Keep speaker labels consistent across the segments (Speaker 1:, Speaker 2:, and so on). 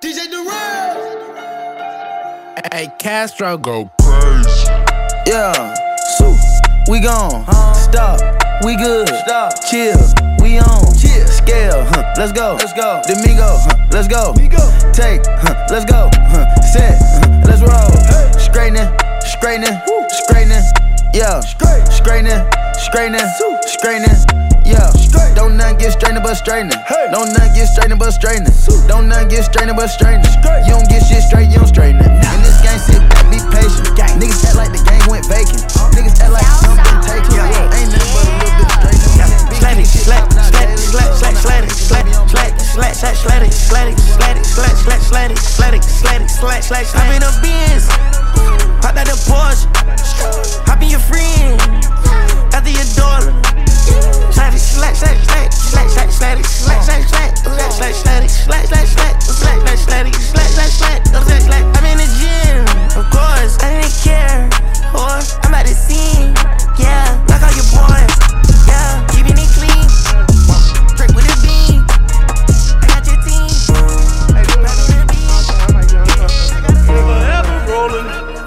Speaker 1: DJ Durant!
Speaker 2: Hey, Castro go crazy.
Speaker 3: Yeah, so we gone. Stop, we good. Stop, chill, we on. Chill, scale, huh? Let's go. Let's go. Domingo, huh? Let's go. Take, huh? Let's go. Huh? Set, huh? Let's roll. Straightening, straightening, straightening. Yeah, straight, straightening, straightening, straightening. Yeah, straight. Don't none get strained but straightening. Hey. Don't none get strained but straightening. Don't none get strained but straightening. Straight. You don't get shit straight, you don't straighten it. In this game, sit back, be patient. Niggas act like the game went vacant. Niggas act like something taken. Ain't nothing but a little bit of straightening. Big
Speaker 4: Slat it,
Speaker 3: shit
Speaker 4: slat,
Speaker 3: poppin'
Speaker 4: slat,
Speaker 3: out daily.
Speaker 4: slat, slat, slat it, slat, slat, slat, slat, slat it, slat it, slat it, slat, slat, slat it, slat it, slat it, slat, slat, slat. Hop in a Benz, pop out the Porsche, hop in your friend, after your daughter. Slat it, slat, slat, slat, slat, slat, slat it, slat, slat, slat, slat, slat, slat it, slat, slat, slat, slat, slat, slat it, slat, slat, slat, slat, slat. I'm in the gym, of course. I didn't care, or I'm at the scene. Yeah, like all your boys. Yeah, keeping it clean. Trick with a bean. I got your team.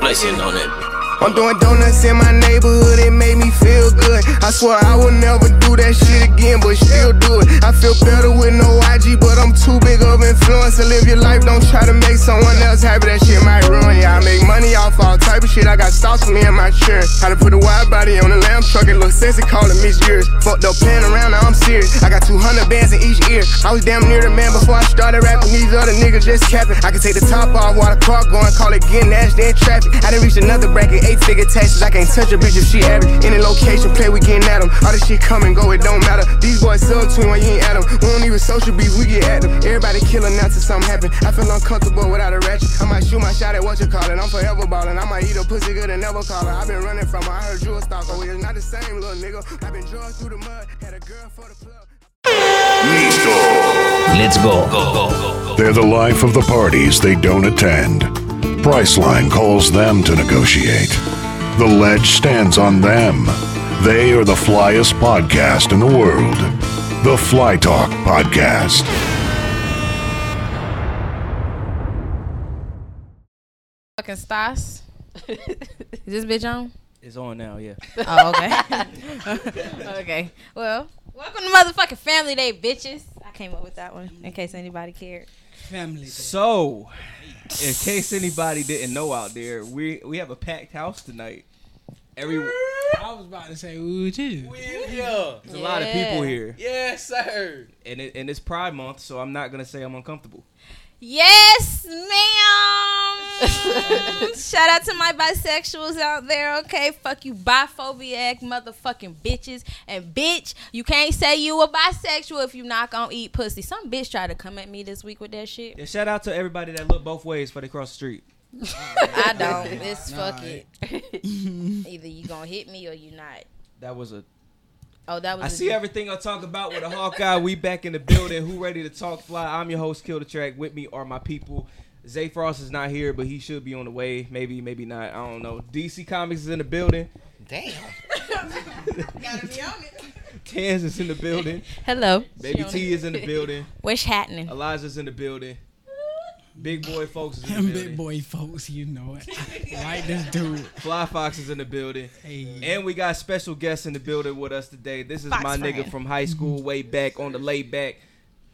Speaker 5: Flexing on that.
Speaker 6: I'm doing donuts in my neighborhood, it made me feel good. I swear I will never do that shit again, but still do it. I feel better with no IG, but I'm too big of influence to live your life. Don't try to make someone else happy, that shit might ruin ya. I make money off all type of shit, I got sauce for me and my churn. How to put a wide body on a lamb truck, it look sexy, call it Miss Years. Fucked up playing around, now I'm serious. I got 200 bands in each ear. I was damn near the man before I started rapping, these other niggas just capping. I can take the top off while the car going, call it getting ash, then traffic. I done reached another bracket, eight figure taxes. I can't touch a bitch if she average. Any location, play, we getting at 'em. All this shit come and go, it don't matter. These boys sub twin when you ain't at 'em. We don't even social beef, we get at 'em. Everybody killing now till something happen. I feel uncomfortable without a ratchet. I might shoot my shot at what you call it. I'm forever ballin'. I might eat a pussy good and never call her. I've been running from her. I heard you a stalker. We is not the same, little nigga. I've been drawn through the mud. Had a girl for the plug.
Speaker 7: Let's go.
Speaker 8: They're the life of the parties they don't attend. Priceline calls them to negotiate. The ledge stands on them. They are the flyest podcast in the world. The Fly Talk Podcast.
Speaker 9: Fucking Stas. Is this bitch on?
Speaker 3: It's on now, yeah.
Speaker 9: Oh, okay. okay. Well, welcome to motherfucking family day, bitches. I came up with that one in case anybody cared.
Speaker 1: Family.
Speaker 3: So, in case anybody didn't know out there, we we have a packed house tonight. Every
Speaker 1: I was about to say, ooh, too.
Speaker 5: Yeah.
Speaker 3: there's a lot of people
Speaker 9: Yeah.
Speaker 3: here,
Speaker 5: Yes, sir.
Speaker 3: and it, and it's Pride Month, so I'm not gonna say I'm uncomfortable.
Speaker 9: Yes, ma'am. Shout out to my bisexuals out there, okay? Fuck you biphobiac motherfucking bitches. And bitch, you can't say you a bisexual if you not gonna eat pussy. Some bitch tried to come at me this week with that shit.
Speaker 3: Yeah, shout out to everybody that looked both ways for they cross the street.
Speaker 9: I don't. It's
Speaker 1: Nah,
Speaker 9: fuck it. Either you gonna hit me or you not.
Speaker 3: That was a.
Speaker 9: Oh, that was
Speaker 3: I
Speaker 9: a
Speaker 3: see everything I talk about with a Hawkeye. We back in the building. Who ready to talk fly? I'm your host, Kill the Track. With me are my people. Zay Frost is not here, but he should be on the way. Maybe, maybe not. I don't know. DC Comics is in the building.
Speaker 5: Damn.
Speaker 3: Tans is in the building.
Speaker 9: Hello.
Speaker 3: Baby T is in the building.
Speaker 9: What's happening?
Speaker 3: Eliza's in the building. Big boy folks is in the
Speaker 1: Them
Speaker 3: building.
Speaker 1: big boy folks, you know it. like this dude.
Speaker 3: Fly Fox is in the building.
Speaker 1: Hey.
Speaker 3: And we got special guests in the building with us today. This is
Speaker 9: Fox
Speaker 3: my nigga
Speaker 9: friend.
Speaker 3: from high school, way back on the lay back.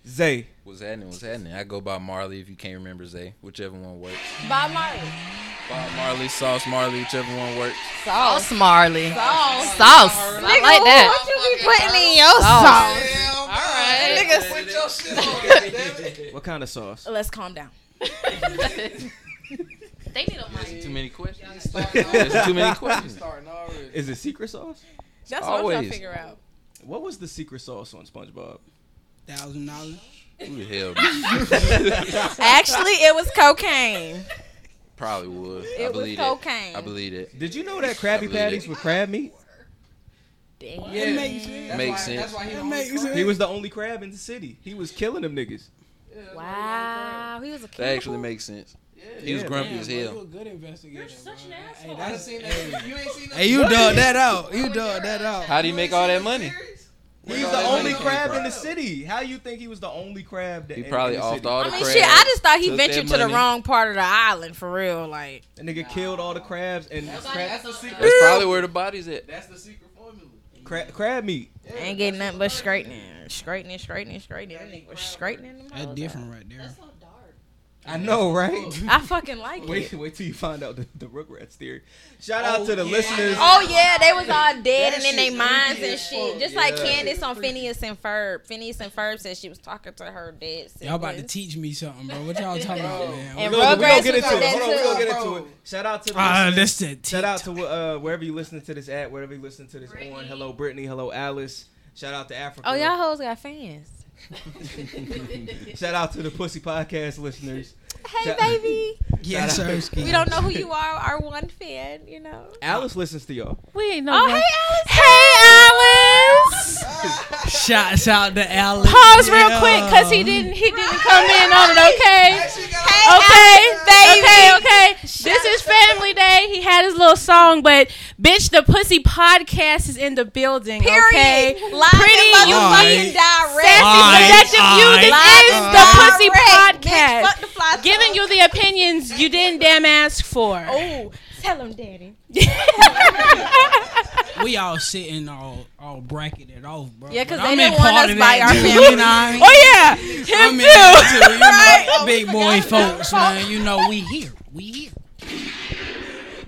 Speaker 3: Zay.
Speaker 5: What's happening? What's happening? I go by Marley if you can't remember Zay, whichever one works.
Speaker 9: Bob Marley.
Speaker 5: Bob Marley, Sauce Marley, whichever one works.
Speaker 9: Sauce.
Speaker 10: Sauce Marley.
Speaker 9: Sauce.
Speaker 10: Sauce. I like that.
Speaker 9: What you be putting in your
Speaker 10: Sauce.
Speaker 9: sauce?
Speaker 10: All right.
Speaker 3: What kind of sauce?
Speaker 9: Let's calm down.
Speaker 10: They need a mic.
Speaker 5: Too many questions. There's too many questions.
Speaker 3: Is it secret sauce?
Speaker 9: That's what I'm trying
Speaker 5: Always.
Speaker 9: to figure out.
Speaker 3: What was the secret sauce on SpongeBob?
Speaker 1: Thousand dollars.
Speaker 5: Who the hell? knew?
Speaker 9: Actually, it was cocaine.
Speaker 5: Probably would.
Speaker 9: It
Speaker 5: I
Speaker 9: was
Speaker 5: believe
Speaker 9: cocaine.
Speaker 5: It. I believe it.
Speaker 3: Did you know that Krabby
Speaker 5: believe
Speaker 3: Patties
Speaker 5: it.
Speaker 3: were crab meat?
Speaker 9: Damn.
Speaker 1: It makes
Speaker 5: Makes sense.
Speaker 1: sense. It makes sense.
Speaker 3: He was the only crab in the city. He was killing them niggas.
Speaker 9: Wow. He was a
Speaker 5: That
Speaker 9: cannibal.
Speaker 5: actually makes sense.
Speaker 11: He was grumpy
Speaker 1: Damn,
Speaker 11: as
Speaker 1: bro, You a
Speaker 11: hell.
Speaker 1: good investigator. You're such an asshole.
Speaker 8: Hey, you dug that out. You dug that out.
Speaker 11: How do you make all that money?
Speaker 3: He's the
Speaker 11: all that money
Speaker 3: only
Speaker 11: came
Speaker 3: crab
Speaker 11: from?
Speaker 3: in the city. How you think he was the only crab? That
Speaker 11: He
Speaker 3: in-
Speaker 11: probably
Speaker 3: in the
Speaker 11: offed
Speaker 3: city?
Speaker 11: all
Speaker 9: I
Speaker 11: the
Speaker 9: mean,
Speaker 11: crabs.
Speaker 9: shit, I just thought he
Speaker 11: took that
Speaker 9: ventured to the
Speaker 11: money.
Speaker 9: wrong part of the island for real. Like,
Speaker 3: That nigga killed all the crabs and crab,
Speaker 11: That's probably where the body's at.
Speaker 3: crab, crab meat.
Speaker 9: I ain't getting nothing but straightening, straightening, straightening, straightening. That nigga was straightening them.
Speaker 1: That's different right there.
Speaker 3: I know, right?
Speaker 9: I fucking like
Speaker 3: wait,
Speaker 9: it.
Speaker 3: wait till you find out the, the Rugrats theory. Shout out to the listeners.
Speaker 9: Oh yeah, they was all dead and in their minds and shit. Just like Candace on Phineas and Ferb. Phineas and Ferb said she was talking to her dead.
Speaker 1: Y'all about to
Speaker 9: siblings.
Speaker 1: teach me something, bro. What y'all talking about, man?
Speaker 9: And
Speaker 3: We gonna- we gonna
Speaker 9: Rugrats
Speaker 3: get
Speaker 9: was
Speaker 3: into
Speaker 9: on
Speaker 3: it. Hold on, we gonna
Speaker 9: that
Speaker 3: get into it. Shout out to the
Speaker 1: Ah,
Speaker 3: listeners.
Speaker 1: that's that.
Speaker 3: Shout out to uh, wherever you listening to this at, wherever you listening to this on. Hello, Brittany. Hello, Alice. Shout out to Africa.
Speaker 9: Oh y'all hoes got fans.
Speaker 3: Shout out to the Pussy Podcast listeners.
Speaker 9: Hey
Speaker 3: Shout-
Speaker 9: baby,
Speaker 1: Yes,
Speaker 3: Shout out-
Speaker 1: sir.
Speaker 9: we don't know who you are. Our one fan, you know.
Speaker 3: Alice listens to y'all.
Speaker 12: We ain't
Speaker 9: Oh hey Alice. Hey Alice.
Speaker 1: Shouts out to Alex.
Speaker 12: Pause real quick because he didn't he didn't come in on it. Okay. Okay, okay, okay. This is Family Day. He had his little song, but bitch, the Pussy Podcast is in the building.
Speaker 9: Period.
Speaker 12: Okay,
Speaker 9: Live
Speaker 12: Pretty
Speaker 9: and motherfucking
Speaker 1: Alright.
Speaker 9: direct.
Speaker 1: Alright,
Speaker 12: sassy, productive you. This
Speaker 9: Live
Speaker 12: is
Speaker 9: and
Speaker 12: the Pussy
Speaker 9: direct. Bitch,
Speaker 12: Podcast.
Speaker 9: fuck the fly
Speaker 12: Giving you the opinions you didn't damn ask for.
Speaker 9: Oh, tell him, Daddy.
Speaker 1: We all sitting all all bracketed off, bro.
Speaker 9: Yeah, 'cause
Speaker 1: But
Speaker 9: they
Speaker 1: I'm
Speaker 9: didn't
Speaker 1: in
Speaker 9: want
Speaker 1: part
Speaker 9: us
Speaker 1: of
Speaker 9: by
Speaker 1: that,
Speaker 9: our
Speaker 1: too,
Speaker 9: family.
Speaker 1: You know what I
Speaker 12: Oh yeah,
Speaker 1: mean? I'm
Speaker 12: him
Speaker 1: in
Speaker 12: too.
Speaker 1: that, too. You know, big boy folks, man. You know, we here. We here.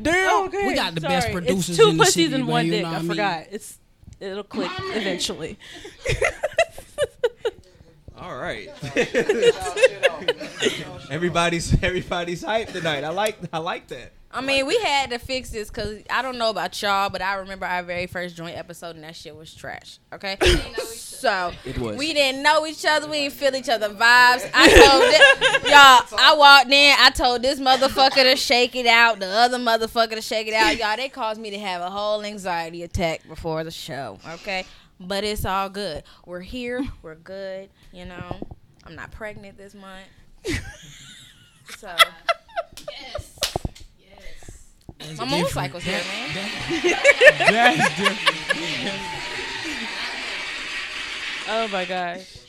Speaker 1: Oh,
Speaker 12: Damn,
Speaker 1: We got the best producers
Speaker 12: It's two
Speaker 1: in the
Speaker 12: pussies
Speaker 1: city,
Speaker 12: and
Speaker 1: man,
Speaker 12: one
Speaker 1: you
Speaker 12: dick.
Speaker 1: know what
Speaker 12: I,
Speaker 1: I mean?
Speaker 12: forgot. It's it'll click eventually.
Speaker 3: All right. everybody's everybody's hype tonight. I like I like that.
Speaker 9: I mean, we had to fix this because I don't know about y'all, but I remember our very first joint episode, and that shit was trash. Okay, so
Speaker 3: It was.
Speaker 9: we didn't know each other. We didn't feel each other vibes. I told thi- y'all, I walked in. I told this motherfucker to shake it out, the other motherfucker to shake it out. Y'all, they caused me to have a whole anxiety attack before the show. Okay, but it's all good. We're here. We're good. You know, I'm not pregnant this month, so my moon cycle's here, man.
Speaker 1: That's different.
Speaker 12: Oh my gosh.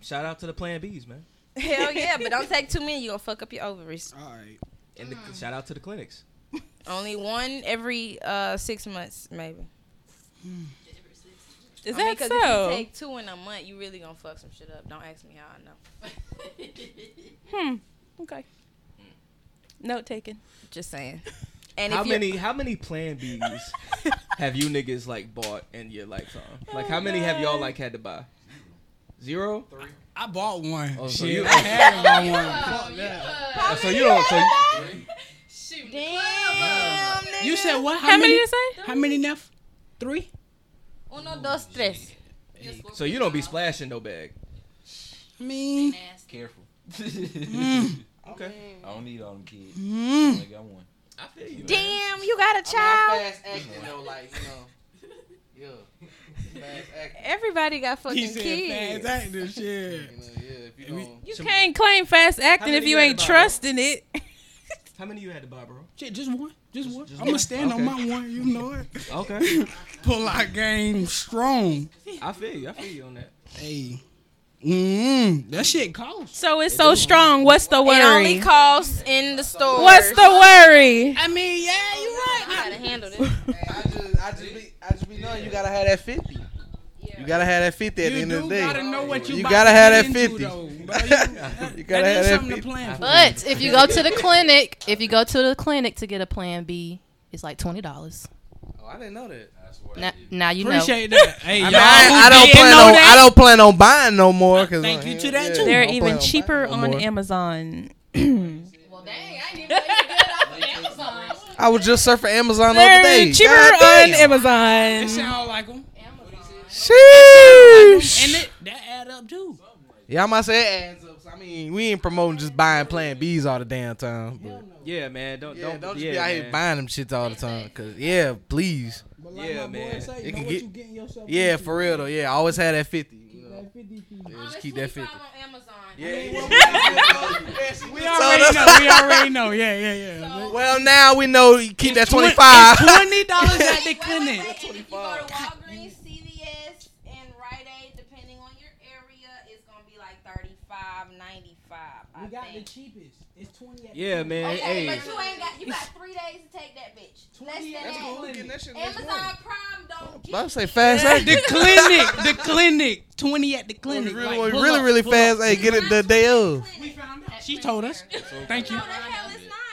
Speaker 3: Shout out to the Plan Bs, man.
Speaker 9: Hell yeah, but don't take too many. You gonna fuck up your ovaries.
Speaker 1: All right.
Speaker 3: And the, shout out to the clinics.
Speaker 9: Only one every uh six months, maybe.
Speaker 12: Is
Speaker 9: I mean,
Speaker 12: that
Speaker 9: 'cause
Speaker 12: so?
Speaker 9: If you take two in a month, you really gonna fuck some shit up. Don't ask me how I know.
Speaker 12: Hmm. okay. Note taken.
Speaker 9: Just saying. And
Speaker 3: How
Speaker 9: if you're-
Speaker 3: many how many Plan Bs have you niggas like bought in your lifetime? Like how many have y'all like had to buy? Zero.
Speaker 1: I bought one.
Speaker 3: Oh,
Speaker 1: Shit,
Speaker 3: so you-
Speaker 1: I had to buy one.
Speaker 3: Oh, so you don't. So you,
Speaker 9: Damn. nigga.
Speaker 1: You said what?
Speaker 12: How, many you say?
Speaker 1: How many left? Three.
Speaker 9: Uno, dos, tres.
Speaker 3: so you don't be splashing no bag.
Speaker 1: I mean,
Speaker 11: Careful.
Speaker 8: Mm.
Speaker 3: Okay.
Speaker 9: Mm.
Speaker 11: I don't need all them kids. I only got one.
Speaker 3: I feel you.
Speaker 9: Damn, you got a child. Everybody got
Speaker 1: he
Speaker 9: fucking
Speaker 1: said
Speaker 9: kids.
Speaker 1: fast acting shit.
Speaker 12: You can't claim fast acting
Speaker 3: many
Speaker 12: if
Speaker 3: you
Speaker 12: you
Speaker 3: had
Speaker 12: ain't
Speaker 3: about,
Speaker 12: trusting it.
Speaker 3: How many you had to buy, bro?
Speaker 1: Shit, just one. Just one. I'm gonna stand on my one. You know it.
Speaker 3: Okay.
Speaker 1: Pull out game strong.
Speaker 3: I feel you. I feel you on that.
Speaker 1: Hey.
Speaker 12: Mm-hmm.
Speaker 1: Mm, that shit costs.
Speaker 12: So it's so strong. What's the
Speaker 9: It only
Speaker 12: worry?
Speaker 9: costs in the store.
Speaker 12: What's the worry?
Speaker 1: I mean, yeah, you right.
Speaker 9: How to handle this?
Speaker 8: I just, I just be, I just be knowing you gotta have that fifty. You gotta have that fifty at the
Speaker 1: You
Speaker 8: end of
Speaker 1: do
Speaker 8: the day.
Speaker 1: gotta know what you,
Speaker 8: You
Speaker 1: about
Speaker 8: gotta
Speaker 1: to
Speaker 8: have
Speaker 1: get
Speaker 8: that
Speaker 1: into,
Speaker 8: 50.
Speaker 1: though, bro. You- that-
Speaker 8: You gotta
Speaker 1: that
Speaker 8: have
Speaker 1: is
Speaker 8: that
Speaker 1: something to
Speaker 8: 50.
Speaker 1: plan for.
Speaker 10: But if you go to the clinic, if you go to the clinic to get a plan B, it's like twenty dollars.
Speaker 8: Oh, I didn't know that.
Speaker 10: Now, now you know.
Speaker 1: Appreciate that. Hey, y'all.
Speaker 8: I, mean, I, I don't plan on, I don't plan on buying no more. Cause
Speaker 1: Thank
Speaker 8: I'm-
Speaker 1: you to that, too.
Speaker 12: They're
Speaker 8: I don't plan
Speaker 12: even
Speaker 8: on
Speaker 12: cheaper
Speaker 8: buying no
Speaker 12: on
Speaker 8: more.
Speaker 12: Amazon.
Speaker 8: I was just surfing Amazon the other
Speaker 12: They're
Speaker 8: day.
Speaker 12: cheaper
Speaker 8: God
Speaker 12: on
Speaker 8: damn.
Speaker 1: It
Speaker 12: Amazon.
Speaker 1: sound like them.
Speaker 8: Sheesh.
Speaker 1: And it, that add up, too.
Speaker 8: Yeah, I might say it adds up. So, I mean, we ain't promoting just buying Plan Bs all the damn time. But.
Speaker 3: Yeah, man. Don't
Speaker 8: Yeah,
Speaker 3: don't,
Speaker 8: don't just
Speaker 3: yeah,
Speaker 8: be out here
Speaker 3: man.
Speaker 8: buying them shits all the time. Cause yeah, please.
Speaker 1: But
Speaker 3: like Yeah, my boy man. say,
Speaker 8: It know can what get- you
Speaker 1: yourself
Speaker 8: Yeah, for real though. Yeah, I always had that fifty. You know.
Speaker 13: like 50
Speaker 3: just keep that 50.
Speaker 1: we already know. We already know. Yeah, yeah, yeah.
Speaker 13: Well, now we know you keep that
Speaker 1: It's twen-
Speaker 13: 25.
Speaker 1: it's $20 at the clinic.
Speaker 9: Walgreens, CVS, and Rite Aid, depending on your area, it's gonna be like 35, 95. I
Speaker 1: We got
Speaker 9: think.
Speaker 1: the cheapest. It's twenty. at
Speaker 3: Yeah,
Speaker 1: the-
Speaker 3: man,
Speaker 9: Okay,
Speaker 3: hey.
Speaker 9: Oh, but you ain't got you got three days to take that bitch. Less than
Speaker 1: That's cool.
Speaker 9: that.
Speaker 1: Getting that shit less
Speaker 9: Amazon Prime don't.
Speaker 13: I was say fast eight.
Speaker 1: the clinic. The clinic. Twenty at the clinic.
Speaker 13: Really,
Speaker 1: like, pull
Speaker 13: really,
Speaker 1: up,
Speaker 13: really
Speaker 1: pull
Speaker 13: fast.
Speaker 1: up.
Speaker 13: Hey, get it the day of.
Speaker 1: She told us. Thank you.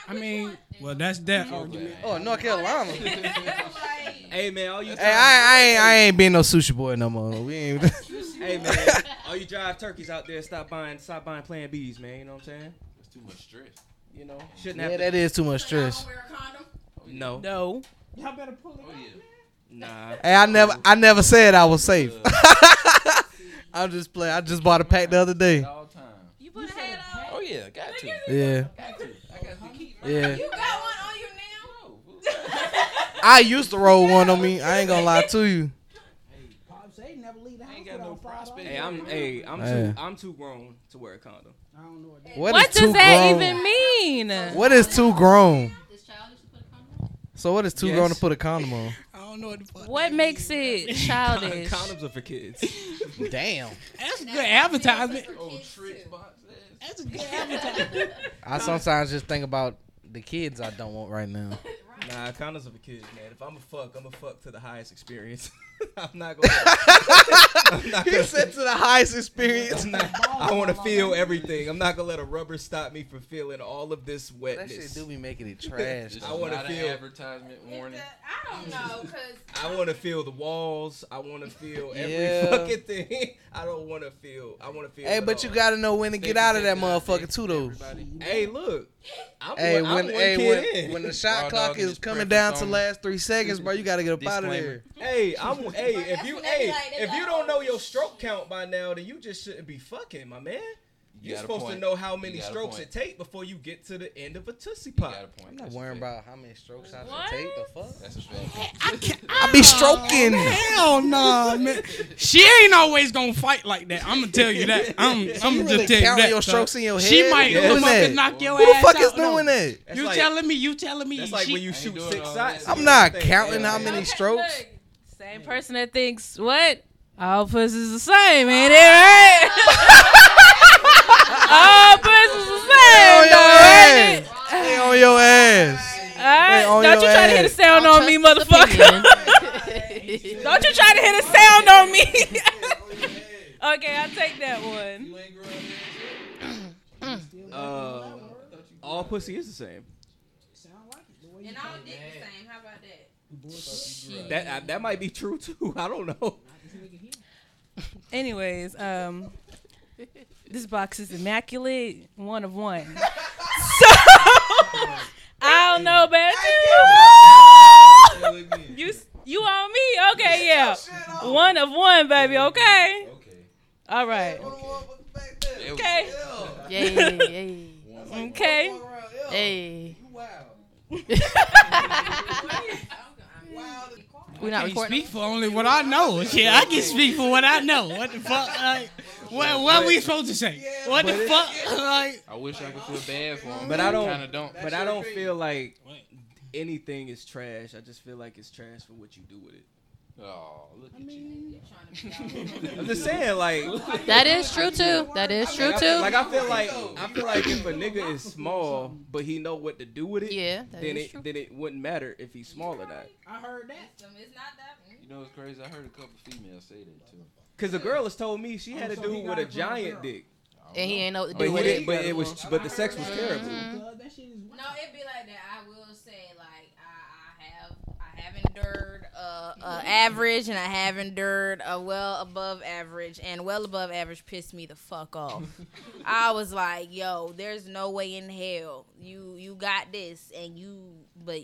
Speaker 1: I mean, well, that's that argument.
Speaker 13: Oh, North Carolina.
Speaker 3: Hey man, all you.
Speaker 13: Hey, I, I, ain't, I ain't being no sushi boy no more. We ain't.
Speaker 3: Hey man, all you drive turkeys out there, stop buying, stop buying Plan Bs, man. You know what I'm saying? That's too much stress. You know, shouldn't
Speaker 13: yeah,
Speaker 3: have.
Speaker 13: that
Speaker 3: to-
Speaker 13: is too much stress.
Speaker 3: No.
Speaker 1: No. Y'all better pull it. Oh,
Speaker 3: Nah.
Speaker 13: Hey, I never, I never said I was safe. I'm just playing. I just bought a pack the other day.
Speaker 9: You put a hat on.
Speaker 5: Oh yeah, got to.
Speaker 13: Yeah.
Speaker 5: Got to. I got the key.
Speaker 13: Yeah.
Speaker 9: You got one on your nail.
Speaker 5: Oh,
Speaker 13: I used to roll one on me. I ain't gonna lie to you.
Speaker 1: Pops, they never leave the house
Speaker 5: Ain't got no prospect.
Speaker 3: Hey, I'm, hey, I'm
Speaker 13: Yeah.
Speaker 3: too, I'm too grown to wear a condom. I don't know what that
Speaker 13: What What is does too that grown? even uh?
Speaker 12: mean?
Speaker 13: What is too grown? So what is too grown to
Speaker 3: Yes.
Speaker 13: put a condom on?
Speaker 1: I don't know what the fuck.
Speaker 12: What makes it childish?
Speaker 3: Condoms are for kids.
Speaker 13: Damn.
Speaker 1: That's good advertisement. That's a good advertisement.
Speaker 13: I sometimes just think about the kids I don't want right now.
Speaker 3: Nah, condoms are for kids, man. If I'm a fuck, I'm a fuck to the highest experience. I'm not gonna. I'm not
Speaker 13: He said to the highest experience.
Speaker 3: I'm not- I want to feel everything. I'm not gonna let a rubber stop me from feeling all of this wetness.
Speaker 13: shit do be making it trash,
Speaker 3: I
Speaker 13: though.
Speaker 3: want to
Speaker 13: Not an
Speaker 3: feel
Speaker 5: advertisement warning.
Speaker 9: I don't know, cause
Speaker 3: I want to feel the walls. I want to feel every
Speaker 13: Yeah.
Speaker 3: fucking thing. I don't want to feel. I want to feel.
Speaker 13: Hey,
Speaker 3: it
Speaker 13: but you
Speaker 3: all.
Speaker 13: gotta know when to get out of that motherfucker too, though.
Speaker 3: Hey, look. I'm
Speaker 13: Hey,
Speaker 3: one,
Speaker 13: when
Speaker 3: I'm one
Speaker 13: hey
Speaker 3: kid
Speaker 13: when,
Speaker 3: in.
Speaker 13: when the shot clock is coming down to last three seconds, bro, you gotta get up out of there.
Speaker 3: Hey, I'm. Hey, if you
Speaker 9: when they be
Speaker 3: hey,
Speaker 9: like- they
Speaker 3: if
Speaker 9: like,
Speaker 3: you don't know your stroke count by now, then you just shouldn't be fucking, my man.
Speaker 5: You
Speaker 3: You're
Speaker 5: got a
Speaker 3: supposed to
Speaker 5: point.
Speaker 3: know how
Speaker 5: You
Speaker 3: many
Speaker 5: got a
Speaker 3: strokes
Speaker 5: point.
Speaker 3: it take before you get to the end of a tootsie pop.
Speaker 13: I'm not worrying about how many strokes I
Speaker 3: What?
Speaker 13: should take. The fuck?
Speaker 5: That's a fact.
Speaker 13: I be stroking.
Speaker 1: Oh, Hell no, man. She ain't always gonna fight like that. I'm gonna tell you that. I'm,
Speaker 13: You
Speaker 1: I'm gonna
Speaker 13: really
Speaker 1: just tell you
Speaker 13: counting
Speaker 1: that.
Speaker 13: your
Speaker 1: so
Speaker 13: strokes in your
Speaker 1: She
Speaker 13: head?
Speaker 1: might
Speaker 13: Yeah.
Speaker 1: come
Speaker 13: Who
Speaker 1: up and
Speaker 13: that?
Speaker 1: knock your
Speaker 13: Who the
Speaker 1: ass
Speaker 13: fuck is
Speaker 1: out. No.
Speaker 13: doing that? That's
Speaker 1: You
Speaker 13: like-
Speaker 1: telling me? You telling me?
Speaker 3: That's like
Speaker 1: she-
Speaker 3: when you shoot six shots.
Speaker 13: I'm not counting how many strokes.
Speaker 12: Same person that thinks what all pussy's the same, ain't it right? all pussy's the
Speaker 13: Stay
Speaker 12: same,
Speaker 13: on your
Speaker 12: though, ain't
Speaker 13: ass.
Speaker 12: it?
Speaker 13: Stay on your ass.
Speaker 12: All right,
Speaker 13: Stay on
Speaker 12: don't you
Speaker 13: your
Speaker 12: try to hit a
Speaker 13: ass.
Speaker 12: sound on me, motherfucker. don't you try to hit a sound on me. okay, I'll take that one.
Speaker 3: Uh, all pussy is the
Speaker 9: and
Speaker 3: same.
Speaker 9: all dick the same. How about that?
Speaker 3: That I, that might be true too. I don't know.
Speaker 12: Anyways, um, this box is immaculate, one of one. so I don't know about you. you s- you on me? Okay, yeah. One of one, baby. Okay. All right. Okay.
Speaker 10: Yeah, yeah, yeah, yeah.
Speaker 12: Okay.
Speaker 10: Hey.
Speaker 1: I
Speaker 10: We're not
Speaker 1: can't
Speaker 10: recording.
Speaker 1: speak for only what I know. Yeah, I can speak for what I know. What the fuck? Like, what, what we supposed to say? What the
Speaker 3: but
Speaker 1: fuck? uh,
Speaker 3: it's-
Speaker 1: Like,
Speaker 5: I wish I could feel
Speaker 9: oh,
Speaker 5: bad for him,
Speaker 3: But I don't.
Speaker 5: Kind of don't.
Speaker 3: But I don't feel like anything is trash. I just feel like it's trash for what you do with it.
Speaker 5: Oh, look at
Speaker 3: you. I'm just saying, like
Speaker 10: That is true too. That is true
Speaker 3: like,
Speaker 10: too.
Speaker 3: I, like I feel like I feel like if a nigga is small, but he know what to do with it,
Speaker 10: Yeah, that
Speaker 3: then
Speaker 10: is
Speaker 3: it then it wouldn't matter if he's small or not.
Speaker 1: I heard that.
Speaker 9: It's not that.
Speaker 5: You know what's crazy? I heard a couple females say that too.
Speaker 3: Cause a girl has told me she had a
Speaker 5: Oh, so he
Speaker 3: dude with
Speaker 5: got
Speaker 3: a
Speaker 5: it from a
Speaker 3: giant dick,
Speaker 10: and he ain't know what to
Speaker 3: but
Speaker 10: do
Speaker 3: he
Speaker 10: with
Speaker 3: did,
Speaker 10: it.
Speaker 3: but it was but the sex was terrible.
Speaker 9: No, it'd be like that. I will say, like, I, I have, I have endured uh, uh, average, and I have endured a well above average, and well above average pissed me the fuck off. I was like, yo, there's no way in hell you you got this, and you but.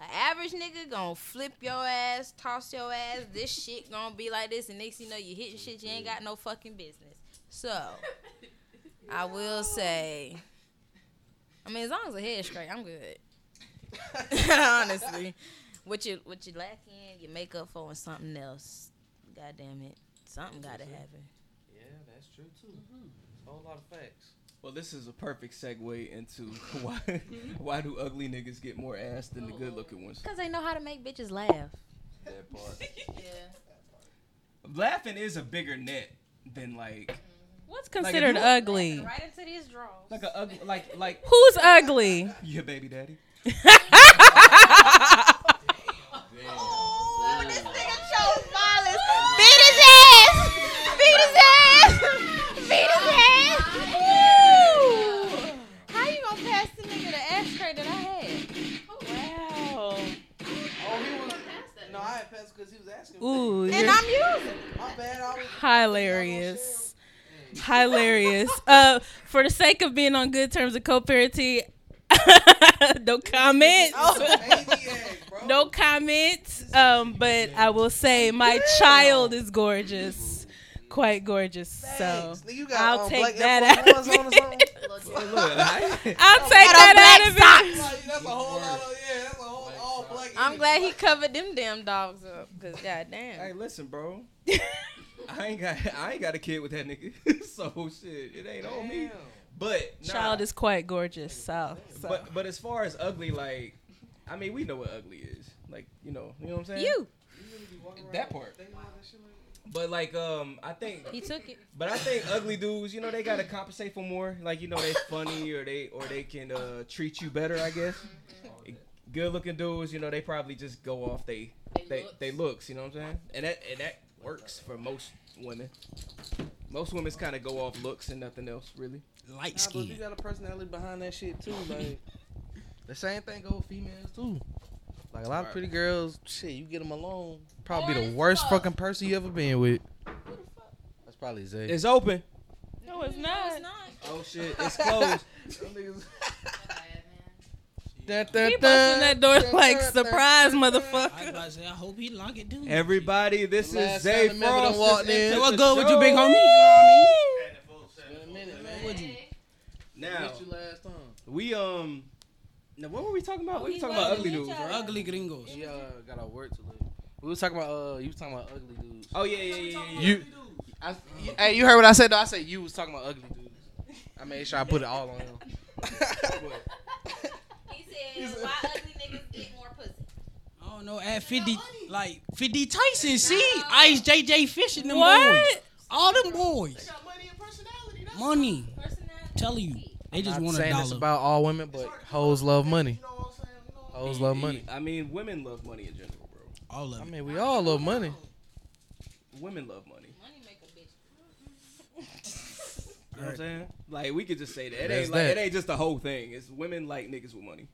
Speaker 9: An average nigga gonna flip your ass, toss your ass. This shit gonna be like this, and next thing you know, you hitting shit you ain't got no fucking business. So, I will say, I mean, as long as the head's straight, I'm good. Honestly, what you what you lack in, you make up for in something else. God damn it, something gotta happen.
Speaker 3: Yeah, True too. A whole lot of facts. Well, this is a perfect segue into why why do ugly niggas get more ass than the good looking ones?
Speaker 9: Because they know how to make bitches laugh.
Speaker 3: That part.
Speaker 9: Yeah.
Speaker 3: Laughing is a bigger net than like
Speaker 12: What's
Speaker 3: Like, if
Speaker 12: considered
Speaker 3: you-
Speaker 12: ugly?
Speaker 9: Right into these drawers.
Speaker 3: like a ugly like like
Speaker 12: Who's ugly?
Speaker 3: your baby daddy.
Speaker 9: Oh, Beat his ass! Beat his ass! Beat his ass! Woo! How you gonna pass the nigga the ashtray that I had?
Speaker 12: Wow.
Speaker 3: Oh, No, I had passed because he was asking.
Speaker 12: Ooh,
Speaker 9: And
Speaker 12: you're-
Speaker 9: I'm using.
Speaker 3: My bad. I was
Speaker 12: Hilarious. Hilarious. Uh, for the sake of being on good terms of co-parity, no comments.
Speaker 13: Oh,
Speaker 12: no comments. Um, but I will say my child is gorgeous, quite gorgeous. So I'll
Speaker 13: um,
Speaker 12: take
Speaker 13: black
Speaker 12: that
Speaker 13: Air Force
Speaker 12: out. Of
Speaker 13: Ones on or something?
Speaker 12: it.
Speaker 3: I'll
Speaker 12: take
Speaker 9: Got
Speaker 12: that
Speaker 9: on
Speaker 12: out of
Speaker 9: black
Speaker 12: it.
Speaker 9: socks.
Speaker 3: That's a whole lot of
Speaker 13: yeah. That's a whole
Speaker 3: Oh,
Speaker 13: all black.
Speaker 9: I'm glad he covered them damn dogs up, cause goddamn.
Speaker 3: Hey, listen, bro. I ain't got I ain't got a kid with that nigga, so shit, it ain't on me. But nah,
Speaker 12: Child is quite gorgeous. So, so.
Speaker 3: But but as far as ugly, like, I mean, we know what ugly is. Like, you know, you know what I'm saying.
Speaker 12: You.
Speaker 3: That part. But like, um, I think.
Speaker 9: He took it.
Speaker 3: But I think ugly dudes, you know, they gotta compensate for more. Like, you know, they funny or they or they can uh, treat you better, I guess. Good looking dudes, you know, they probably just go off they they they looks, you know what I'm saying? And that and that works for most women. Most women's kind of go off looks and nothing else really.
Speaker 1: Light
Speaker 13: Nah, but you got a personality behind that shit too. Like the same thing goes females too. Like a lot of
Speaker 3: Right.
Speaker 13: pretty girls, shit, you get them alone, probably the worst fucking person you ever been with. That's probably Zay.
Speaker 3: It's open.
Speaker 12: No, it's not.
Speaker 3: Oh shit, it's closed.
Speaker 12: He busting that door like surprise,
Speaker 1: I,
Speaker 12: motherfucker.
Speaker 1: was about to say, I hope he lock it, dude.
Speaker 3: Everybody, this
Speaker 1: Last
Speaker 3: is Zay
Speaker 1: time the member done
Speaker 3: Frost.
Speaker 1: walked
Speaker 3: This
Speaker 1: in.
Speaker 3: is
Speaker 1: What
Speaker 3: the
Speaker 1: good with you,
Speaker 3: show.
Speaker 1: big homie? You know
Speaker 3: Now
Speaker 13: What you last time?
Speaker 3: we um. Now what were we talking about?
Speaker 13: Oh,
Speaker 3: we were
Speaker 13: he
Speaker 3: talking about
Speaker 13: was
Speaker 3: ugly
Speaker 13: with
Speaker 3: dudes,
Speaker 13: y'all.
Speaker 3: right?
Speaker 1: Ugly gringos.
Speaker 13: Yeah, got a word to live. We was talking about uh, you was talking about ugly dudes.
Speaker 3: Oh yeah, yeah, yeah, yeah.
Speaker 13: You, I, you- hey, you heard what I said? though? I said you was talking about ugly dudes. I made sure I put it all on him.
Speaker 9: He said, "Why ugly niggas get more pussy?"
Speaker 1: I don't know. At 50, like 50 Tyson, see? Ice JJ Fish and them
Speaker 9: What?
Speaker 1: boys. All them boys. Money. Tell you. They just
Speaker 13: I'm
Speaker 1: want a
Speaker 13: saying this
Speaker 1: dollar.
Speaker 13: about all women, but hoes love money. Hoes love money.
Speaker 3: I mean, women love money in general, bro.
Speaker 1: All of
Speaker 13: I mean, we all love money.
Speaker 3: Women love money.
Speaker 9: Money make a bitch.
Speaker 3: You know what I'm saying? Like we could just say that. It
Speaker 13: That's
Speaker 3: ain't like
Speaker 13: that.
Speaker 3: it ain't just the whole thing. It's women like niggas with money.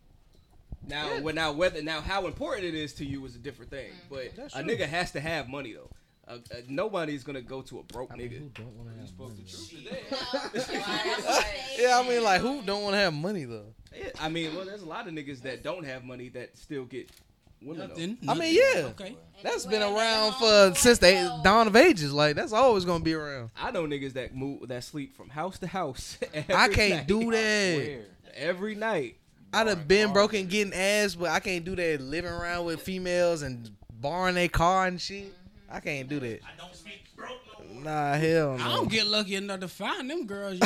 Speaker 3: Now, well, now whether now how important it is to you is a different thing.
Speaker 9: Mm-hmm.
Speaker 3: But
Speaker 13: That's
Speaker 3: a
Speaker 13: true.
Speaker 3: nigga has to have money though. Uh, uh, nobody's gonna go to a broke nigga. You spoke the truth today.
Speaker 13: yeah, I mean, like, who don't want to have money though?
Speaker 3: Yeah, I mean, well, there's a lot of niggas that don't have money that still get women. though.
Speaker 13: I mean, yeah,
Speaker 1: Okay.
Speaker 13: that's been around for since the dawn of ages. Like, that's always gonna be around.
Speaker 3: I know niggas that move that sleep from house to house.
Speaker 13: I
Speaker 3: every
Speaker 13: can't
Speaker 3: night.
Speaker 13: do
Speaker 3: I
Speaker 13: that.
Speaker 3: swear. Every night.
Speaker 13: I done been broken getting ass, but I can't do that living around with females and borrowing their car and shit. I can't do that. I don't speak broke no Nah, hell no.
Speaker 1: I don't get lucky enough to find them girls. You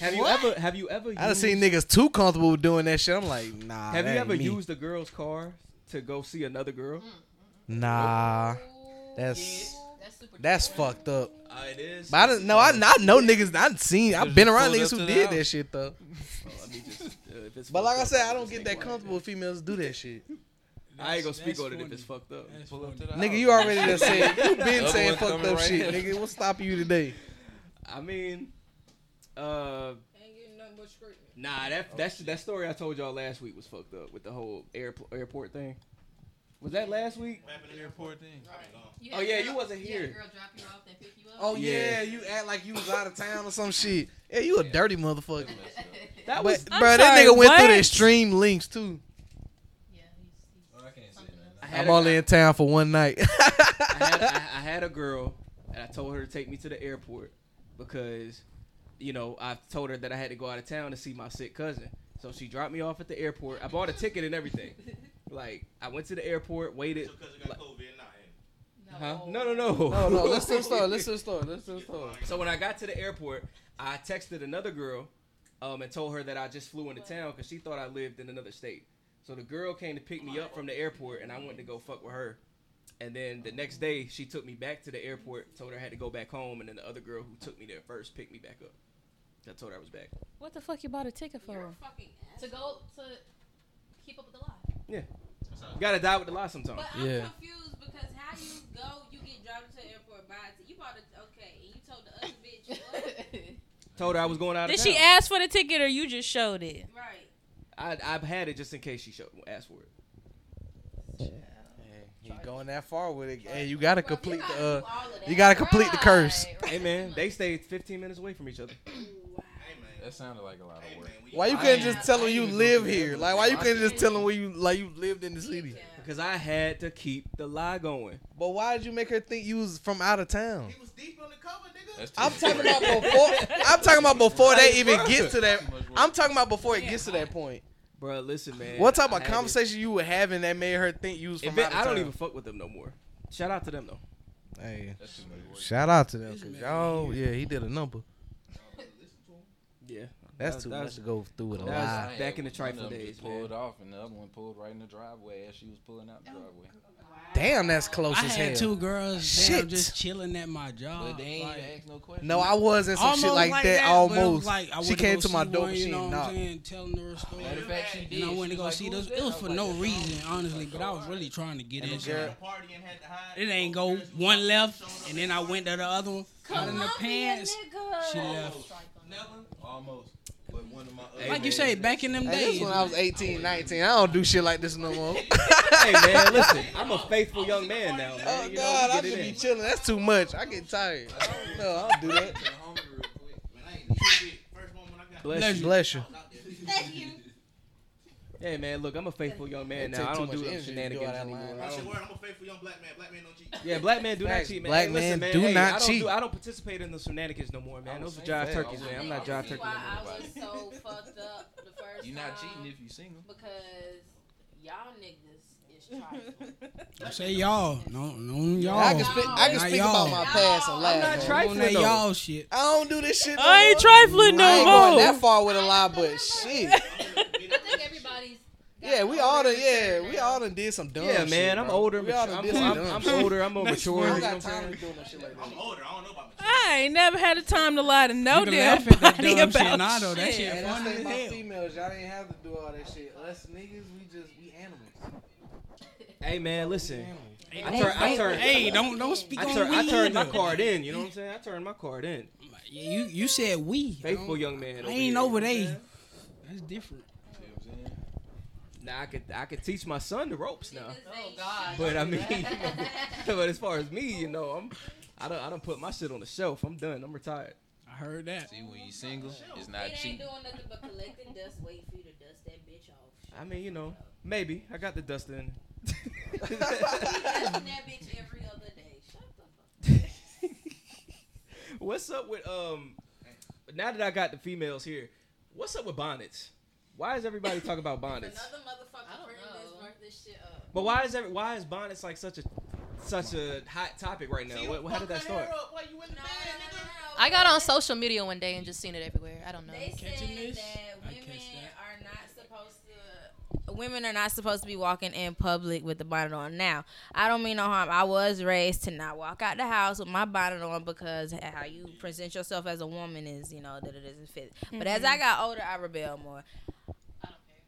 Speaker 3: Have you ever? Have you ever?
Speaker 13: I done
Speaker 3: used-
Speaker 13: seen niggas too comfortable with doing that shit. I'm like, nah.
Speaker 3: Have
Speaker 13: that
Speaker 3: you
Speaker 13: ain't
Speaker 3: ever
Speaker 13: me.
Speaker 3: used a girl's car to go see another girl?
Speaker 13: Nah, that's that's fucked up.
Speaker 3: Uh, it is.
Speaker 13: But I don't know. I, I know niggas. I done seen. I've been around
Speaker 3: pulled
Speaker 13: niggas
Speaker 3: up
Speaker 13: who
Speaker 3: to the
Speaker 13: did
Speaker 3: house.
Speaker 13: that shit though.
Speaker 3: Well, I mean, just, uh, if it's
Speaker 13: But like I
Speaker 3: fucked
Speaker 13: said,
Speaker 3: up,
Speaker 13: I don't
Speaker 3: just
Speaker 13: get
Speaker 3: ain't
Speaker 13: that
Speaker 3: like
Speaker 13: comfortable with females do that shit.
Speaker 3: I ain't gonna speak on it if it's fucked up.
Speaker 13: Nigga, you already done said you been
Speaker 3: Other
Speaker 13: saying
Speaker 3: one
Speaker 13: fucked
Speaker 3: coming
Speaker 13: up
Speaker 3: right
Speaker 13: shit.
Speaker 3: here.
Speaker 13: Nigga, what's stopping you today?
Speaker 3: I mean, uh,
Speaker 9: Ain't getting nothing but scrutiny.
Speaker 3: nah,
Speaker 13: Oh,
Speaker 3: that that's that story I told y'all last week was fucked up with the whole airport airport thing. Was that last week?
Speaker 14: airport thing.
Speaker 3: Oh yeah, you wasn't here.
Speaker 13: Oh yeah, you act like you was out of town or some shit. Yeah, you a dirty motherfucker.
Speaker 3: That
Speaker 13: But
Speaker 3: was
Speaker 13: bro, that nigga went through the extreme links too.
Speaker 3: I had
Speaker 13: I'm
Speaker 3: a-
Speaker 13: only in town for one night.
Speaker 3: I had, I, I had a girl, and I told her to take me to the airport because, you know, I told her that I had to go out of town to see my sick cousin. So she dropped me off at the airport. I bought a ticket and everything. Like I went to the airport, waited. like-
Speaker 14: COVID, not
Speaker 3: Huh? No, no, no.
Speaker 13: No, no, let's do the story, let's do the story, let's do the story.
Speaker 3: So when I got to the airport, I texted another girl um, and told her that I just flew into town because she thought I lived in another state. So the girl came to pick me up from the airport, and I went to go fuck with her. And then the next day, she took me back to the airport, told her I had to go back home, and then the other girl who took me there first picked me back up. I told her I was back.
Speaker 12: What the fuck you bought a ticket for?
Speaker 10: to go to keep up with the lie.
Speaker 3: Yeah. You gotta die with the lie sometimes.
Speaker 9: But I'm confused because how you go, you get dropped to the airport by a t- you bought a okay, and you told the other bitch what?
Speaker 3: Told her I was going out of
Speaker 12: Did
Speaker 3: town.
Speaker 12: she ask for the ticket or you just showed it?
Speaker 9: right.
Speaker 3: I, I've had it just in case she showed, asked for it.
Speaker 13: You going that far with it? Hey, you gotta complete the. Uh,
Speaker 3: You
Speaker 13: gotta complete the curse.
Speaker 3: Hey man, they stayed 15 minutes away from each other. That sounded like a lot of work.
Speaker 13: Why you couldn't just tell them you live here? Like why you couldn't just tell them where you like you lived in the city?
Speaker 3: Because I had to keep the lie going.
Speaker 13: But why did you make her think you was from out of town?
Speaker 3: I'm
Speaker 13: talking about before. I'm talking about before they even gets to that. I'm talking about before it gets to that point.
Speaker 3: Bro, listen, man.
Speaker 13: What type
Speaker 3: I
Speaker 13: of
Speaker 3: had it.
Speaker 13: conversation you were having that made her think you was
Speaker 3: If
Speaker 13: from
Speaker 3: it-
Speaker 13: out of
Speaker 3: I don't
Speaker 13: town?
Speaker 3: even fuck with them no more. Shout out to them though.
Speaker 13: Hey, shout out to them. 'cause y'all, yeah, he did a number.
Speaker 3: Yeah.
Speaker 13: That's
Speaker 5: That-
Speaker 13: too
Speaker 5: that
Speaker 13: much
Speaker 5: was-
Speaker 13: to go through with a
Speaker 5: that was
Speaker 13: lie.
Speaker 3: back in
Speaker 5: One
Speaker 3: the
Speaker 5: of
Speaker 3: trifle
Speaker 5: them
Speaker 3: days,
Speaker 5: just pulled off, and the other one pulled right in the driveway as she was pulling out
Speaker 9: Oh,
Speaker 5: the driveway.
Speaker 13: Damn, that's close
Speaker 1: I
Speaker 13: as
Speaker 1: had
Speaker 13: hell.
Speaker 1: two girls
Speaker 13: Shit.
Speaker 1: Shit. just chilling at my job.
Speaker 5: But they ain't
Speaker 1: like-
Speaker 5: ask no questions.
Speaker 13: No, I was in some shit
Speaker 1: Almost
Speaker 13: like that,
Speaker 1: but it was
Speaker 13: almost.
Speaker 1: like, I
Speaker 13: She
Speaker 1: went
Speaker 13: came
Speaker 1: go
Speaker 13: to my
Speaker 1: see
Speaker 13: dope
Speaker 1: one, You
Speaker 13: machine,
Speaker 1: know what
Speaker 13: nah.
Speaker 1: I'm saying? Telling her a story.
Speaker 5: Matter of fact, she
Speaker 1: And I
Speaker 5: did.
Speaker 1: went
Speaker 5: She
Speaker 1: to go
Speaker 5: was
Speaker 1: see
Speaker 5: like,
Speaker 1: those.
Speaker 5: "Who's
Speaker 1: It was
Speaker 5: that?"
Speaker 1: for
Speaker 5: I was
Speaker 1: no
Speaker 5: like, "That's
Speaker 1: reason, honestly, but I was really trying to get
Speaker 5: And
Speaker 1: in.
Speaker 5: the
Speaker 1: somewhere.
Speaker 5: girl-
Speaker 1: It ain't go one left, and then I went to the other one. Cut in the pants.
Speaker 9: nigga.
Speaker 1: She left.
Speaker 5: Never, almost. But one of my other
Speaker 1: Like you say, back in them
Speaker 13: Hey, this
Speaker 1: days.
Speaker 13: when I was 18, 19. I don't do shit like this no more.
Speaker 3: hey man, listen, I'm a faithful young man now. man.
Speaker 13: Oh
Speaker 3: You know,
Speaker 13: God,
Speaker 3: we
Speaker 13: I
Speaker 3: get
Speaker 13: should
Speaker 3: it
Speaker 13: be
Speaker 3: in.
Speaker 13: chilling. That's too much. I get tired. No, I don't do that.
Speaker 3: Bless you.
Speaker 13: Bless you.
Speaker 3: Hey man, look, I'm a faithful young man
Speaker 13: It
Speaker 3: now.
Speaker 13: take
Speaker 3: I
Speaker 13: too
Speaker 3: don't do
Speaker 13: much
Speaker 3: them
Speaker 13: energy to go
Speaker 3: shenanigans
Speaker 13: out that
Speaker 3: anymore.
Speaker 13: line.
Speaker 3: I
Speaker 13: That's
Speaker 3: don't-
Speaker 13: your
Speaker 14: I'm a faithful young black man. Black man don't cheat.
Speaker 3: Yeah, black man do not
Speaker 13: Facts.
Speaker 3: cheat, man.
Speaker 13: Black
Speaker 3: Hey, listen,
Speaker 13: man
Speaker 3: man,
Speaker 13: do
Speaker 3: hey,
Speaker 13: not
Speaker 3: I don't
Speaker 13: cheat.
Speaker 3: Do, I don't participate in the shenanigans no more, man. Those are jive
Speaker 5: saying
Speaker 3: turkeys,
Speaker 5: that.
Speaker 3: man. I'm not jive
Speaker 9: This is
Speaker 3: turkey.
Speaker 9: why
Speaker 3: no more,
Speaker 9: I
Speaker 3: bro.
Speaker 9: was so fucked up the first
Speaker 5: You
Speaker 9: time
Speaker 5: not cheating if you single.
Speaker 9: because y'all niggas is trifling.
Speaker 1: I say y'all. No, no, y'all.
Speaker 13: I can speak. I can
Speaker 1: Not
Speaker 13: speak
Speaker 1: y'all.
Speaker 13: about my past and laugh.
Speaker 1: not
Speaker 13: man.
Speaker 1: trifling,
Speaker 13: Don't that
Speaker 1: though.
Speaker 13: y'all
Speaker 1: shit.
Speaker 13: I don't do this shit. No
Speaker 12: I ain't
Speaker 13: more.
Speaker 12: trifling no
Speaker 13: I ain't going
Speaker 12: more.
Speaker 13: that far with a lie, but shit.
Speaker 9: I think everybody's
Speaker 13: Yeah, we all done. Yeah, we all done did some dumb.
Speaker 3: Yeah,
Speaker 13: shit,
Speaker 3: man, I'm
Speaker 13: bro.
Speaker 3: older.
Speaker 13: We all
Speaker 3: mature-
Speaker 13: done
Speaker 3: I'm,
Speaker 13: did some
Speaker 3: I'm-
Speaker 13: dumb
Speaker 3: I'm
Speaker 13: shit.
Speaker 3: older. I'm more mature.
Speaker 13: I
Speaker 3: you
Speaker 13: don't
Speaker 3: know what
Speaker 13: got
Speaker 3: I'm
Speaker 13: time to
Speaker 3: saying?
Speaker 13: be doing no shit like that.
Speaker 12: I ain't never had the time to lie to no
Speaker 1: can
Speaker 12: damn
Speaker 1: laugh at that
Speaker 12: body
Speaker 1: dumb shit,
Speaker 12: about
Speaker 1: nah, though, that shit
Speaker 12: shit.
Speaker 13: And I
Speaker 1: funny
Speaker 13: say
Speaker 1: as
Speaker 13: my
Speaker 1: hell.
Speaker 13: females, y'all ain't have to do all that shit. Us niggas, we just we animals.
Speaker 3: Hey man, listen.
Speaker 1: Hey,
Speaker 3: I
Speaker 1: don't-
Speaker 3: turn. I
Speaker 1: don't-
Speaker 3: turn.
Speaker 1: hey, don't- don't speak
Speaker 3: I
Speaker 1: on
Speaker 3: turn, I
Speaker 1: we
Speaker 3: turned my
Speaker 1: either.
Speaker 3: card in. You know what I'm saying? I turned my card in.
Speaker 1: You you said we.
Speaker 3: Faithful young man.
Speaker 1: I ain't
Speaker 3: here.
Speaker 1: over there. That's different.
Speaker 3: Now I could I could teach my son the ropes now.
Speaker 9: Oh God.
Speaker 3: But I mean, you know, but as far as me, you know, I'm I don't I don't put my shit on the shelf. I'm done. I'm retired.
Speaker 1: I heard that.
Speaker 5: See, when you single, it's
Speaker 9: It
Speaker 5: not
Speaker 9: ain't
Speaker 5: cheating.
Speaker 9: doing nothing but collecting dust, waiting for you to dust that bitch off.
Speaker 3: I mean, you know, maybe I got the dust in.
Speaker 9: You dusting that bitch every other day. Shut the fuck
Speaker 3: What's up with um? Now that I got the females here, what's up with bonnets? Why is everybody talking about bonnets?
Speaker 9: Another motherfucker bringing this, burnt this shit up.
Speaker 3: But why is every why is bonnets like such a such a hot topic right now? what, how did that start?
Speaker 10: I got on social media one day and just seen it everywhere. I don't know.
Speaker 9: They said that women are not supposed to. Women are not supposed to be walking in public with the bonnet on. Now, I don't mean no harm. I was raised to not walk out the house with my bonnet on because how you present yourself as a woman is, you know, that it doesn't fit. But as I got older, I rebel more.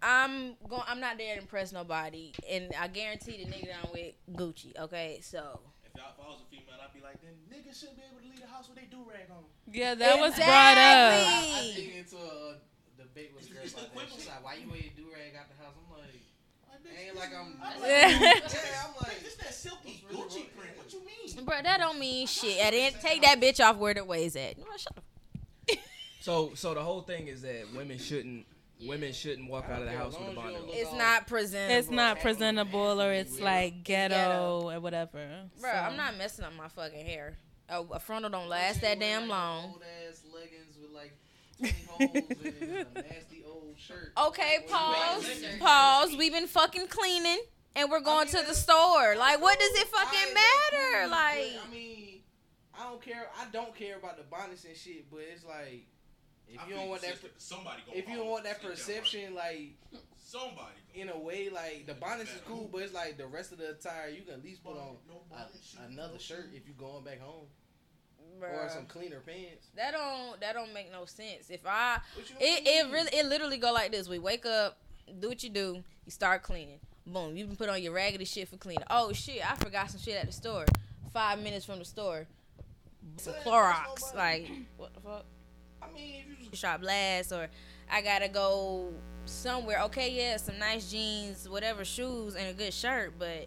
Speaker 9: I'm going. I'm not there to impress nobody, and I guarantee the nigga that I'm with Gucci. Okay, so
Speaker 14: If y'all- if I was a female, I'd be like, then niggas shouldn't be able to leave the house with they do rag on.
Speaker 12: Yeah, that was brought up.
Speaker 9: Exactly.
Speaker 13: I dig into a debate with girls like that. She's like, why you wear your do rag out the house? I'm like, ain't like I'm.
Speaker 12: Yeah.
Speaker 13: Yeah, I'm like,
Speaker 14: It's that silky Gucci print. What you mean?
Speaker 9: Bruh, that don't mean shit. I didn't take that bitch off where the ways at. No, shut the
Speaker 3: So so the whole thing is that women shutn't women shouldn't walk out of the house with a bonnet. on.
Speaker 9: It's not presentable.
Speaker 12: It's not presentable or it's like ghetto or whatever.
Speaker 9: Bro, I'm not messing up my fucking hair. A, a frontal don't last that damn long.
Speaker 13: Old ass leggings with like holes and a nasty old shirt.
Speaker 9: Okay, pause. Pause. We've been fucking cleaning. and we're going to the store. Like, what does it fucking matter? Like,
Speaker 13: I mean, I don't care. I don't care about the bonnets and shit, but it's like if
Speaker 14: I
Speaker 13: you don't
Speaker 14: feel
Speaker 13: want that,
Speaker 14: sister- somebody gonna
Speaker 13: if you don't
Speaker 14: always
Speaker 13: want that
Speaker 14: sit there, bro.
Speaker 13: perception, like
Speaker 14: somebody.
Speaker 13: In a way, like the bonnets is cool, but it's like the rest of the attire you can at least put on a, another shirt if you going back home, or
Speaker 9: Bruh.
Speaker 13: some cleaner pants.
Speaker 9: that don't that don't make no sense. If I
Speaker 13: you
Speaker 9: it
Speaker 13: mean?
Speaker 9: it really it literally go like this: we wake up, do what you do, you start cleaning. Boom, you can put on your raggedy shit for cleaning. Oh shit, I forgot some shit at the store. Five minutes from the store, some Clorox. Like what the fuck?
Speaker 13: I mean, if you
Speaker 9: shop last, or I gotta go somewhere. Okay, yeah, some nice jeans, whatever shoes, and a good shirt, but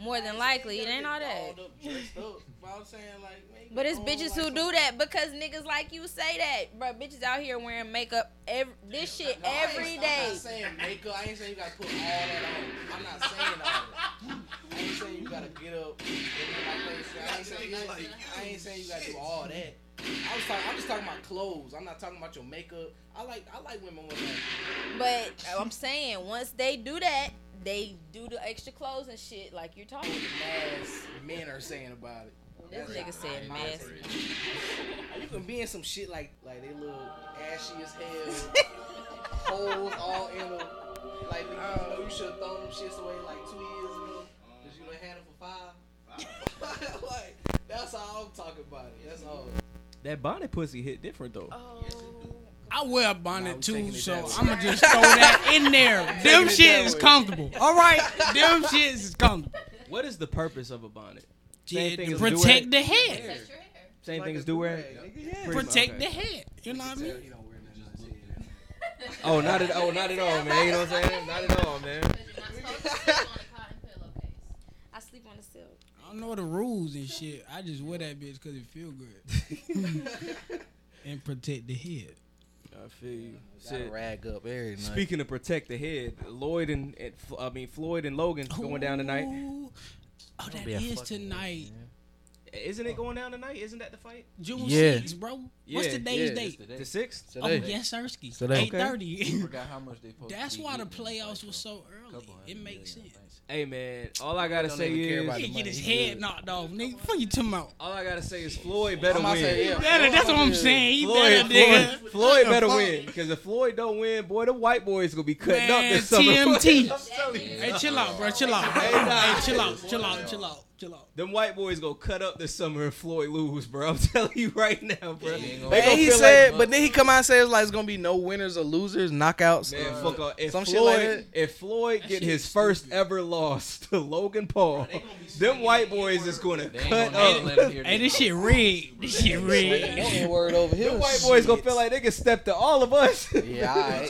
Speaker 9: more than likely it ain't all that.
Speaker 13: Balled up, dressed up. But I'm saying like, man,
Speaker 9: But it's
Speaker 13: you
Speaker 9: bitches who
Speaker 13: know, like,
Speaker 9: do that because niggas like you say that, bro. Bitches out here wearing makeup every this shit
Speaker 13: No, I ain't-
Speaker 9: every
Speaker 13: I'm
Speaker 9: day.
Speaker 13: not saying makeup. I ain't saying you gotta put all that on. I'm not saying all that. I ain't saying you gotta get up. and look like this. I ain't saying, I ain't saying- I ain't saying you gotta do all that. I was talking. I'm just talking about clothes. I'm not talking about your makeup. I like. I like women with that.
Speaker 9: But I'm saying once they do that, they do the extra clothes and shit like you're talking.
Speaker 13: Mass men are saying about it.
Speaker 9: This
Speaker 13: That's
Speaker 9: nigga said
Speaker 13: my
Speaker 9: mass.
Speaker 13: opinion. You can be in some shit like like they look ashy as hell, holes all in them. Like you
Speaker 9: Oh.
Speaker 13: know, you should have thrown them shits away like two years ago because you done had them for five. like that's all I'm talking about. It. That's all.
Speaker 3: That bonnet pussy hit different though.
Speaker 1: I wear a bonnet too, so I'm gonna just throw that in there. Them shit is comfortable. All right, them shits is comfortable.
Speaker 3: What is the purpose of a bonnet?
Speaker 1: Yeah, to
Speaker 3: as do-rag?
Speaker 1: protect the head.
Speaker 3: Same thing as do wear.
Speaker 1: Protect the head. You know what I mean?
Speaker 3: Oh, not at oh, not at all, man. You know what I'm saying? Not at all, man.
Speaker 9: I sleep on the silk.
Speaker 1: I don't know the rules and shit. I just wear that bitch because it feel good. and protect the head.
Speaker 3: I feel you.
Speaker 13: Gotta rag up every night.
Speaker 3: Speaking of protect the head, Lloyd and, and F- I mean Floyd and Logan going down tonight.
Speaker 1: Ooh. Oh, that
Speaker 3: be a
Speaker 1: is
Speaker 3: fucking
Speaker 1: tonight.
Speaker 3: Isn't it going down tonight? Isn't that the fight?
Speaker 1: June
Speaker 3: Yeah.
Speaker 1: 6th, bro. What's
Speaker 3: Yeah,
Speaker 1: today's
Speaker 3: yeah,
Speaker 1: date?
Speaker 3: it's today. The 6th?
Speaker 1: Oh,
Speaker 3: Today.
Speaker 1: yes, Sirski.
Speaker 3: Today.
Speaker 1: 8.30.
Speaker 3: Okay. Forgot how much they supposed to
Speaker 1: That's
Speaker 3: be
Speaker 1: why the
Speaker 3: getting in
Speaker 1: playoffs was so early. It makes sense.
Speaker 3: Hey man, all I gotta
Speaker 1: Don't
Speaker 3: say
Speaker 1: even care
Speaker 3: is
Speaker 1: about the He get money. his He head good. knocked off, nigga. Fuck you talking about?
Speaker 3: All I gotta say is Floyd better win.
Speaker 1: I'm about to say, yeah, He better, that's what I'm Floyd saying. He better, nigga.
Speaker 3: Floyd, Floyd
Speaker 1: What the
Speaker 3: better
Speaker 1: fuck?
Speaker 3: win because if Floyd don't win, boy, the white boys gonna be cutting up
Speaker 1: Man,
Speaker 3: this summer.
Speaker 1: TMT.
Speaker 3: I'm telling you.
Speaker 1: Hey, chill out, bro. Chill out. Hey, chill out. Chill out. Chill out. Chill out.
Speaker 3: Them white boys gonna cut up this summer if Floyd lose, bro. I'm telling you right now, bro. They gonna
Speaker 13: And he
Speaker 3: feel
Speaker 13: said,
Speaker 3: like,
Speaker 13: but then he come out and says like it's gonna be no winners or losers, knockouts,
Speaker 3: Man,
Speaker 13: uh,
Speaker 3: fuck off. If
Speaker 13: some shit like
Speaker 3: Floyd,
Speaker 13: that.
Speaker 3: if Floyd get his first ever loss to Logan Paul, them white boys is gonna cut
Speaker 1: gonna let him
Speaker 3: up.
Speaker 1: hear Hey, this shit rigged. This shit rigged.
Speaker 13: Word over here.
Speaker 3: Them white boys gonna feel like they can step to all of us.
Speaker 13: Yeah,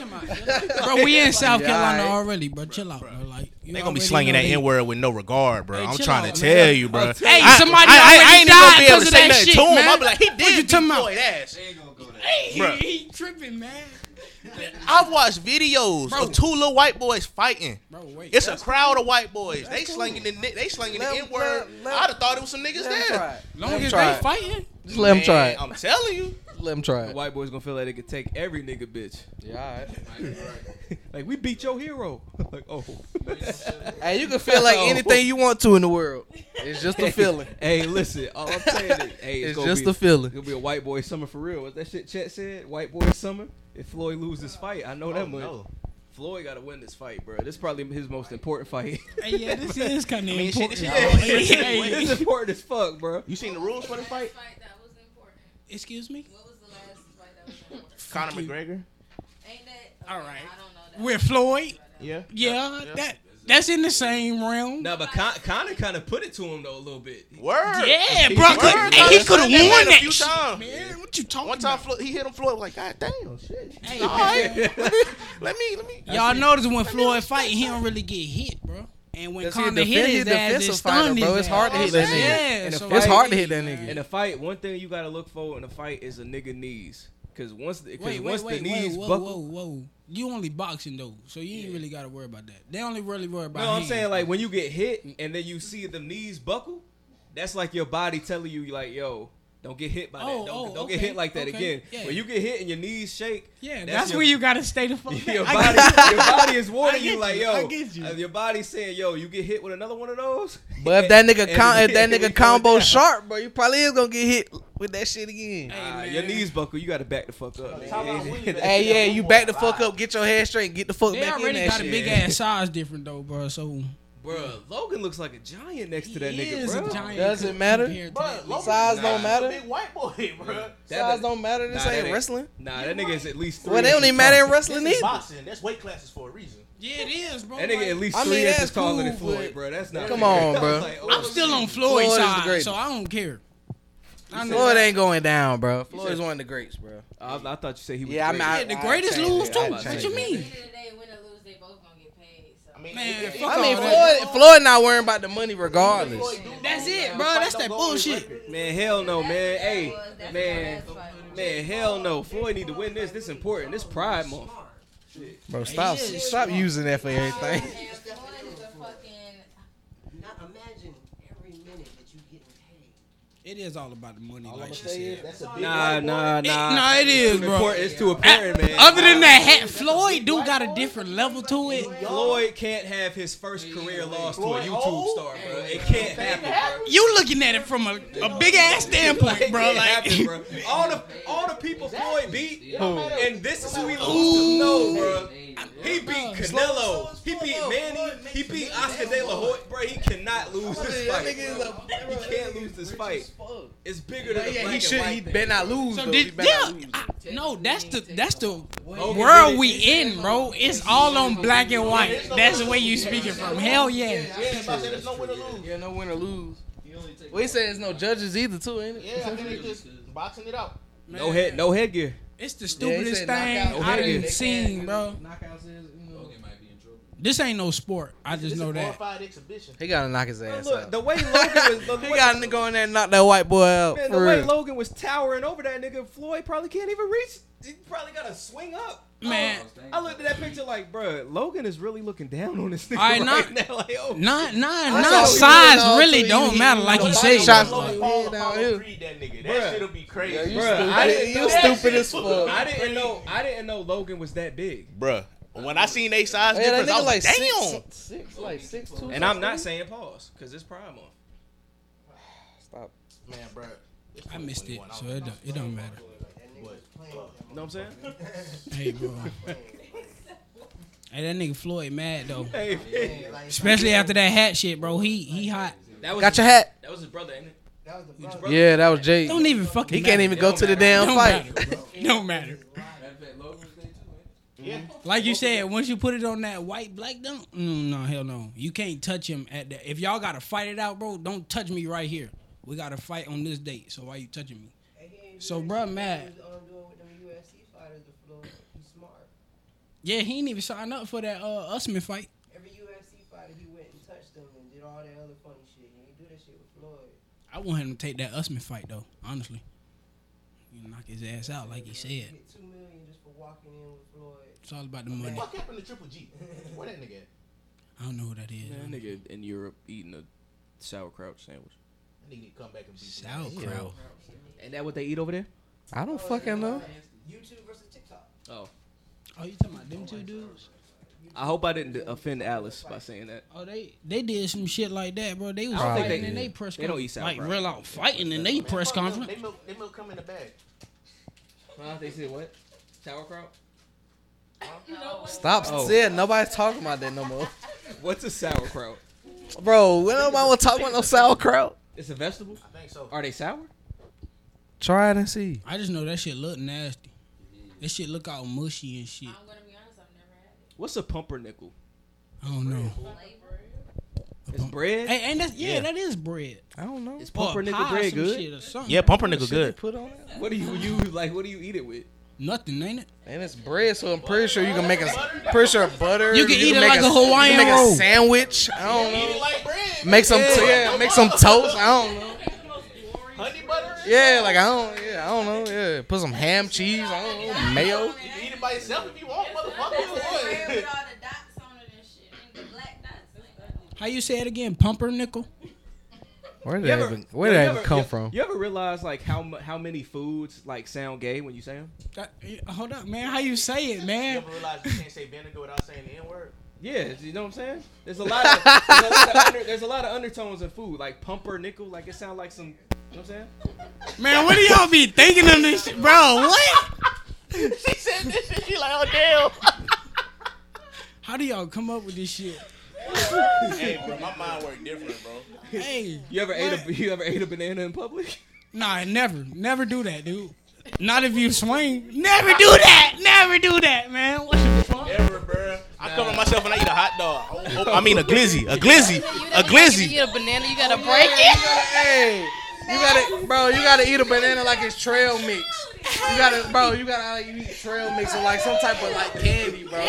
Speaker 1: Bro, we in South
Speaker 3: Yeah,
Speaker 1: Carolina
Speaker 3: alright.
Speaker 1: already, bro. Chill out, bro. Like you
Speaker 14: They gonna be
Speaker 1: already
Speaker 14: slinging
Speaker 1: know
Speaker 14: that
Speaker 1: they-
Speaker 14: N word with no regard, bro.
Speaker 1: Hey,
Speaker 14: I'm
Speaker 1: chill
Speaker 14: trying
Speaker 1: out,
Speaker 14: to
Speaker 1: man.
Speaker 14: tell you, bro.
Speaker 1: Hey,
Speaker 14: I-
Speaker 1: somebody
Speaker 14: I, I,
Speaker 1: already
Speaker 14: ain't even
Speaker 1: died
Speaker 14: gonna be able
Speaker 1: 'cause
Speaker 14: to
Speaker 1: of
Speaker 14: say
Speaker 1: that
Speaker 14: nothing
Speaker 1: shit,
Speaker 14: to him.
Speaker 1: man.
Speaker 14: I'm like, he
Speaker 1: What you
Speaker 14: did
Speaker 1: talking about?
Speaker 14: Floyd ass.
Speaker 1: Hey,
Speaker 14: Bruh.
Speaker 1: he, he tripping, man.
Speaker 14: I've watched videos
Speaker 1: Bro.
Speaker 14: of two little white boys fighting.
Speaker 1: Bro, wait.
Speaker 14: It's a
Speaker 1: That's
Speaker 14: crowd
Speaker 1: cool.
Speaker 14: of white boys. They
Speaker 1: That's cool.
Speaker 14: slinging the ni- they slinging
Speaker 1: Let
Speaker 14: the
Speaker 1: 'em-
Speaker 14: N word.
Speaker 1: let- let-
Speaker 14: I'd have thought it was some niggas
Speaker 1: let 'em
Speaker 14: there.
Speaker 1: try it. Long
Speaker 3: as
Speaker 1: they fighting.
Speaker 13: Just let 'em
Speaker 14: Man,
Speaker 13: try it.
Speaker 14: I'm telling you.
Speaker 13: Let him try
Speaker 3: The
Speaker 13: it.
Speaker 3: white boys gonna feel like they could take every nigga bitch.
Speaker 13: Yeah,
Speaker 3: like we beat your hero. like oh,
Speaker 13: And you can feel like
Speaker 3: Oh.
Speaker 13: anything you want to in the world. It's just a
Speaker 3: Hey,
Speaker 13: feeling.
Speaker 3: Hey, listen, all I'm saying is, hey,
Speaker 13: It's
Speaker 3: gonna
Speaker 13: just
Speaker 3: be,
Speaker 13: a feeling.
Speaker 3: It's gonna be a white boy summer for real. What that shit Chet said? White boy summer. If Floyd loses this fight, I know that much. Oh, Floyd gotta win this fight, bro. This is probably his most important fight.
Speaker 1: Hey, yeah, this is kind of
Speaker 3: mean, shit,
Speaker 1: important.
Speaker 3: this
Speaker 1: Hey,
Speaker 3: is-
Speaker 1: hey,
Speaker 3: this is important as fuck, bro.
Speaker 14: You seen the rules for the fight?
Speaker 1: Excuse me.
Speaker 14: Conor McGregor.
Speaker 1: All right. With Floyd.
Speaker 14: Yeah.
Speaker 1: Yeah. That that's in the same realm.
Speaker 3: Nah, but Con- Connor kind of put it to him though a little bit.
Speaker 14: Word.
Speaker 1: Yeah, bro. could- hey, he could have won that shit.
Speaker 14: Man,
Speaker 1: what you talking
Speaker 14: One time Flo- he hit him Floyd like, God damn, shit.
Speaker 1: Hey,
Speaker 14: All right. let me let me let me
Speaker 1: Y'all notice when Floyd fight, he don't really get hit, bro. And when
Speaker 13: 'Cause he a
Speaker 1: Conor hit
Speaker 13: defen- he
Speaker 1: his
Speaker 13: a
Speaker 1: ass, it
Speaker 13: defensive fighter,
Speaker 1: stunned
Speaker 13: bro.
Speaker 1: his
Speaker 13: It's hard to
Speaker 1: ass.
Speaker 13: hit that nigga.
Speaker 1: Yeah,
Speaker 13: In a
Speaker 1: so
Speaker 13: fight- It's hard to hit that nigga.
Speaker 3: In a fight, one thing you gotta look for in a fight is a nigga knees. Cause once the, cause
Speaker 1: Wait,
Speaker 3: once
Speaker 1: wait, wait,
Speaker 3: the
Speaker 1: wait,
Speaker 3: knees
Speaker 1: whoa,
Speaker 3: buckle,
Speaker 1: whoa, whoa. You only boxing though, so you ain't really gotta worry about that. They only really worry about.
Speaker 3: No, I'm
Speaker 1: hands.
Speaker 3: saying like when you get hit and then you see the knees buckle, that's like your body telling you like, yo, don't get hit by that.
Speaker 1: Oh,
Speaker 3: Don't,
Speaker 1: oh,
Speaker 3: don't get
Speaker 1: okay,
Speaker 3: hit like that
Speaker 1: okay,
Speaker 3: again.
Speaker 1: yeah.
Speaker 3: When you get hit and your knees shake,
Speaker 1: yeah, that's,
Speaker 3: your-
Speaker 1: where you gotta stay the fuck.
Speaker 3: your
Speaker 1: back. I
Speaker 3: body,
Speaker 1: get-
Speaker 3: your body is
Speaker 1: I
Speaker 3: warning
Speaker 1: get
Speaker 3: you you, like, yo,
Speaker 8: I get you.
Speaker 3: uh, your body's saying, yo, you get hit with another one of those.
Speaker 13: But if that nigga
Speaker 3: And-
Speaker 13: count, if that
Speaker 3: we
Speaker 13: nigga
Speaker 3: going
Speaker 13: combo
Speaker 3: down.
Speaker 13: sharp, bro, you probably is gonna get hit with that shit again.
Speaker 3: Ah, your knees buckle, you gotta back the fuck up. man.
Speaker 13: Hey, yeah, you back the fuck up, get your head straight, get the fuck
Speaker 1: They
Speaker 13: back in
Speaker 1: already
Speaker 13: that
Speaker 1: got a
Speaker 13: shit.
Speaker 1: big ass size different though, bro. So
Speaker 3: Bruh, Logan looks like a giant next to that
Speaker 1: He
Speaker 3: nigga,
Speaker 1: is a
Speaker 3: bro.
Speaker 1: giant
Speaker 13: Doesn't matter. Size don't matter.
Speaker 14: white boy, bro.
Speaker 13: Size don't matter. This
Speaker 3: Nah, that
Speaker 13: ain't
Speaker 3: ain't-
Speaker 13: wrestling.
Speaker 3: Nah, that nigga is at least three.
Speaker 13: Well, they don't
Speaker 3: inches
Speaker 13: even matter in
Speaker 3: taller.
Speaker 13: wrestling either.
Speaker 14: Boxing, that's weight classes for a reason.
Speaker 1: Yeah, it is, bro.
Speaker 3: That nigga at least
Speaker 13: I
Speaker 3: three
Speaker 13: mean,
Speaker 3: inches
Speaker 13: that's
Speaker 3: taller than
Speaker 13: cool,
Speaker 3: Floyd,
Speaker 13: but-
Speaker 3: bro. That's not.
Speaker 13: Come
Speaker 3: fair.
Speaker 13: on,
Speaker 3: I was
Speaker 13: bro.
Speaker 3: like, oh,
Speaker 1: I'm still on
Speaker 13: Floyd
Speaker 1: Floyd's
Speaker 13: is the
Speaker 1: side,
Speaker 13: greatest.
Speaker 1: so I don't care. I know
Speaker 13: Floyd
Speaker 1: that.
Speaker 13: ain't going down, bro.
Speaker 3: You
Speaker 13: Floyd is
Speaker 3: said-
Speaker 13: one of the greats, bro.
Speaker 3: I, I thought you said he was.
Speaker 13: Yeah, I mean, I-
Speaker 3: great.
Speaker 13: Yeah, the I greatest changed lose, it. too. I What changed you it. mean? I mean, Floyd, Floyd not worrying about the money regardless.
Speaker 1: That's it, bro. That's that bullshit.
Speaker 3: Man, hell no, man. Hey, man, man, hell no. Floyd need to win this. This is important. This Pride Month.
Speaker 13: Bro, stop, stop using that for everything.
Speaker 7: Now imagine every minute that you getting paid.
Speaker 1: It is all about the money, like she
Speaker 7: say is
Speaker 1: said.
Speaker 7: that's a big
Speaker 3: Nah, nah, nah.
Speaker 1: It, nah, it
Speaker 3: It's
Speaker 1: is,
Speaker 3: too
Speaker 1: bro.
Speaker 3: important- it's too apparent,
Speaker 1: Uh,
Speaker 3: man.
Speaker 1: Other than that, hat, Floyd do got a different level to it.
Speaker 3: Floyd can't have his first career loss to a YouTube star, bro. It can't happen, bro.
Speaker 1: You looking at it from a, a big ass standpoint, bro.
Speaker 3: It
Speaker 1: Like,
Speaker 3: happened, bro. All the all the people Floyd beat, and this is who he lost
Speaker 1: Ooh.
Speaker 3: to. No, bro. He beat Canelo. He beat Manny. He beat Oscar De La Hoya. Bro, he cannot lose this fight. bro. He can't lose this fight. It's bigger than the
Speaker 13: Yeah,
Speaker 3: black
Speaker 13: he
Speaker 3: and
Speaker 13: should.
Speaker 3: white
Speaker 13: He
Speaker 3: thing.
Speaker 13: better not lose.
Speaker 1: So
Speaker 13: though.
Speaker 1: did-
Speaker 13: he better not
Speaker 1: yeah,
Speaker 13: lose.
Speaker 1: I- no, that's the that's the
Speaker 13: Hogan did
Speaker 1: world
Speaker 13: it.
Speaker 1: we in, bro. It's all on black and white. That's the way you speaking from. Hell yeah.
Speaker 14: There's no win or lose.
Speaker 13: Yeah, no win or lose. We said there's no judges either, too, ain't it?
Speaker 14: Yeah, I think they just boxing it out.
Speaker 3: No head, no headgear.
Speaker 1: It's the
Speaker 13: Yeah, he
Speaker 1: stupidest
Speaker 13: said
Speaker 1: thing
Speaker 13: knockout.
Speaker 1: I
Speaker 3: They
Speaker 1: done
Speaker 3: can-
Speaker 1: seen, bro. This ain't no sport. I just know that.
Speaker 13: He gotta knock his ass
Speaker 3: Look,
Speaker 13: out.
Speaker 3: the way Logan was, the
Speaker 13: He
Speaker 3: way-
Speaker 13: gotta go in there and knock that white boy out.
Speaker 3: man, the
Speaker 13: Oh, for
Speaker 3: way
Speaker 13: real.
Speaker 3: Logan was towering over that nigga, Floyd probably can't even reach. He probably got to swing up.
Speaker 1: Man.
Speaker 3: I looked at that picture like, bruh, Logan is really looking down on this nigga
Speaker 1: All right,
Speaker 3: right
Speaker 1: not-
Speaker 3: now. Like, oh,
Speaker 1: Not
Speaker 3: I
Speaker 1: not
Speaker 3: saw it
Speaker 1: not size
Speaker 3: all
Speaker 1: really
Speaker 3: three.
Speaker 1: don't matter like you
Speaker 3: Nobody
Speaker 1: say.
Speaker 3: shots
Speaker 1: bro.
Speaker 3: Bruh.
Speaker 14: shit'll be crazy.
Speaker 3: Yeah,
Speaker 14: Bruh,
Speaker 3: I didn't
Speaker 14: you
Speaker 3: know-
Speaker 14: stupid as fuck.
Speaker 3: I didn't know. I didn't know Logan was that big.
Speaker 14: Bruh, when I seen they size
Speaker 3: Yeah, that
Speaker 14: difference, I
Speaker 3: nigga
Speaker 14: was like,
Speaker 3: like
Speaker 14: damn.
Speaker 3: six-
Speaker 13: six, like six two.
Speaker 3: And I'm not saying pause because it's prime on.
Speaker 13: Stop.
Speaker 14: Man, bro.
Speaker 1: I missed it, so it don't, it don't matter.
Speaker 3: Know what I'm saying?
Speaker 1: Hey, bro. Hey, that nigga Floyd mad though.
Speaker 3: Hey, man.
Speaker 1: Especially after that hat shit, bro. He he hot.
Speaker 3: That was
Speaker 13: Got
Speaker 3: his-
Speaker 13: your hat.
Speaker 3: That was his brother, ain't it? That was the
Speaker 13: Yeah, that was Jay.
Speaker 1: Don't even fucking.
Speaker 13: He can't
Speaker 1: matter.
Speaker 13: even go to the damn
Speaker 1: Don't
Speaker 13: fight.
Speaker 1: matter, bro. Don't matter. Like you said, once you put it on that white black dunk, mm, no hell no, you can't touch him at that. If y'all gotta fight it out, bro, don't touch me right here. We gotta fight on this date. So why you touching me? So bruh mad. Yeah, he ain't even sign up for that uh, Usman fight.
Speaker 7: Every UFC fighter, he went and touched them and did all that other funny shit. He didn't do that shit with Floyd.
Speaker 1: I want him to take that Usman fight though. Honestly, you knock his ass out like he said.
Speaker 7: Get two million just for walking in with Floyd.
Speaker 1: It's all about the money.
Speaker 14: What happened to Triple G? Where that nigga at?
Speaker 1: I don't know who that is.
Speaker 3: That nigga in Europe eating a sauerkraut sandwich.
Speaker 14: That nigga need to come back and beat you.
Speaker 1: Sauerkraut.
Speaker 3: Ain't that what they eat over there?
Speaker 13: I don't fucking know.
Speaker 7: YouTube versus TikTok.
Speaker 3: Oh,
Speaker 1: Oh, you talking about them two dudes?
Speaker 3: I hope I didn't offend Alice by saying that.
Speaker 1: Oh, they they did some shit like that, bro. They was
Speaker 3: I don't think
Speaker 1: fighting
Speaker 3: they-
Speaker 1: in they press
Speaker 3: they don't eat
Speaker 1: conference. Like
Speaker 3: sauerkraut.
Speaker 1: real out fighting in they press conference.
Speaker 14: They milk, they milk come in the bag.
Speaker 3: Huh? They said what? Sauerkraut?
Speaker 13: Stop
Speaker 3: Oh.
Speaker 13: saying nobody's talking about that no more.
Speaker 3: What's a sauerkraut?
Speaker 13: Bro, we don't want to talk about no sauerkraut.
Speaker 3: It's a vegetable. I think so. Are they sour?
Speaker 13: Try it and see.
Speaker 1: I just know that shit look nasty. That shit look all mushy and shit.
Speaker 3: What's a pumpernickel?
Speaker 1: I don't know.
Speaker 3: It's bread.
Speaker 1: Hey, ain't that yeah, that is bread.
Speaker 13: I don't know.
Speaker 3: Is
Speaker 1: Or
Speaker 3: pumpernickel
Speaker 1: pie or
Speaker 3: bread
Speaker 1: some
Speaker 3: good?
Speaker 1: shit or something.
Speaker 14: Yeah, pumpernickel good.
Speaker 13: Put on it.
Speaker 3: What do you use? Like, what do you eat it with?
Speaker 1: Nothing, ain't it?
Speaker 13: And it's bread, so I'm pretty sure you can make a pretty sure butter.
Speaker 1: You can eat it
Speaker 13: make
Speaker 1: like a Hawaiian
Speaker 13: you can make
Speaker 1: roll.
Speaker 13: a sandwich. I don't know. Make some yeah, make some toast. I don't know.
Speaker 14: Honey butter?
Speaker 13: Yeah, like I don't yeah, I don't know. Yeah, put some ham cheese. I don't know. Mayo.
Speaker 14: You can eat it by itself if you want, motherfucker. What?
Speaker 1: How you say it again? Pumpernickel.
Speaker 13: Where
Speaker 3: You
Speaker 13: did that
Speaker 3: ever-
Speaker 13: even
Speaker 3: yo,
Speaker 13: where did
Speaker 3: you
Speaker 13: that even
Speaker 3: ever-
Speaker 13: come
Speaker 3: you-
Speaker 13: from?
Speaker 3: You ever realize like how mu- how many foods like sound gay when you say them?
Speaker 1: That- eh, Uh, hold up, man. How you say it, man?
Speaker 14: You ever realize you can't say vinegar without saying the N word?
Speaker 3: Yeah, you know what I'm saying? There's a lot of, there's, a lot of under, there's a lot of undertones in food, like pumpernickel, like it sounds like some, you know what I'm saying?
Speaker 1: Man, what do y'all be thinking of this shit, bro? What?
Speaker 14: she said this shit. She like, oh damn.
Speaker 1: How do y'all come up with this shit?
Speaker 14: hey, bro, my mind work different, bro.
Speaker 1: Hey,
Speaker 3: you ever ate a you ever ate a banana in public?
Speaker 1: Nah, never, never do that, dude. Not if you swing. Never do that. Never do that, man. What the fuck?
Speaker 14: Ever, bro. I cover myself and I eat a hot dog. Oh, oh, I mean a glizzy, a
Speaker 13: glizzy,
Speaker 10: a glizzy. You get a banana, you gotta break it.
Speaker 13: Hey, you gotta, bro, you gotta eat a banana like it's trail mix. You gotta, bro, you gotta like, you eat trail mix or like some type of like candy, bro. Bro,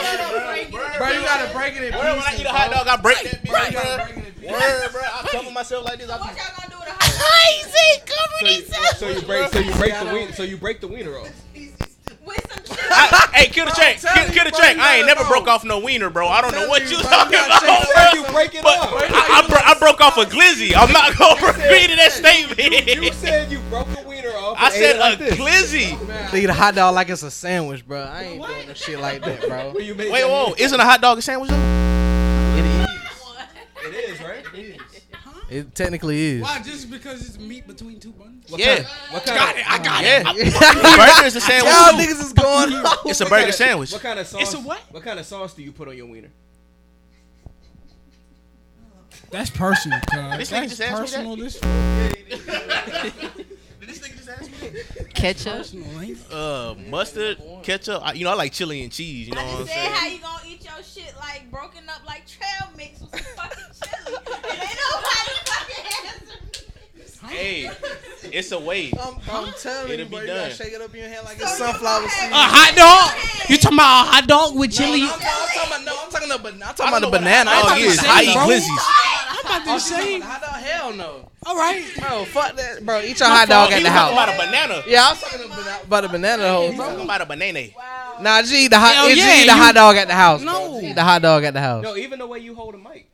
Speaker 13: you gotta break it in
Speaker 14: Word, when I
Speaker 13: pieces,
Speaker 14: eat a hot
Speaker 13: bro.
Speaker 14: dog, I break it.
Speaker 13: You
Speaker 14: Right,
Speaker 13: gotta
Speaker 14: bro.
Speaker 13: break it in pieces.
Speaker 14: Word, bro. I cover myself like this. I be,
Speaker 9: Crazy, covered himself.
Speaker 3: So you break so you break the wiener so you break the wiener off.
Speaker 14: I, hey, kill the track. Kill, kill the track. I ain't never broke off no wiener, bro. I don't know what you talking about, bro. but I, I, bro- I broke off a glizzy. I'm not gonna repeat that statement. You,
Speaker 3: said you broke a wiener off.
Speaker 14: I
Speaker 13: and ate
Speaker 14: said
Speaker 13: it like
Speaker 14: a
Speaker 13: this.
Speaker 14: glizzy.
Speaker 13: They eat a hot dog like it's a sandwich, bro. I ain't doing no shit like that, bro.
Speaker 14: Wait, whoa! Isn't a hot dog a sandwich though?
Speaker 3: It is, right? It is.
Speaker 13: It technically is.
Speaker 1: Why? Just because it's meat between two buns?
Speaker 14: yeah.
Speaker 3: What
Speaker 14: Got it. I got it.
Speaker 3: Yeah.
Speaker 14: burger is a sandwich.
Speaker 13: Y'all niggas is going off.
Speaker 14: It's a
Speaker 3: What
Speaker 14: burger
Speaker 3: kind of-
Speaker 14: sandwich.
Speaker 3: What kind of sauce?
Speaker 1: It's a what?
Speaker 3: What kind of sauce do you put on your wiener?
Speaker 1: That's personal, cuz.
Speaker 14: This nigga
Speaker 1: That's
Speaker 14: just asked me that?
Speaker 1: personal. This
Speaker 10: Ketchup.
Speaker 1: personal, ain't it?
Speaker 14: Uh, mustard, ketchup. I, you know, I like chili and cheese. You know what I'm
Speaker 9: Said
Speaker 14: saying?
Speaker 9: how you gonna eat your shit like broken up like trail mix with some fucking chili, and ain't nobody fucking answer.
Speaker 14: Hey, it's a way.
Speaker 13: I'm, I'm telling
Speaker 14: It'll
Speaker 13: you,
Speaker 14: be
Speaker 13: bro. You
Speaker 14: done.
Speaker 13: gotta shake it up in your head like it's sunflower seed.
Speaker 1: A hot dog? You talking about a hot dog with chili?
Speaker 13: I'm, talking about no. I'm talking about I'm
Speaker 14: I
Speaker 13: talking
Speaker 14: don't
Speaker 13: about
Speaker 14: know
Speaker 13: the
Speaker 14: what a
Speaker 13: banana. Oh,
Speaker 14: hot dog
Speaker 13: I'm
Speaker 14: is.
Speaker 13: talking about
Speaker 14: I
Speaker 13: the
Speaker 14: eat
Speaker 13: sandwich.
Speaker 14: glizzies.
Speaker 1: I'm about
Speaker 13: Oh,
Speaker 1: to
Speaker 13: you talking
Speaker 1: say.
Speaker 13: about the Hot dog? Hell no.
Speaker 1: All right.
Speaker 13: Bro, fuck that, bro. Eat your hot dog at
Speaker 14: He
Speaker 13: the
Speaker 14: was talking
Speaker 13: house.
Speaker 14: about a banana.
Speaker 13: Yeah, I was talking about about the banana the whole
Speaker 14: He's talking
Speaker 13: time.
Speaker 14: about a banana.
Speaker 13: Nah, G, eat the hot,
Speaker 1: Hell
Speaker 13: G,
Speaker 1: yeah,
Speaker 13: eat the
Speaker 1: you-
Speaker 13: hot dog at the house.
Speaker 1: No.
Speaker 13: bro. G, eat the hot dog at the house.
Speaker 3: No, even the way you hold a mic.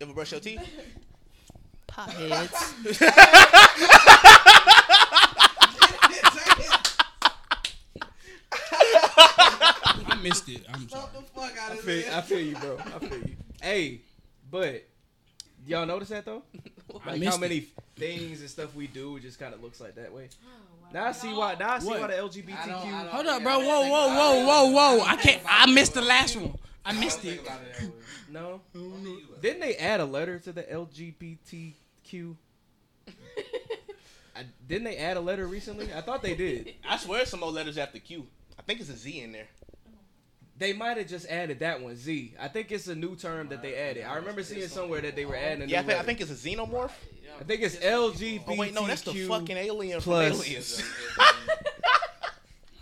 Speaker 14: Ever brush your teeth?
Speaker 10: Potheads.
Speaker 1: I missed it. I'm sorry.
Speaker 3: I feel, I feel you, bro. I feel you. Hey, but y'all notice that though? Like how
Speaker 1: missed
Speaker 3: many things and stuff we do just kind of looks like that way. Now I see why. Now I see
Speaker 1: What?
Speaker 3: why the LGBTQ.
Speaker 1: Hold up, bro. Whoa, whoa, whoa, whoa, whoa. I can't. I missed the last one. I missed it.
Speaker 3: No. Didn't they add a letter to the LGBTQ? I, didn't they add a letter recently? I thought they did.
Speaker 14: I swear, it's some more letters after Q. I think it's a Z in there.
Speaker 3: They might have just added that one Z. I think it's a new term that they added. I remember seeing somewhere that they were adding. A
Speaker 14: Yeah, I think,
Speaker 3: new
Speaker 14: I
Speaker 3: letter.
Speaker 14: think it's a xenomorph.
Speaker 3: I think it's LGBTQ.
Speaker 14: Oh wait, no, that's the fucking alien from
Speaker 3: plus.
Speaker 14: Aliens.
Speaker 1: I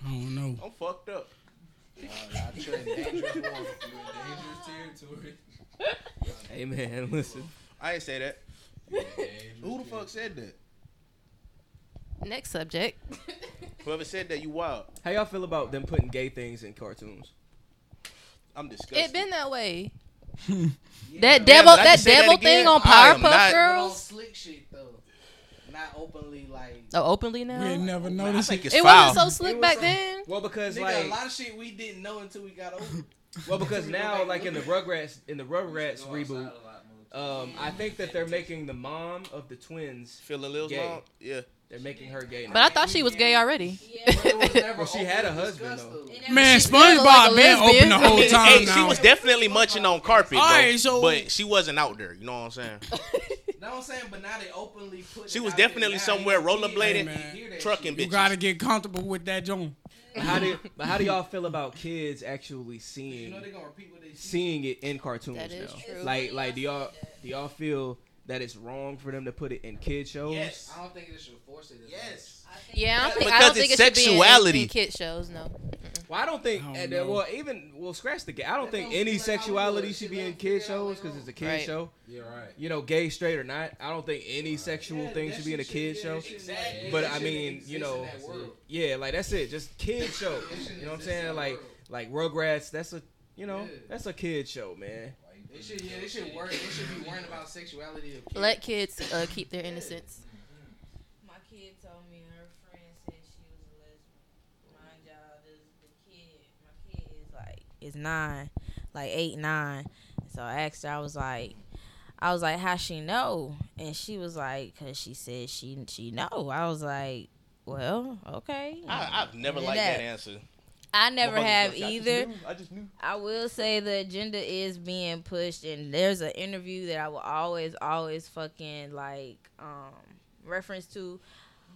Speaker 1: don't know.
Speaker 14: I'm fucked up.
Speaker 3: Hey man, listen.
Speaker 14: I didn't say that. Who the fuck said that?
Speaker 10: Next subject.
Speaker 14: Whoever said that, you wild.
Speaker 3: How y'all feel about them putting gay things in cartoons?
Speaker 14: I'm disgusted.
Speaker 10: It been that way. That
Speaker 14: Yeah,
Speaker 10: devil,
Speaker 14: but I
Speaker 10: that
Speaker 14: can say that
Speaker 10: devil
Speaker 14: again.
Speaker 10: thing on
Speaker 14: I am not-
Speaker 10: Powerpuff
Speaker 7: On
Speaker 10: Girls.
Speaker 7: slick shit though, not openly like.
Speaker 10: Oh, openly now.
Speaker 1: We'll never
Speaker 14: I
Speaker 1: notice
Speaker 14: think
Speaker 1: it.
Speaker 14: it's
Speaker 10: It
Speaker 14: foul.
Speaker 10: wasn't so slick back then.
Speaker 3: Well, because
Speaker 7: Nigga,
Speaker 3: like,
Speaker 7: a lot of shit we didn't know until we got over.
Speaker 3: well, because now like in the Rugrats in the Rugrats reboot, um, I think that they're making the mom of the twins.
Speaker 14: Feeling Lil's
Speaker 3: Gay.
Speaker 14: mom? Yeah.
Speaker 3: They're making her gay.
Speaker 10: But I thought she was gay already.
Speaker 3: Well, she had a husband though.
Speaker 1: Man,
Speaker 10: She looked like
Speaker 1: SpongeBob
Speaker 10: a
Speaker 1: been open
Speaker 10: lesbian.
Speaker 1: the whole
Speaker 14: Hey,
Speaker 1: time
Speaker 14: she
Speaker 1: now.
Speaker 14: was definitely munching on carpet,
Speaker 1: All
Speaker 14: bro,
Speaker 1: right, so-
Speaker 14: but she wasn't out there. You know what I'm saying?
Speaker 7: Know what I'm saying, but now they openly put.
Speaker 14: She
Speaker 7: it
Speaker 14: was
Speaker 7: out there.
Speaker 14: definitely
Speaker 7: Now
Speaker 14: somewhere
Speaker 7: you see it,
Speaker 14: rollerblading,
Speaker 7: you hear that
Speaker 14: trucking
Speaker 1: You
Speaker 14: bitches.
Speaker 1: gotta get comfortable with that, John.
Speaker 3: But how do but how do y'all feel about kids actually
Speaker 7: shit. You
Speaker 3: seeing
Speaker 7: know they gonna repeat what they see.
Speaker 3: seeing it in cartoons
Speaker 10: That is
Speaker 3: now?
Speaker 10: true.
Speaker 3: Like like do y'all do y'all feel that it's wrong for them to put it in kid shows?
Speaker 14: Yes.
Speaker 7: I don't think they should force it. Yes.
Speaker 10: Yeah, I don't think, I
Speaker 14: Because
Speaker 10: don't think
Speaker 14: it's
Speaker 10: it should be
Speaker 14: sexuality.
Speaker 10: in- in kid shows. No.
Speaker 3: Well, I don't think.
Speaker 1: I don't
Speaker 3: and, uh,
Speaker 1: know.
Speaker 3: well, even well, scratch the gay. I don't think
Speaker 7: don't
Speaker 3: any
Speaker 7: seem like
Speaker 3: sexuality
Speaker 7: Hollywood.
Speaker 3: should
Speaker 7: She
Speaker 3: be
Speaker 7: let
Speaker 3: in
Speaker 7: them
Speaker 3: kid
Speaker 7: figure out
Speaker 3: shows
Speaker 7: oh. later
Speaker 3: because it's a kid
Speaker 10: Right.
Speaker 3: show.
Speaker 13: Yeah, right.
Speaker 3: You know, gay, straight or not. I don't think any sexual thing should be in a kid show.
Speaker 7: Exactly.
Speaker 3: But
Speaker 7: That
Speaker 3: I
Speaker 7: shouldn't
Speaker 3: mean,
Speaker 7: exist
Speaker 3: you
Speaker 7: in
Speaker 3: know,
Speaker 7: that world.
Speaker 3: yeah, like that's it. Just kid show. You know what I'm saying? Like like Rugrats. That's a you know
Speaker 7: Yeah.
Speaker 3: that's a kid show, man.
Speaker 7: They should, yeah, they should worry. They should be worrying about sexuality. Of
Speaker 10: Let kids uh, keep their innocence.
Speaker 9: My kid told me her friend said she was a lesbian. Mind y'all, this the kid. My kid is like is nine, like eight, nine. So I asked her, I was like, I was like, how she know? And she was like, cause she said she she know. I was like, well, okay.
Speaker 15: I, I've never
Speaker 9: And
Speaker 15: liked
Speaker 9: that-
Speaker 15: that answer.
Speaker 9: I never
Speaker 15: Motherfuckers
Speaker 9: have
Speaker 15: just like, I just
Speaker 9: either.
Speaker 15: knew, I just knew.
Speaker 9: I will say the agenda is being pushed, and there's an interview that I will always, always fucking like um, reference to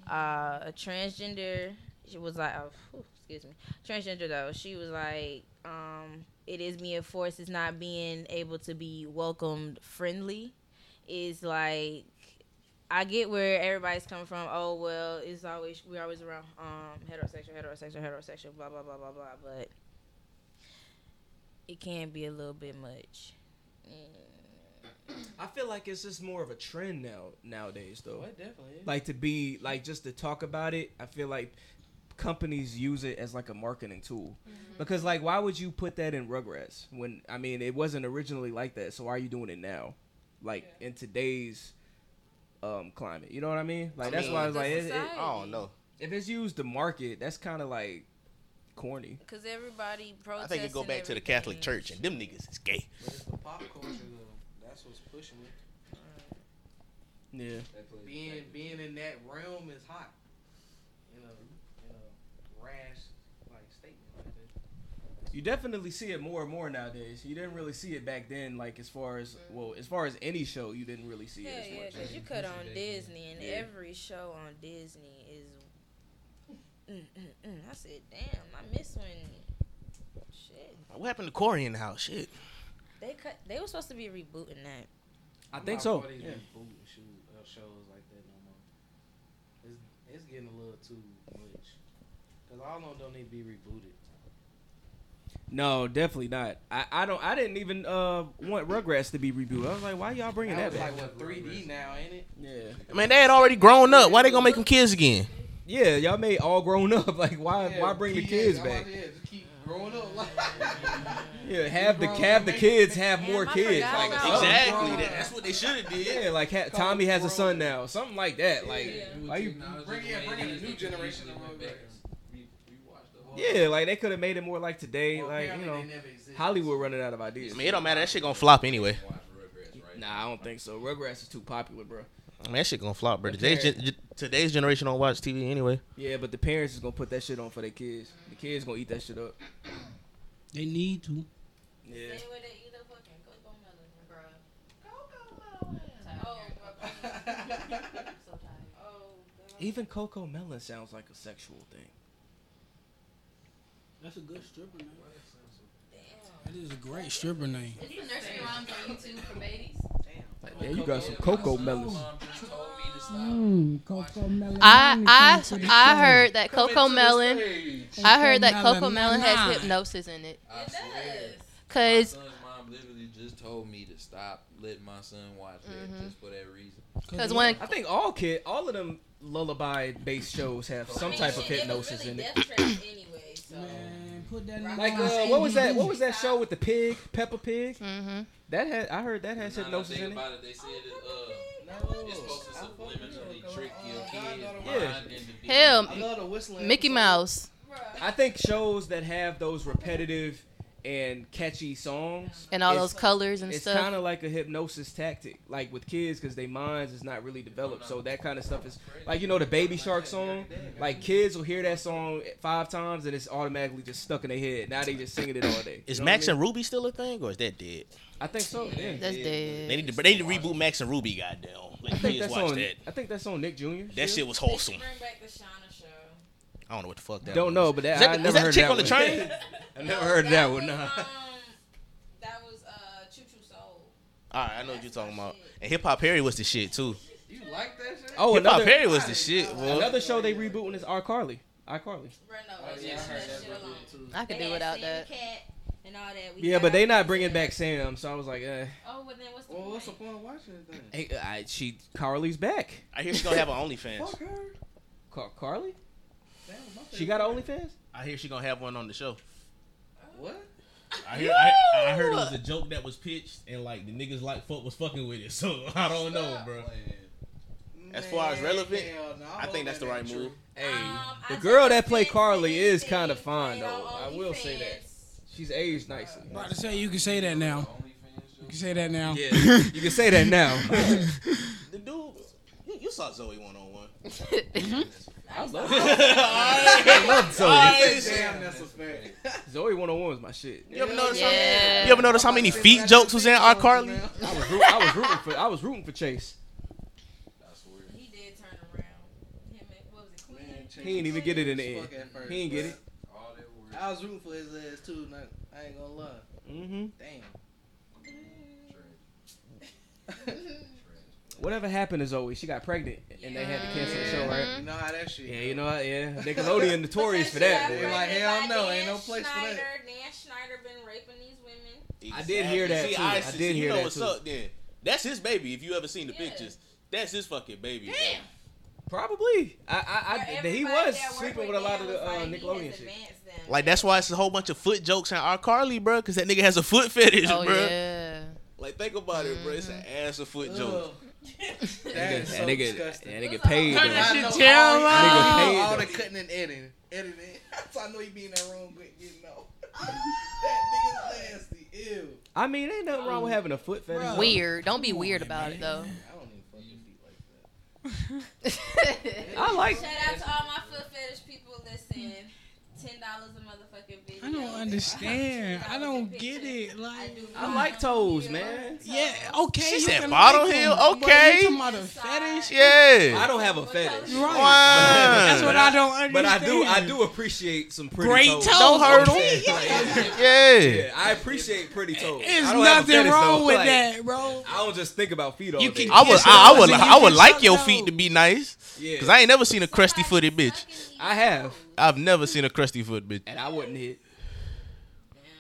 Speaker 9: uh, a transgender. She was like, oh, whew, excuse me, transgender though. She was like, um, it is being forced. It's not being able to be welcomed friendly. Is like I get where everybody's coming from. Oh well, it's always we're always around um heterosexual, heterosexual, heterosexual, blah blah blah blah blah. But it can be a little bit much. Mm.
Speaker 3: I feel like it's just more of a trend now nowadays, though.
Speaker 13: Oh, it definitely is.
Speaker 3: Like to be like just to talk about it. I feel like companies use it as like a marketing tool because like why would you put that in Rugrats when I mean it wasn't originally like that? So why are you doing it now? Like in today's um climate, you know what I mean? Like
Speaker 15: I
Speaker 3: that's
Speaker 15: mean,
Speaker 3: why I was
Speaker 15: the
Speaker 3: like, it, it, I
Speaker 15: society.
Speaker 3: don't know. If it's used to market, that's kind of like corny.
Speaker 9: Cause everybody
Speaker 15: I
Speaker 9: protests.
Speaker 15: think it go back to the Catholic Church and them niggas is gay.
Speaker 13: Pop culture, though, that's what's pushing it.
Speaker 3: Yeah.
Speaker 13: Being being in that realm is hot. In a, in a rash like statement like that.
Speaker 3: You definitely see it more and more nowadays. You didn't really see it back then, like as far as well, as far as any show, you didn't really see
Speaker 9: Yeah,
Speaker 3: it as
Speaker 9: yeah,
Speaker 3: much.
Speaker 9: because you cut on Disney, and
Speaker 3: Yeah.
Speaker 9: every show on Disney is. Mm, mm, mm. I said, damn, I miss when. Shit,
Speaker 14: What happened to Corey in the house? Shit.
Speaker 9: they cut. They were supposed to be rebooting that.
Speaker 3: I
Speaker 13: I'm
Speaker 3: think
Speaker 13: not
Speaker 3: so,
Speaker 13: for these
Speaker 3: yeah.
Speaker 13: rebooting shoe- uh, shows like that no more. It's, it's getting a little too much. Cause all of them don't need to be rebooted.
Speaker 3: No, definitely not. I, I don't. I didn't even uh want Rugrats to be rebooted. I was like, why y'all bringing
Speaker 13: That
Speaker 3: that
Speaker 13: was
Speaker 3: back?
Speaker 13: like what 3D now, ain't it?
Speaker 3: Yeah.
Speaker 14: Man, they had already grown up. Why they gonna make them kids again?
Speaker 3: Yeah, y'all made all grown up. Like, why
Speaker 13: Yeah,
Speaker 3: why bring the
Speaker 13: yeah,
Speaker 3: kids
Speaker 13: y'all
Speaker 3: back?
Speaker 13: out here, just keep growing up.
Speaker 3: Yeah, have the
Speaker 13: Grown
Speaker 3: have the
Speaker 13: up,
Speaker 3: kids
Speaker 13: make-
Speaker 3: have
Speaker 13: Damn,
Speaker 3: more
Speaker 13: I
Speaker 3: kids.
Speaker 13: forgot
Speaker 3: Like
Speaker 13: about
Speaker 3: something-
Speaker 13: Exactly, that- that's
Speaker 15: what they should have did.
Speaker 3: Yeah, like ha- Tommy has a son now, something like that. Like, why you?
Speaker 13: Bring in, bring in a new generation of Rugrats.
Speaker 3: Yeah, like they could have made it more like today. Like you
Speaker 13: apparently
Speaker 3: know,
Speaker 13: they never existed.
Speaker 3: Hollywood running out of ideas.
Speaker 14: I mean, it don't matter. That shit gonna flop anyway.
Speaker 3: Nah, I don't think so. Rugrats is too popular, bro.
Speaker 14: I mean, that shit gonna flop, bro.
Speaker 3: But
Speaker 14: Today's,
Speaker 3: they're-
Speaker 14: gen- gen- today's generation don't watch TV anyway.
Speaker 3: Yeah, but the parents is gonna put that shit on for their kids. The kids gonna eat that shit up.
Speaker 1: They need to.
Speaker 3: Yeah. Even Coco Melon sounds like a sexual thing.
Speaker 1: That's a good stripper name. That is a great stripper name.
Speaker 16: nursery rhymes on YouTube for babies?
Speaker 3: Yeah, you got some Coco Melons.
Speaker 10: I I I heard that Coco Melon. I heard that Coco
Speaker 16: Cocomelon,
Speaker 10: Melon
Speaker 16: nah.
Speaker 10: has hypnosis in it.
Speaker 5: I swear.
Speaker 10: Cause
Speaker 5: my son's mom literally just told me to stop letting my son watch
Speaker 10: Mhm.
Speaker 5: that just for that reason.
Speaker 3: I think all kid, all of them lullaby based shows have some type of hypnosis in it.
Speaker 9: anyway, so.
Speaker 1: Man, put that in
Speaker 3: Like uh, what was that? What was that show with the pig, Peppa Pig? Mm-hmm. That had I heard that has
Speaker 5: Now that I
Speaker 3: hypnosis
Speaker 5: think
Speaker 3: in it.
Speaker 5: about it, they said it, uh, it's supposed to subliminally trick your kid.
Speaker 3: Yeah.
Speaker 10: hell, Mickey Mouse.
Speaker 3: I think shows that have those repetitive and catchy songs
Speaker 10: And all those
Speaker 3: it's-
Speaker 10: colors and
Speaker 3: it's
Speaker 10: stuff.
Speaker 3: kind of like a hypnosis tactic, like with kids, because their minds is not really developed. So that kind of stuff is like you know the Baby Shark song. Like kids will hear that song five times and it's automatically just stuck in their head. Now they just singing it all day.
Speaker 14: Is
Speaker 3: You know what I
Speaker 14: Max
Speaker 3: mean?
Speaker 14: and Ruby still a thing, or is that dead?
Speaker 3: I think so. Yeah.
Speaker 10: That's dead.
Speaker 14: They need to, but they need to reboot Max and Ruby. Goddamn, let
Speaker 3: I think
Speaker 14: kids
Speaker 3: that's
Speaker 14: watch
Speaker 3: on.
Speaker 14: that.
Speaker 3: I think that's on Nick Jr.
Speaker 14: That shit was wholesome.
Speaker 9: Bring back the Shauna show.
Speaker 14: I don't know what the fuck that.
Speaker 3: Don't
Speaker 14: was.
Speaker 3: know, but that-
Speaker 14: Is that,
Speaker 3: I
Speaker 14: the-
Speaker 3: never
Speaker 14: was that
Speaker 3: heard
Speaker 14: chick
Speaker 3: that
Speaker 14: on the
Speaker 3: one.
Speaker 14: train.
Speaker 3: I never heard of that one. Nah.
Speaker 9: um, That was uh, Choo Choo Soul.
Speaker 14: All right, I know what you're talking about. And Hip Hop Perry was the shit too.
Speaker 9: You like that shit?
Speaker 3: Oh,
Speaker 14: Hip Hop
Speaker 3: another-
Speaker 14: Perry was the shit. Well,
Speaker 3: Another show they rebooting is R. Carly. R. Carly.
Speaker 10: I could do without that.
Speaker 9: And all that. We
Speaker 3: Yeah,
Speaker 9: got
Speaker 3: but they
Speaker 9: our-
Speaker 3: not bringing back Sam, so I was like, eh.
Speaker 9: Oh, well, then what's the
Speaker 13: Well, what's the point of watching it then?
Speaker 3: Hey, I, she Carly's back.
Speaker 14: I hear she gonna have an OnlyFans.
Speaker 13: Fuck her.
Speaker 3: Car- Carly?
Speaker 13: That was my
Speaker 3: She got an OnlyFans?
Speaker 14: I hear she gonna have one on the show.
Speaker 13: What?
Speaker 17: I heard, I, I heard it was a joke that was pitched, and like the niggas like fuck was fucking with it. So I don't know, bro.
Speaker 14: As far as relevant, I think that's the right
Speaker 9: Um,
Speaker 14: move.
Speaker 3: Um, Hey, the girl that played Carly is kind of fine though. I will say that. She's aged nicely.
Speaker 1: About to say you can say that now. You can say that now.
Speaker 3: Yeah, you can say that now.
Speaker 18: The dude, you, you saw Zoe one on one.
Speaker 3: I love
Speaker 18: Zoe.
Speaker 3: I love Zoe.
Speaker 18: Alright.
Speaker 3: Damn, that's a fact. Zoe 101 is my shit.
Speaker 18: You ever notice how many- you ever notice how many feet jokes was in iCarly?
Speaker 3: I was, root, I was rooting for I was rooting for Chase. He didn't even get it in the end. He didn't get it.
Speaker 8: I was rooting for his ass too. Not, I ain't gonna lie.
Speaker 3: Mm-hmm.
Speaker 8: Damn.
Speaker 3: Whatever happened to Zoe, she got pregnant and they had to cancel the show, right?
Speaker 8: You know how that shit.
Speaker 3: Yeah, you know, what? yeah. Nickelodeon notorious for that.
Speaker 8: They
Speaker 3: man.
Speaker 8: like hell no, ain't no place for
Speaker 9: Schneider,
Speaker 8: that.
Speaker 9: Dan Schneider been raping these women.
Speaker 3: I did hear that,
Speaker 14: See,
Speaker 3: too. I
Speaker 14: see,
Speaker 3: did
Speaker 14: you
Speaker 3: hear
Speaker 14: know
Speaker 3: that,
Speaker 14: what's
Speaker 3: too.
Speaker 14: up then. That's his baby. If you ever seen the pictures, that's his fucking baby. bro.
Speaker 3: Probably. I, I, I
Speaker 9: Where
Speaker 3: he
Speaker 9: everybody
Speaker 3: was
Speaker 9: that worked
Speaker 3: sleeping
Speaker 9: with
Speaker 3: with a lot
Speaker 9: Dan
Speaker 3: of the
Speaker 9: was
Speaker 3: uh,
Speaker 9: like, he
Speaker 3: Nickelodeon shit.
Speaker 14: Like that's why it's a whole bunch of foot jokes in R. Carly, bro, because that nigga has a foot fetish,
Speaker 10: Oh,
Speaker 14: bro.
Speaker 10: yeah.
Speaker 14: Like think about it, bro. It's an ass and foot joke.
Speaker 3: That
Speaker 14: nigga-
Speaker 3: is
Speaker 14: that
Speaker 3: so
Speaker 14: nigga-
Speaker 3: disgusting.
Speaker 14: that nigga paid,
Speaker 3: Turn
Speaker 14: though.
Speaker 3: that
Speaker 8: I know
Speaker 3: shit
Speaker 8: all-
Speaker 3: down,
Speaker 8: I know
Speaker 3: Lon.
Speaker 8: All the cutting and editing, editing. So I know he be in that room, but you know that nigga's nasty. Ew.
Speaker 3: I mean, ain't nothing wrong with having a foot fetish. though.
Speaker 10: Weird. Don't be weird about it though.
Speaker 3: I like-
Speaker 9: Shout out to all my foot fetish people listening. Ten dollars a motherfucking video.
Speaker 1: I don't understand. I don't get it. Like
Speaker 3: I like toes, man.
Speaker 1: Yeah. Okay.
Speaker 14: She
Speaker 1: you
Speaker 14: said
Speaker 1: can
Speaker 14: bottle
Speaker 1: like
Speaker 14: heel,
Speaker 1: them, but
Speaker 14: okay.
Speaker 1: You talking about a fetish?
Speaker 14: Yeah.
Speaker 3: I don't have a fetish.
Speaker 1: Right. Wow. That's what I don't
Speaker 3: But I do, I
Speaker 1: understand.
Speaker 3: do appreciate some pretty
Speaker 1: Great
Speaker 3: toes.
Speaker 1: toes,
Speaker 3: Don't hurt
Speaker 1: okay.
Speaker 3: them.
Speaker 14: Yeah.
Speaker 3: I appreciate pretty toes.
Speaker 1: It's
Speaker 3: I don't have a
Speaker 1: nothing
Speaker 3: fetish,
Speaker 1: wrong
Speaker 3: though.
Speaker 1: with
Speaker 3: Like,
Speaker 1: that, bro.
Speaker 3: I don't just think about feet all
Speaker 1: You
Speaker 3: day.
Speaker 1: can
Speaker 14: I would, I, I would,
Speaker 1: and you
Speaker 14: I would
Speaker 1: can
Speaker 14: like
Speaker 1: suck
Speaker 14: your
Speaker 1: those.
Speaker 14: feet to be nice,
Speaker 3: Yeah.
Speaker 14: cause I ain't never seen a crusty footed bitch.
Speaker 3: I have,
Speaker 14: I've never seen a crusty foot bitch.
Speaker 3: and I wouldn't hit.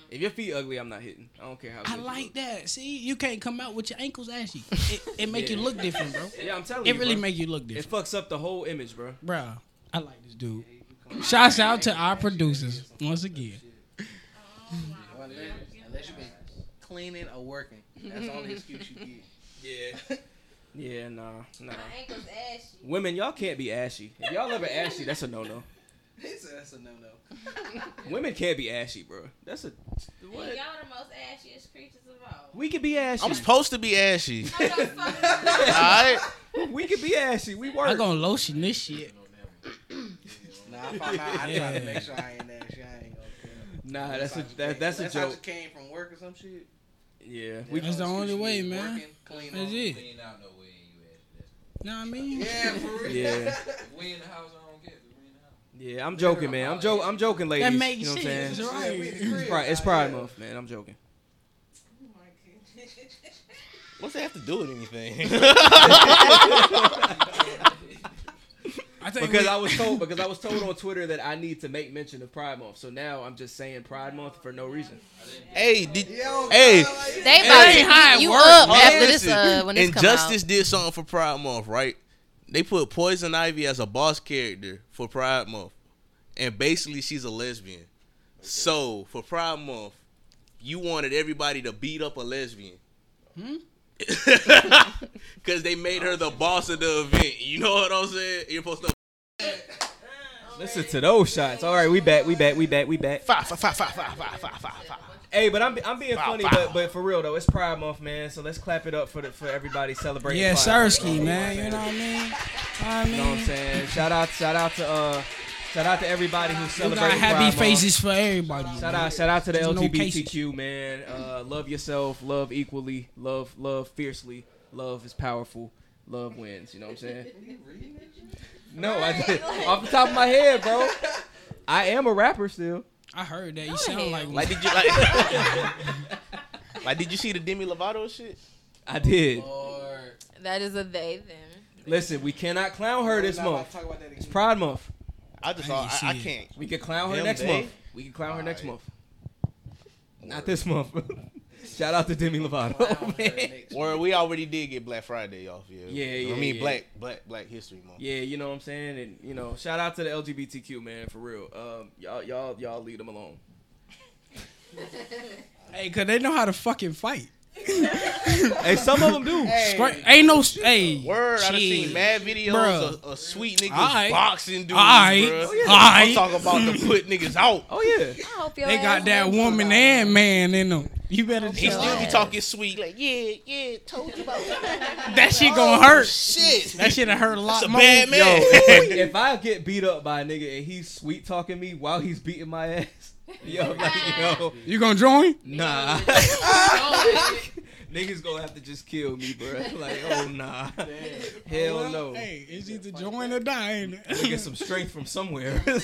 Speaker 3: If your feet ugly, I'm not hitting. I don't care how. good
Speaker 1: I
Speaker 3: you
Speaker 1: like that. See, you can't come out with your ankles ashy. It, it make you
Speaker 3: Yeah.
Speaker 1: look different, bro.
Speaker 3: Yeah, I'm telling
Speaker 1: it
Speaker 3: you.
Speaker 1: It really
Speaker 3: bro.
Speaker 1: make you look different,
Speaker 3: It fucks up the whole image, bro.
Speaker 1: bro. I like this dude. Shouts out to our producers once again.
Speaker 8: Unless, unless you been cleaning or working, that's the only excuse you get.
Speaker 3: Yeah. Yeah, nah, nah.
Speaker 8: My ankle's ashy.
Speaker 3: Women, y'all can't be ashy. If y'all ever ashy, that's a no no.
Speaker 8: He said that's a no no.
Speaker 3: Women can't be ashy, bro. That's a.
Speaker 9: And
Speaker 3: What?
Speaker 9: Y'all the most ashiest creatures of all.
Speaker 3: We could be ashy.
Speaker 14: I'm supposed to be ashy.
Speaker 3: Alright. We could be ashy. We work.
Speaker 1: I gonna lotion this shit.
Speaker 8: nah, if I'm out, I try to make sure I ain't ashy. I ain't gonna care.
Speaker 3: Nah, that's a
Speaker 8: how you
Speaker 3: that,
Speaker 8: came-
Speaker 3: that's a
Speaker 8: how you
Speaker 3: joke.
Speaker 8: came from work or some shit.
Speaker 3: Yeah,
Speaker 1: we, that's the only way, man.
Speaker 8: Working, clean
Speaker 1: That's
Speaker 8: on,
Speaker 1: it.
Speaker 8: clean out, no way.
Speaker 1: Know what I mean?
Speaker 8: Yeah, for real.
Speaker 3: Yeah.
Speaker 11: We in the house, I don't get it. We in the house.
Speaker 3: yeah. I'm joking, man. I'm joking. I'm joking, ladies.
Speaker 1: makes
Speaker 3: you know
Speaker 1: sense,
Speaker 3: What I'm
Speaker 1: right.
Speaker 3: saying?
Speaker 1: Yeah, we in the
Speaker 3: It's
Speaker 1: crib,
Speaker 3: Pride, it's
Speaker 1: like,
Speaker 3: Pride
Speaker 1: yeah.
Speaker 3: Month, man. I'm joking.
Speaker 14: What's that have to do with anything?
Speaker 1: I think
Speaker 3: because
Speaker 1: we-
Speaker 3: I was told because I was told on Twitter that I need to make mention of Pride Month, so now I'm just saying Pride Month for no reason.
Speaker 14: Hey, did, hey,
Speaker 10: They
Speaker 14: hey,
Speaker 10: about to beat you up after this, uh, when this come out.
Speaker 14: Injustice did something for Pride Month, right? They put Poison Ivy as a boss character for Pride Month, and basically she's a lesbian. So for Pride Month, you wanted everybody to beat up a lesbian.
Speaker 10: Hmm?
Speaker 14: Because they made her the boss of the event. You know what I'm saying? You're supposed to.
Speaker 3: Listen to those shots. All right, we back, we back, we back, we back.
Speaker 14: Five, five, five, five, five, five, five, five, five.
Speaker 3: Hey, but I'm I'm being
Speaker 14: Bow,
Speaker 3: funny,
Speaker 14: bow.
Speaker 3: but but for real though, it's Pride Month, man. So let's clap it up for the, for everybody celebrating.
Speaker 1: Yeah,
Speaker 3: Pride Month.
Speaker 1: Sersky, man. You know what I mean? I
Speaker 3: You know what I'm
Speaker 1: mean,
Speaker 3: saying? Shout out, shout out to uh, shout out to everybody who's
Speaker 1: we
Speaker 3: celebrating.
Speaker 1: got happy
Speaker 3: Pride Month.
Speaker 1: faces for everybody.
Speaker 3: Shout
Speaker 1: man.
Speaker 3: out, shout out to the
Speaker 1: There's no cases.
Speaker 3: LGBTQ man. Uh, love yourself, love equally, love, love fiercely. Love is powerful. Love wins. You know what I'm saying? No, I did off the top of my head, bro. I am a rapper still.
Speaker 1: I heard that. You sound like
Speaker 14: Like did you like? like did you see the Demi Lovato shit?
Speaker 3: I did.
Speaker 9: That is a they them.
Speaker 3: Listen, we cannot clown her this
Speaker 8: We're not about
Speaker 3: month.
Speaker 8: to talk about that
Speaker 3: It's Pride Month.
Speaker 14: I just saw. I, I can't.
Speaker 3: We can clown her
Speaker 14: Them
Speaker 3: next
Speaker 14: they?
Speaker 3: month. We can clown her next month. Not this month. Shout out to Demi Lovato. man.
Speaker 14: Or we already did get Black Friday off. Yeah.
Speaker 3: Yeah, yeah,
Speaker 14: I mean
Speaker 3: yeah.
Speaker 14: Black Black Black History Month.
Speaker 3: Yeah, you know what I'm saying, and you know, shout out to the LGBTQ man for real. Um, y'all, y'all, y'all leave them alone.
Speaker 1: Hey, cause they know how to fucking fight.
Speaker 14: Hey, some of them do.
Speaker 1: Hey. Ain't no. Hey.
Speaker 14: Word, I done
Speaker 1: shit.
Speaker 14: seen mad videos
Speaker 1: Bruh.
Speaker 14: of, of sweet niggas
Speaker 1: Aight.
Speaker 14: boxing dudes,
Speaker 1: Aight.
Speaker 14: bruh.
Speaker 1: Oh, yeah.
Speaker 14: I'm
Speaker 1: Aight.
Speaker 14: talking about to put niggas out. Oh yeah.
Speaker 1: They got that woman and man in them. You better.
Speaker 14: He still be talking sweet. Like,
Speaker 19: Yeah, yeah, told you about that.
Speaker 1: That shit gonna
Speaker 3: Oh,
Speaker 1: hurt.
Speaker 19: Shit.
Speaker 1: That shit done hurt a lot
Speaker 14: Oh, That's a
Speaker 1: more.
Speaker 14: bad man.
Speaker 3: Yo, if I get beat up by a nigga and he's sweet talking me while he's beating my ass, yo, like, yo,
Speaker 1: You gonna join?
Speaker 3: nah. Niggas gonna have to just kill me, bro. Like, oh nah, hell
Speaker 1: Well,
Speaker 3: no.
Speaker 1: Hey, it's either join or die. ain't it?
Speaker 3: Gotta Get some strength from somewhere.
Speaker 14: you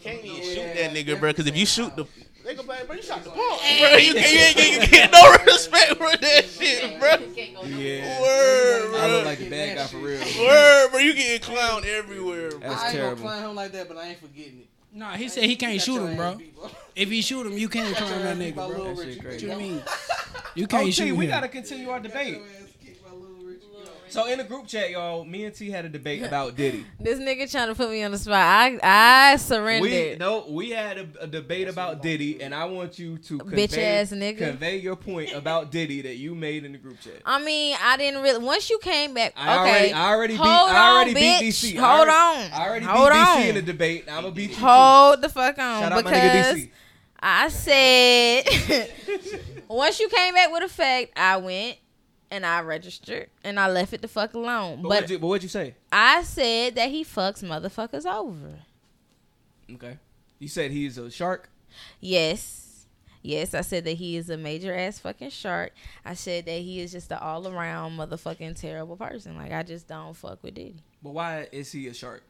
Speaker 14: can't even shoot that nigga, bro. Because if you shoot the
Speaker 19: Nigga, bro, bro, you shot the
Speaker 14: ball.
Speaker 19: Bro, you can't
Speaker 14: you
Speaker 19: get
Speaker 14: ain't get no respect for that shit, bro.
Speaker 3: Yeah.
Speaker 14: Word,
Speaker 3: I
Speaker 14: bro.
Speaker 3: look like a bad guy for real.
Speaker 14: Word, bro. You getting clowned everywhere, bro.
Speaker 3: That's
Speaker 8: I ain't
Speaker 3: terrible.
Speaker 8: gonna clown him like that, but I ain't forgetting it.
Speaker 1: Nah, he said he can't shoot him, bro. If he shoot him, you can't
Speaker 8: Got your
Speaker 1: climb that
Speaker 8: ass beat
Speaker 1: nigga,
Speaker 8: by
Speaker 1: bro.
Speaker 8: Lil
Speaker 1: What
Speaker 8: Richard,
Speaker 1: you
Speaker 8: bro.
Speaker 1: mean? You can't
Speaker 3: OT,
Speaker 1: shoot
Speaker 3: we
Speaker 1: him.
Speaker 3: gotta continue our debate. So in the group chat, y'all, me and T had a debate about Diddy.
Speaker 9: This nigga trying to put me on the spot. I I surrendered.
Speaker 3: We, no, we had a, a debate about Diddy, and I want you to convey,
Speaker 9: Bitch ass nigga. Uh,
Speaker 3: convey your point about Diddy that you made in the group chat.
Speaker 9: I mean, I didn't really. Once you came back, okay.
Speaker 3: I already, I already beat,
Speaker 9: Hold
Speaker 3: I already
Speaker 9: on,
Speaker 3: beat
Speaker 9: bitch.
Speaker 3: DC. I
Speaker 9: Hold
Speaker 3: already-
Speaker 9: on.
Speaker 3: I already
Speaker 9: Hold
Speaker 3: beat
Speaker 9: on.
Speaker 3: DC in the debate. I'm gonna beat you. too.
Speaker 9: Hold the fuck on,
Speaker 3: Shout out my nigga
Speaker 9: because
Speaker 3: DC.
Speaker 9: I said once you came back with a fact, I went and I registered and I left it the fuck alone.
Speaker 3: But,
Speaker 9: But
Speaker 3: what'd you, but what'd you say?
Speaker 9: I said that he fucks motherfuckers over.
Speaker 3: Okay, you said he's a shark.
Speaker 9: Yes. Yes, I said that he is a major ass fucking shark. I said that he is just an all around motherfucking terrible person. Like I just don't fuck with Diddy.
Speaker 3: But why is he a shark?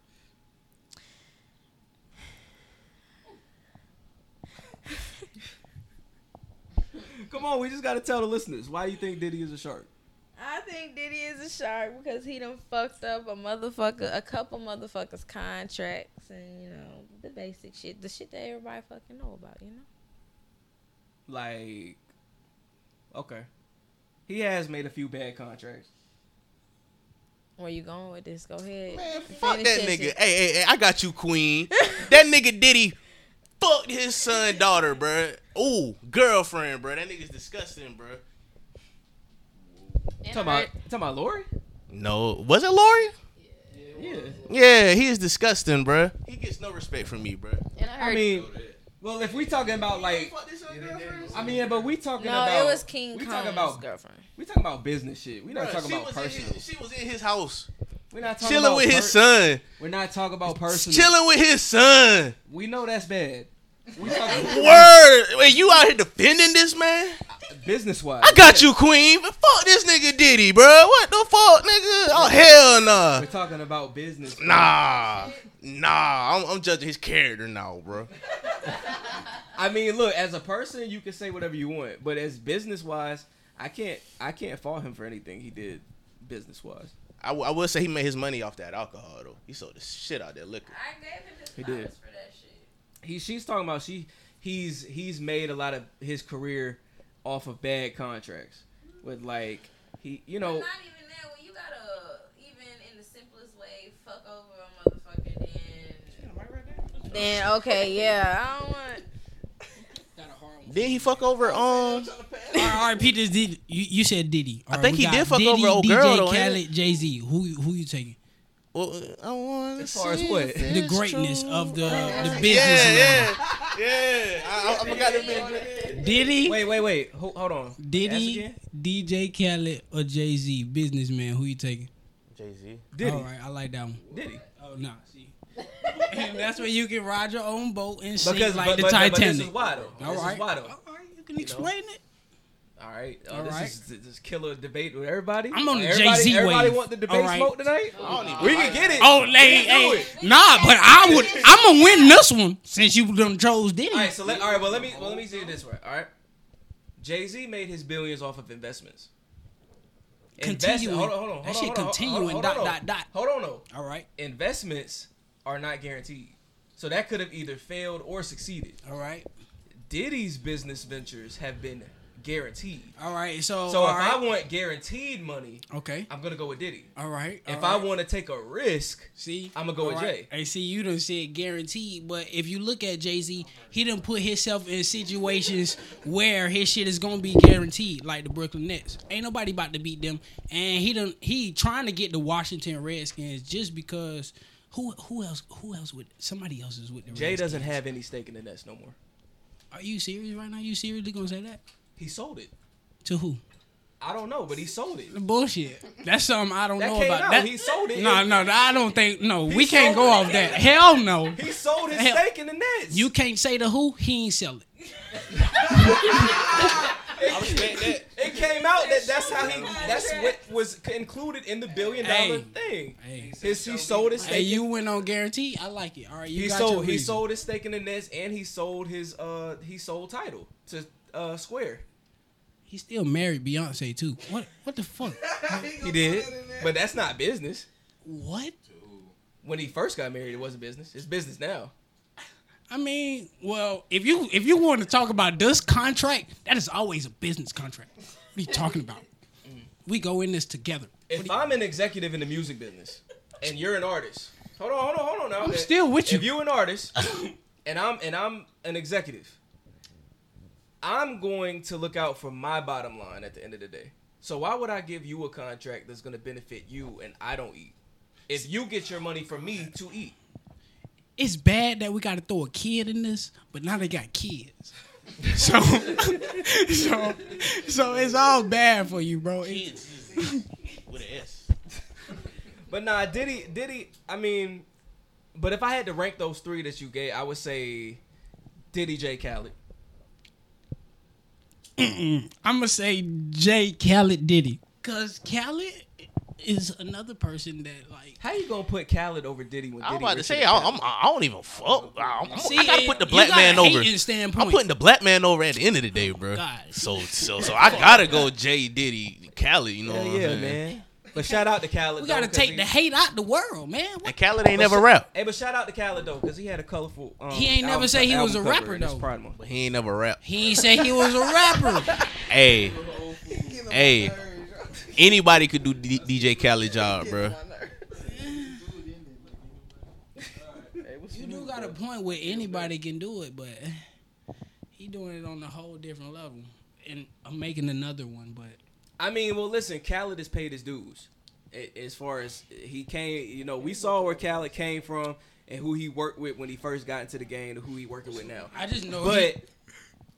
Speaker 3: Come on, we just gotta tell the listeners why you think Diddy is a shark.
Speaker 9: I think Diddy is a shark because he done fucked up a motherfucker, a couple motherfuckers' contracts and you know the basic shit, the shit that everybody fucking know about, you know.
Speaker 3: Like, okay, he has made a few bad contracts.
Speaker 9: Where you going with this? Go ahead.
Speaker 14: Fuck that
Speaker 9: Finish
Speaker 14: nigga.
Speaker 9: your shit.
Speaker 14: Hey, hey, hey, I got you, Queen. that nigga Diddy fucked his son, daughter, bruh. Ooh, girlfriend, bruh. That nigga's disgusting, bruh.
Speaker 3: Talking about, talking about Lori.
Speaker 14: No, was it Lori?
Speaker 3: Yeah.
Speaker 14: Yeah, he is disgusting, bruh. He gets no respect from me, bruh.
Speaker 3: I mean, well, if we talking about like, I mean, yeah, but we talking
Speaker 9: No,
Speaker 3: about
Speaker 9: it was King
Speaker 3: we
Speaker 9: Kong's
Speaker 3: talking about
Speaker 9: girlfriend.
Speaker 3: We talking about business shit. We not
Speaker 14: Bruh,
Speaker 3: talking
Speaker 14: she
Speaker 3: about
Speaker 14: was in his-
Speaker 3: personal.
Speaker 14: she was in his house.
Speaker 3: We're not talking
Speaker 14: Chilling
Speaker 3: about
Speaker 14: with his
Speaker 3: per-
Speaker 14: son.
Speaker 3: We're not talking about personal.
Speaker 14: Chilling with his son.
Speaker 3: We know that's bad.
Speaker 14: Word. Wait, you out here defending this man?
Speaker 3: Business wise.
Speaker 14: I got you, Queen. But fuck this nigga Diddy, bruh. What the fuck, nigga? Oh hell nah.
Speaker 3: We're talking about business. bruh.
Speaker 14: Nah, nah. I'm, I'm judging his character now, bro.
Speaker 3: I mean, look, as a person, you can say whatever you want, but as business wise, I can't. I can't fault him for anything he did business wise.
Speaker 14: I, w- I will say he made his money off that alcohol though. He sold the shit out of that liquor.
Speaker 3: He did. He she's talking about she he's he's made a lot of his career off of bad contracts with like he you know
Speaker 9: But not even that. When you gotta, even in the simplest way, fuck over a motherfucker, then. Then okay, yeah, I don't want.
Speaker 14: Then he fuck over um.
Speaker 1: R.I.P. to Diddy. You, you said Diddy.
Speaker 14: I
Speaker 1: All
Speaker 14: think
Speaker 1: we
Speaker 14: he
Speaker 1: got
Speaker 14: did fuck
Speaker 1: Diddy,
Speaker 14: over old
Speaker 1: DJ
Speaker 14: girl, though, ain't
Speaker 1: Khaled, Jay Z. Who who you taking?
Speaker 14: Well, I want
Speaker 1: as far as what the greatness of the the business.
Speaker 14: Yeah,
Speaker 1: man.
Speaker 14: yeah, yeah. I, I, I forgot the
Speaker 1: Diddy.
Speaker 3: Wait, wait, wait. Hold, hold on.
Speaker 1: Diddy, DJ Khaled, or Jay Z? Businessman. Who you taking?
Speaker 14: Jay Z.
Speaker 3: Diddy.
Speaker 1: All right, I like that one.
Speaker 3: Diddy.
Speaker 1: Oh no, see. and that's where you can ride your own boat and sink
Speaker 3: Because-
Speaker 1: like
Speaker 3: but-
Speaker 1: the
Speaker 3: but- but
Speaker 1: Titanic.
Speaker 3: this is why, though.
Speaker 1: All
Speaker 3: This is
Speaker 1: right,
Speaker 3: why, though.
Speaker 1: All right, you can explain it.
Speaker 3: All right. Oh,
Speaker 1: All
Speaker 3: this
Speaker 1: right.
Speaker 3: is this killer debate with everybody.
Speaker 1: I'm on the
Speaker 3: Everybody-
Speaker 1: Jay-Z
Speaker 3: Everybody
Speaker 1: wave.
Speaker 3: want the
Speaker 1: All
Speaker 3: debate
Speaker 1: right.
Speaker 3: smoke tonight? we can get it.
Speaker 1: Oh,
Speaker 3: We
Speaker 1: hey,
Speaker 3: can do
Speaker 1: hey.
Speaker 3: it.
Speaker 1: nah, but I would. I'm gonna win this one since you done chose Diddy.
Speaker 3: All right. So let, all right. Well, let me well, let me say it this way. All right. Jay Z made his billions off of investments.
Speaker 1: Continuing.
Speaker 3: Hold on, hold on, hold
Speaker 1: That
Speaker 3: on,
Speaker 1: shit
Speaker 3: hold on, hold on,
Speaker 1: continuing,
Speaker 3: hold on,
Speaker 1: dot,
Speaker 3: hold on.
Speaker 1: dot, dot.
Speaker 3: Hold on, though.
Speaker 1: All right.
Speaker 3: Investments are not guaranteed, so that could have either failed or succeeded.
Speaker 1: All right.
Speaker 3: Diddy's business ventures have been guaranteed.
Speaker 1: All right, so
Speaker 3: So
Speaker 1: all
Speaker 3: if
Speaker 1: right.
Speaker 3: I want guaranteed money,
Speaker 1: okay,
Speaker 3: I'm gonna go with Diddy.
Speaker 1: All right.
Speaker 3: if
Speaker 1: all
Speaker 3: I
Speaker 1: right.
Speaker 3: want to take a risk,
Speaker 1: see,
Speaker 3: I'm gonna go with
Speaker 1: All
Speaker 3: Jay.
Speaker 1: right. And see, you done said guaranteed, but if you look at Jay Z, he done put himself in situations where his shit is gonna be guaranteed, like the Brooklyn Nets. Ain't nobody about to beat them, and he done he trying to get the Washington Redskins just because who who else who else would somebody else is with the
Speaker 3: Jay doesn't
Speaker 1: Redskins.
Speaker 3: have any stake in the Nets no more.
Speaker 1: Are you serious right now? You seriously gonna say that
Speaker 3: he sold it
Speaker 1: to who?
Speaker 3: I don't know, but he sold it.
Speaker 1: Bullshit. That's something I don't
Speaker 3: That
Speaker 1: know
Speaker 3: came
Speaker 1: about.
Speaker 3: out.
Speaker 1: That,
Speaker 3: He sold it.
Speaker 1: No, no, no, I don't think. No,
Speaker 3: He
Speaker 1: we can't
Speaker 3: sold
Speaker 1: go
Speaker 3: it.
Speaker 1: off that. Hell no.
Speaker 3: He sold his
Speaker 1: Hell.
Speaker 3: stake in the Nets.
Speaker 1: You can't say to who he ain't sell it.
Speaker 3: It came out that that's how he. That's what was included in the billion dollar
Speaker 1: Hey.
Speaker 3: thing.
Speaker 1: Hey,
Speaker 3: His, he sold his stake.
Speaker 1: Hey,
Speaker 3: in-
Speaker 1: you went on guarantee. I like it. All right, you
Speaker 3: he
Speaker 1: got
Speaker 3: sold.
Speaker 1: Your
Speaker 3: He
Speaker 1: reason.
Speaker 3: sold his stake in the Nets, and he sold his. Uh, he sold title to uh Square.
Speaker 1: He still married Beyonce too. What? What the fuck?
Speaker 3: He did, but that's not business.
Speaker 1: What?
Speaker 3: When he first got married, it wasn't business. It's business now.
Speaker 1: I mean, well, if you if you want to talk about this contract, that is always a business contract. What are you talking about? We go in this together.
Speaker 3: Mm. If I'm an executive in the music business, and you're an artist, hold on, hold on, hold on. Now,
Speaker 1: I'm still with you.
Speaker 3: If you're an artist, and I'm and I'm an executive, I'm going to look out for my bottom line at the end of the day. So why would I give you a contract that's going to benefit you and I don't eat? If you get your money from me to eat,
Speaker 1: It's bad that we got to throw a kid in this, but now they got kids. So, so, so it's all bad for you, bro. Kids
Speaker 18: with an S.
Speaker 3: But nah, Diddy, Diddy. I mean, but if I had to rank those three that you gave, I would say Diddy, J, Khaled.
Speaker 1: Mm-mm. I'm gonna say J. Khaled Diddy. Cause Khaled is another person that like.
Speaker 3: How you gonna put Khaled over Diddy when
Speaker 1: I'm
Speaker 3: Diddy?
Speaker 1: about to
Speaker 3: richer
Speaker 1: say,
Speaker 3: than
Speaker 1: I-
Speaker 3: Khaled?
Speaker 1: I'm-
Speaker 14: I don't even fuck. I'm, I'm,
Speaker 1: See,
Speaker 14: Oh, I gotta
Speaker 1: it-
Speaker 14: put the
Speaker 1: you
Speaker 14: black
Speaker 1: got a
Speaker 14: man over.
Speaker 1: hating standpoint.
Speaker 14: I'm putting the black man over at the end of the day, bro.
Speaker 1: God.
Speaker 14: So so so I gotta go J Diddy Khaled. You know
Speaker 3: Hell
Speaker 14: what I'm
Speaker 3: yeah,
Speaker 14: saying?
Speaker 3: man. But shout out to Khaled.
Speaker 1: We
Speaker 3: though,
Speaker 1: gotta
Speaker 3: 'cause
Speaker 1: take
Speaker 3: he-
Speaker 1: the hate out the world, man. What?
Speaker 14: And Khaled ain't
Speaker 3: But
Speaker 14: never
Speaker 3: sh-
Speaker 14: rap.
Speaker 3: Hey, but shout out to Khaled though, cause he had a colorful. Um,
Speaker 1: He ain't never
Speaker 3: album-
Speaker 1: say he was
Speaker 3: album
Speaker 1: a
Speaker 3: cover
Speaker 1: rapper,
Speaker 3: in his
Speaker 1: though.
Speaker 3: Pride Month.
Speaker 14: But he ain't never rap.
Speaker 1: He ain't say he was a rapper.
Speaker 14: Hey, hey. Anybody could do D- DJ Khaled job, bro.
Speaker 1: you do got a point where anybody can do it, but he doing it on a whole different level. And I'm making another one, but
Speaker 3: I mean, well, listen, Khaled has paid his dues. A- As far as he came, you know, we saw where Khaled came from and who he worked with when he first got into the game to who he working with now.
Speaker 1: I just know
Speaker 3: But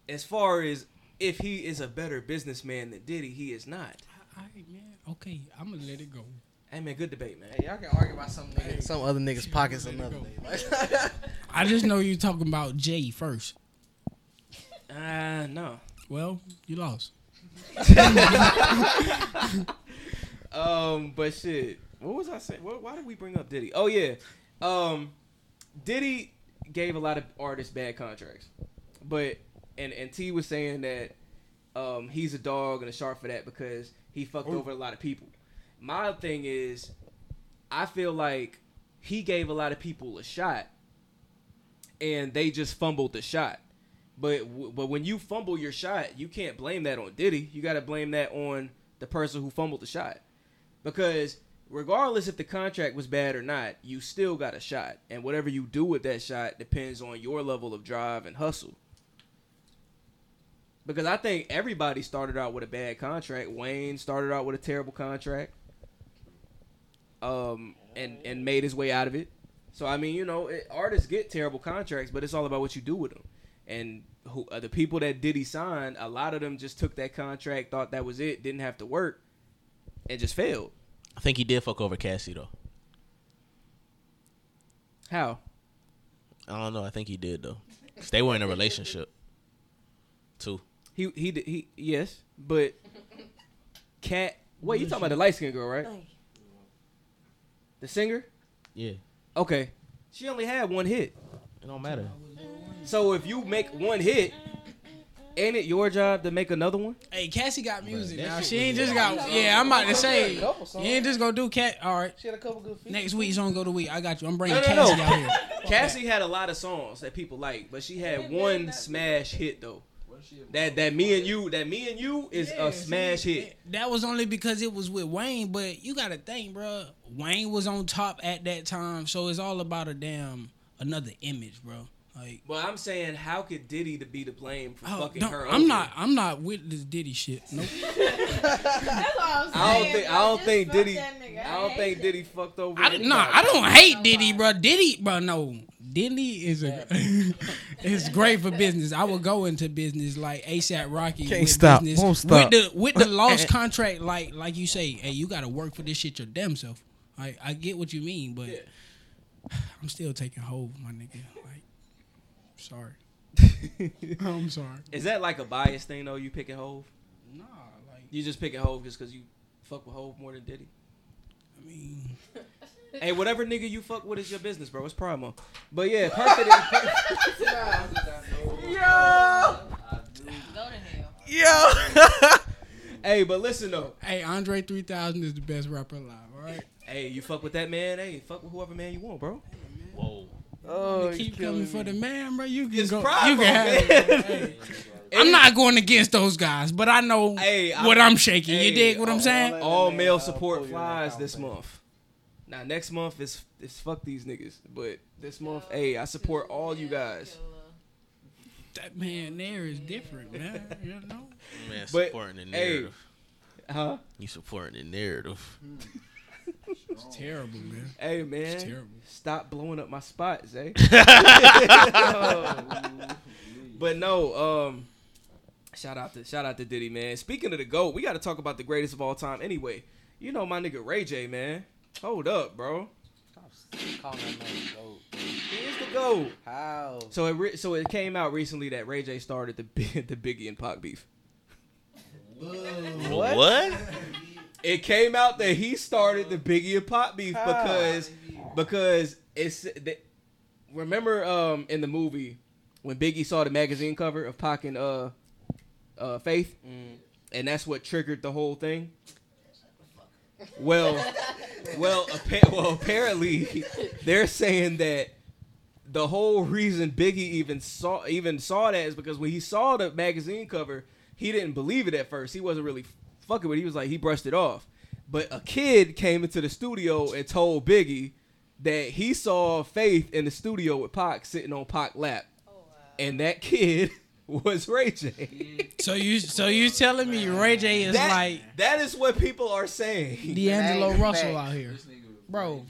Speaker 3: as far as if he is a better businessman than Diddy, he is not.
Speaker 1: all right, man. Okay, I'm gonna let it go.
Speaker 3: Hey man, good debate, man.
Speaker 13: Y'all can argue about something. nigga. Some other niggas' pockets another day.
Speaker 1: I just know you talking about Jay first.
Speaker 3: Uh, no.
Speaker 1: Well, you lost.
Speaker 3: um, but shit, what was I saying? What, why did we bring up Diddy? Oh yeah, um, Diddy gave a lot of artists bad contracts, but and and T was saying that um he's a dog and a shark for that because he fucked over a lot of people. My thing is, I feel like he gave a lot of people a shot, and they just fumbled the shot. But w- but when you fumble your shot, you can't blame that on Diddy. You got to blame that on the person who fumbled the shot, because regardless if the contract was bad or not, you still got a shot, and whatever you do with that shot depends on your level of drive and hustle. Because I think everybody started out with a bad contract. Wayne started out with a terrible contract, um, and and made his way out of it. So I mean, you know, it, artists get terrible contracts, but it's all about what you do with them. And who uh, the people that Diddy signed, a lot of them just took that contract, thought that was it, didn't have to work, and just failed.
Speaker 14: I think he did fuck over Cassie though.
Speaker 3: How?
Speaker 14: I don't know. I think he did though. 'Cause they were in a relationship. Too.
Speaker 3: He he did- he yes, but Cat. Wait, you talking about the light skinned girl, right? The singer.
Speaker 14: Yeah.
Speaker 3: Okay. She only had one hit.
Speaker 14: It don't matter.
Speaker 3: So if you make one hit, ain't it your job to make another one?
Speaker 1: Hey, Cassie got music
Speaker 3: that
Speaker 1: now.
Speaker 3: shit
Speaker 1: She
Speaker 3: was
Speaker 1: ain't just
Speaker 3: wild.
Speaker 1: got. Yeah, I'm about to say.
Speaker 3: She had a couple songs.
Speaker 1: You ain't just gonna do cat. All right.
Speaker 13: She had a couple good features.
Speaker 1: Next week's on go to week. I got you. I'm bringing
Speaker 3: No, no,
Speaker 1: Cassie
Speaker 3: no.
Speaker 1: out here.
Speaker 3: Cassie had a lot of songs that people like, but she had one smash hit though. That that me and you, that me and you is
Speaker 1: Yeah,
Speaker 3: a smash
Speaker 1: see,
Speaker 3: hit.
Speaker 1: That was only because it was with Wayne, but you gotta think, bro. Wayne was on top at that time, so it's all about a damn another image, bro. Like,
Speaker 3: But I'm saying, how could Diddy to be to blame for
Speaker 1: oh,
Speaker 3: fucking
Speaker 1: don't-
Speaker 3: her?
Speaker 1: I'm
Speaker 3: over?
Speaker 1: not, I'm not with this Diddy shit. Nope.
Speaker 3: I don't think I don't think Diddy I don't think Diddy fucked over.
Speaker 1: I,
Speaker 3: anybody.
Speaker 1: no, I don't hate Diddy, bro. Diddy, bro, no. Diddy is a it's great for business. I would go into business like ASAP Rocky.
Speaker 13: Can't
Speaker 1: with
Speaker 13: stop,
Speaker 1: Business,
Speaker 13: won't stop.
Speaker 1: With the with the lost contract, like like you say, hey, you got to work for this shit your damn self. I I get what you mean, but I'm still taking hold, my nigga. Like, sorry. I'm sorry.
Speaker 3: Is that like a bias thing though? You picking Hove?
Speaker 1: Nah, like
Speaker 3: you just picking Hove just because you fuck with Hove more than Diddy.
Speaker 1: I mean,
Speaker 3: hey, whatever nigga you fuck with is your business, bro. It's primo. But yeah, perfect. is- Yo. Yo. hey, but listen though.
Speaker 1: Hey, Andre 3000 is the best rapper alive. All right.
Speaker 3: Hey, you fuck with that man. Hey, fuck with whoever man you want, bro. Whoa. Oh,
Speaker 1: You keep coming for the man, bro. You can go.
Speaker 3: Primo,
Speaker 1: you can have. it, bro.
Speaker 3: man.
Speaker 1: Hey. I'm not going against those guys, but I know what I'm shaking. you dig what I'm saying?
Speaker 3: All male support flies this month. Now next month is is fuck these niggas, but this month, hey, I support all you guys.
Speaker 1: That man there is different, man. You know.
Speaker 14: Man,
Speaker 3: But,
Speaker 14: supporting the
Speaker 3: hey,
Speaker 14: narrative.
Speaker 3: huh?
Speaker 14: You supporting the narrative.
Speaker 1: It's terrible, man.
Speaker 3: Hey man,
Speaker 1: It's terrible.
Speaker 3: stop blowing up my spots, eh? but no, um, shout out to shout out to Diddy, man. Speaking of the goat, we got to talk about the greatest of all time. Anyway, you know my nigga Ray J, man. Hold up, bro.
Speaker 8: Call that man goat.
Speaker 3: He is the goat.
Speaker 8: How?
Speaker 3: So it re- so it came out recently that Ray J started the big, the Biggie and Pac beef.
Speaker 8: What?
Speaker 3: It came out that he started the Biggie and Pop beef
Speaker 8: How?
Speaker 3: because because it's the, remember um in the movie when Biggie saw the magazine cover of Pac and uh uh Faith and that's what triggered the whole thing. Well, well, appa- well, apparently they're saying that the whole reason Biggie even saw even saw that is because when he saw the magazine cover, he didn't believe it at first. He wasn't really fucking with. it. He was like he brushed it off. But a kid came into the studio and told Biggie that he saw Faith in the studio with Pac sitting on Pac lap, and that kid was Ray J.
Speaker 1: So you so you telling me Ray J is
Speaker 3: That-
Speaker 1: like
Speaker 3: that is what people are saying.
Speaker 1: D'Angelo Russell out here, bro?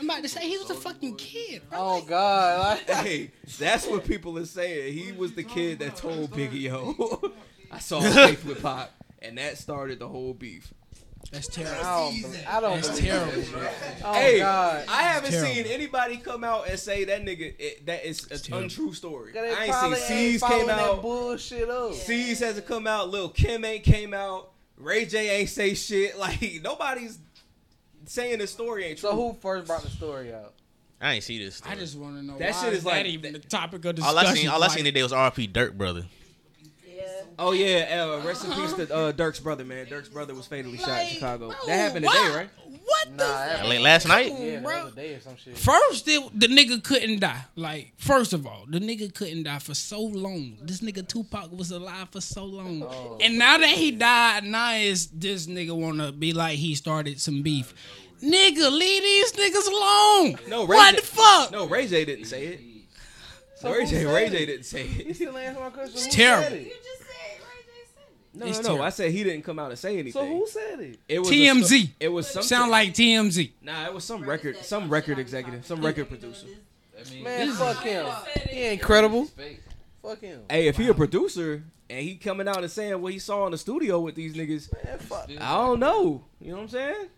Speaker 1: I'm about to say he was a fucking kid.
Speaker 3: Oh God! hey, that's what people are saying. He was the kid that told Biggie, "Yo, I saw Faith with Pop," and that started the whole beef.
Speaker 1: That's
Speaker 8: I don't, I don't
Speaker 3: That's
Speaker 8: believe
Speaker 3: terrible,
Speaker 8: this, bro. Oh,
Speaker 3: hey,
Speaker 8: God.
Speaker 3: I haven't
Speaker 8: Terrible.
Speaker 3: seen anybody come out and say that nigga it, that is an
Speaker 8: terrible.
Speaker 3: untrue story.
Speaker 8: They
Speaker 3: I ain't
Speaker 8: probably
Speaker 3: seen C's
Speaker 8: following
Speaker 3: came
Speaker 8: That
Speaker 3: out.
Speaker 8: bullshit up.
Speaker 3: C's hasn't come out. Lil Kim ain't came out. Ray J ain't say shit. Like nobody's saying the story ain't true.
Speaker 8: So who first brought the story out?
Speaker 14: I ain't see this.
Speaker 1: I just want to know
Speaker 3: That
Speaker 1: why
Speaker 3: shit is
Speaker 1: that
Speaker 3: like-
Speaker 1: even the topic of discussion.
Speaker 14: All I seen, all I
Speaker 1: like,
Speaker 14: seen today was R.P. Dirt brother.
Speaker 3: Oh yeah, uh, rest in peace to uh, Dirk's brother, man. Dirk's brother was fatally shot in Chicago.
Speaker 1: bro,
Speaker 3: that happened today,
Speaker 1: why?
Speaker 3: right?
Speaker 1: What
Speaker 3: nah,
Speaker 1: the?
Speaker 14: Like last night?
Speaker 8: Yeah, the
Speaker 1: bro.
Speaker 8: other day or some shit.
Speaker 1: First, it, the nigga couldn't die. Like, first of all, the nigga couldn't die for so long. This nigga Tupac was alive for so long,
Speaker 3: Oh.
Speaker 1: and now that he died, now is this nigga wanna be like he started some beef? Nigga, leave these niggas alone.
Speaker 3: No, Ray
Speaker 1: what
Speaker 3: J-
Speaker 1: the fuck?
Speaker 3: No, Ray J didn't say it.
Speaker 8: So
Speaker 3: Ray
Speaker 8: who
Speaker 3: J,
Speaker 8: said
Speaker 3: Ray
Speaker 8: it?
Speaker 3: J didn't say it.
Speaker 8: You still answering my question?
Speaker 3: It's
Speaker 8: Who
Speaker 3: terrible.
Speaker 8: said it?
Speaker 3: No,
Speaker 1: It's
Speaker 3: no, no.
Speaker 1: terrible.
Speaker 3: I said he didn't come out and say anything.
Speaker 8: So who said it?
Speaker 3: It was a
Speaker 1: TMZ.
Speaker 3: sto- it was something.
Speaker 1: Sound like TMZ.
Speaker 3: Nah, it was some record, some record executive, some record producer.
Speaker 8: Man, fuck him. He ain't
Speaker 3: Incredible.
Speaker 8: credible. Fuck him.
Speaker 3: Hey, if he a producer and he coming out and saying what he saw in the studio with these niggas, I don't know. You know what I'm saying?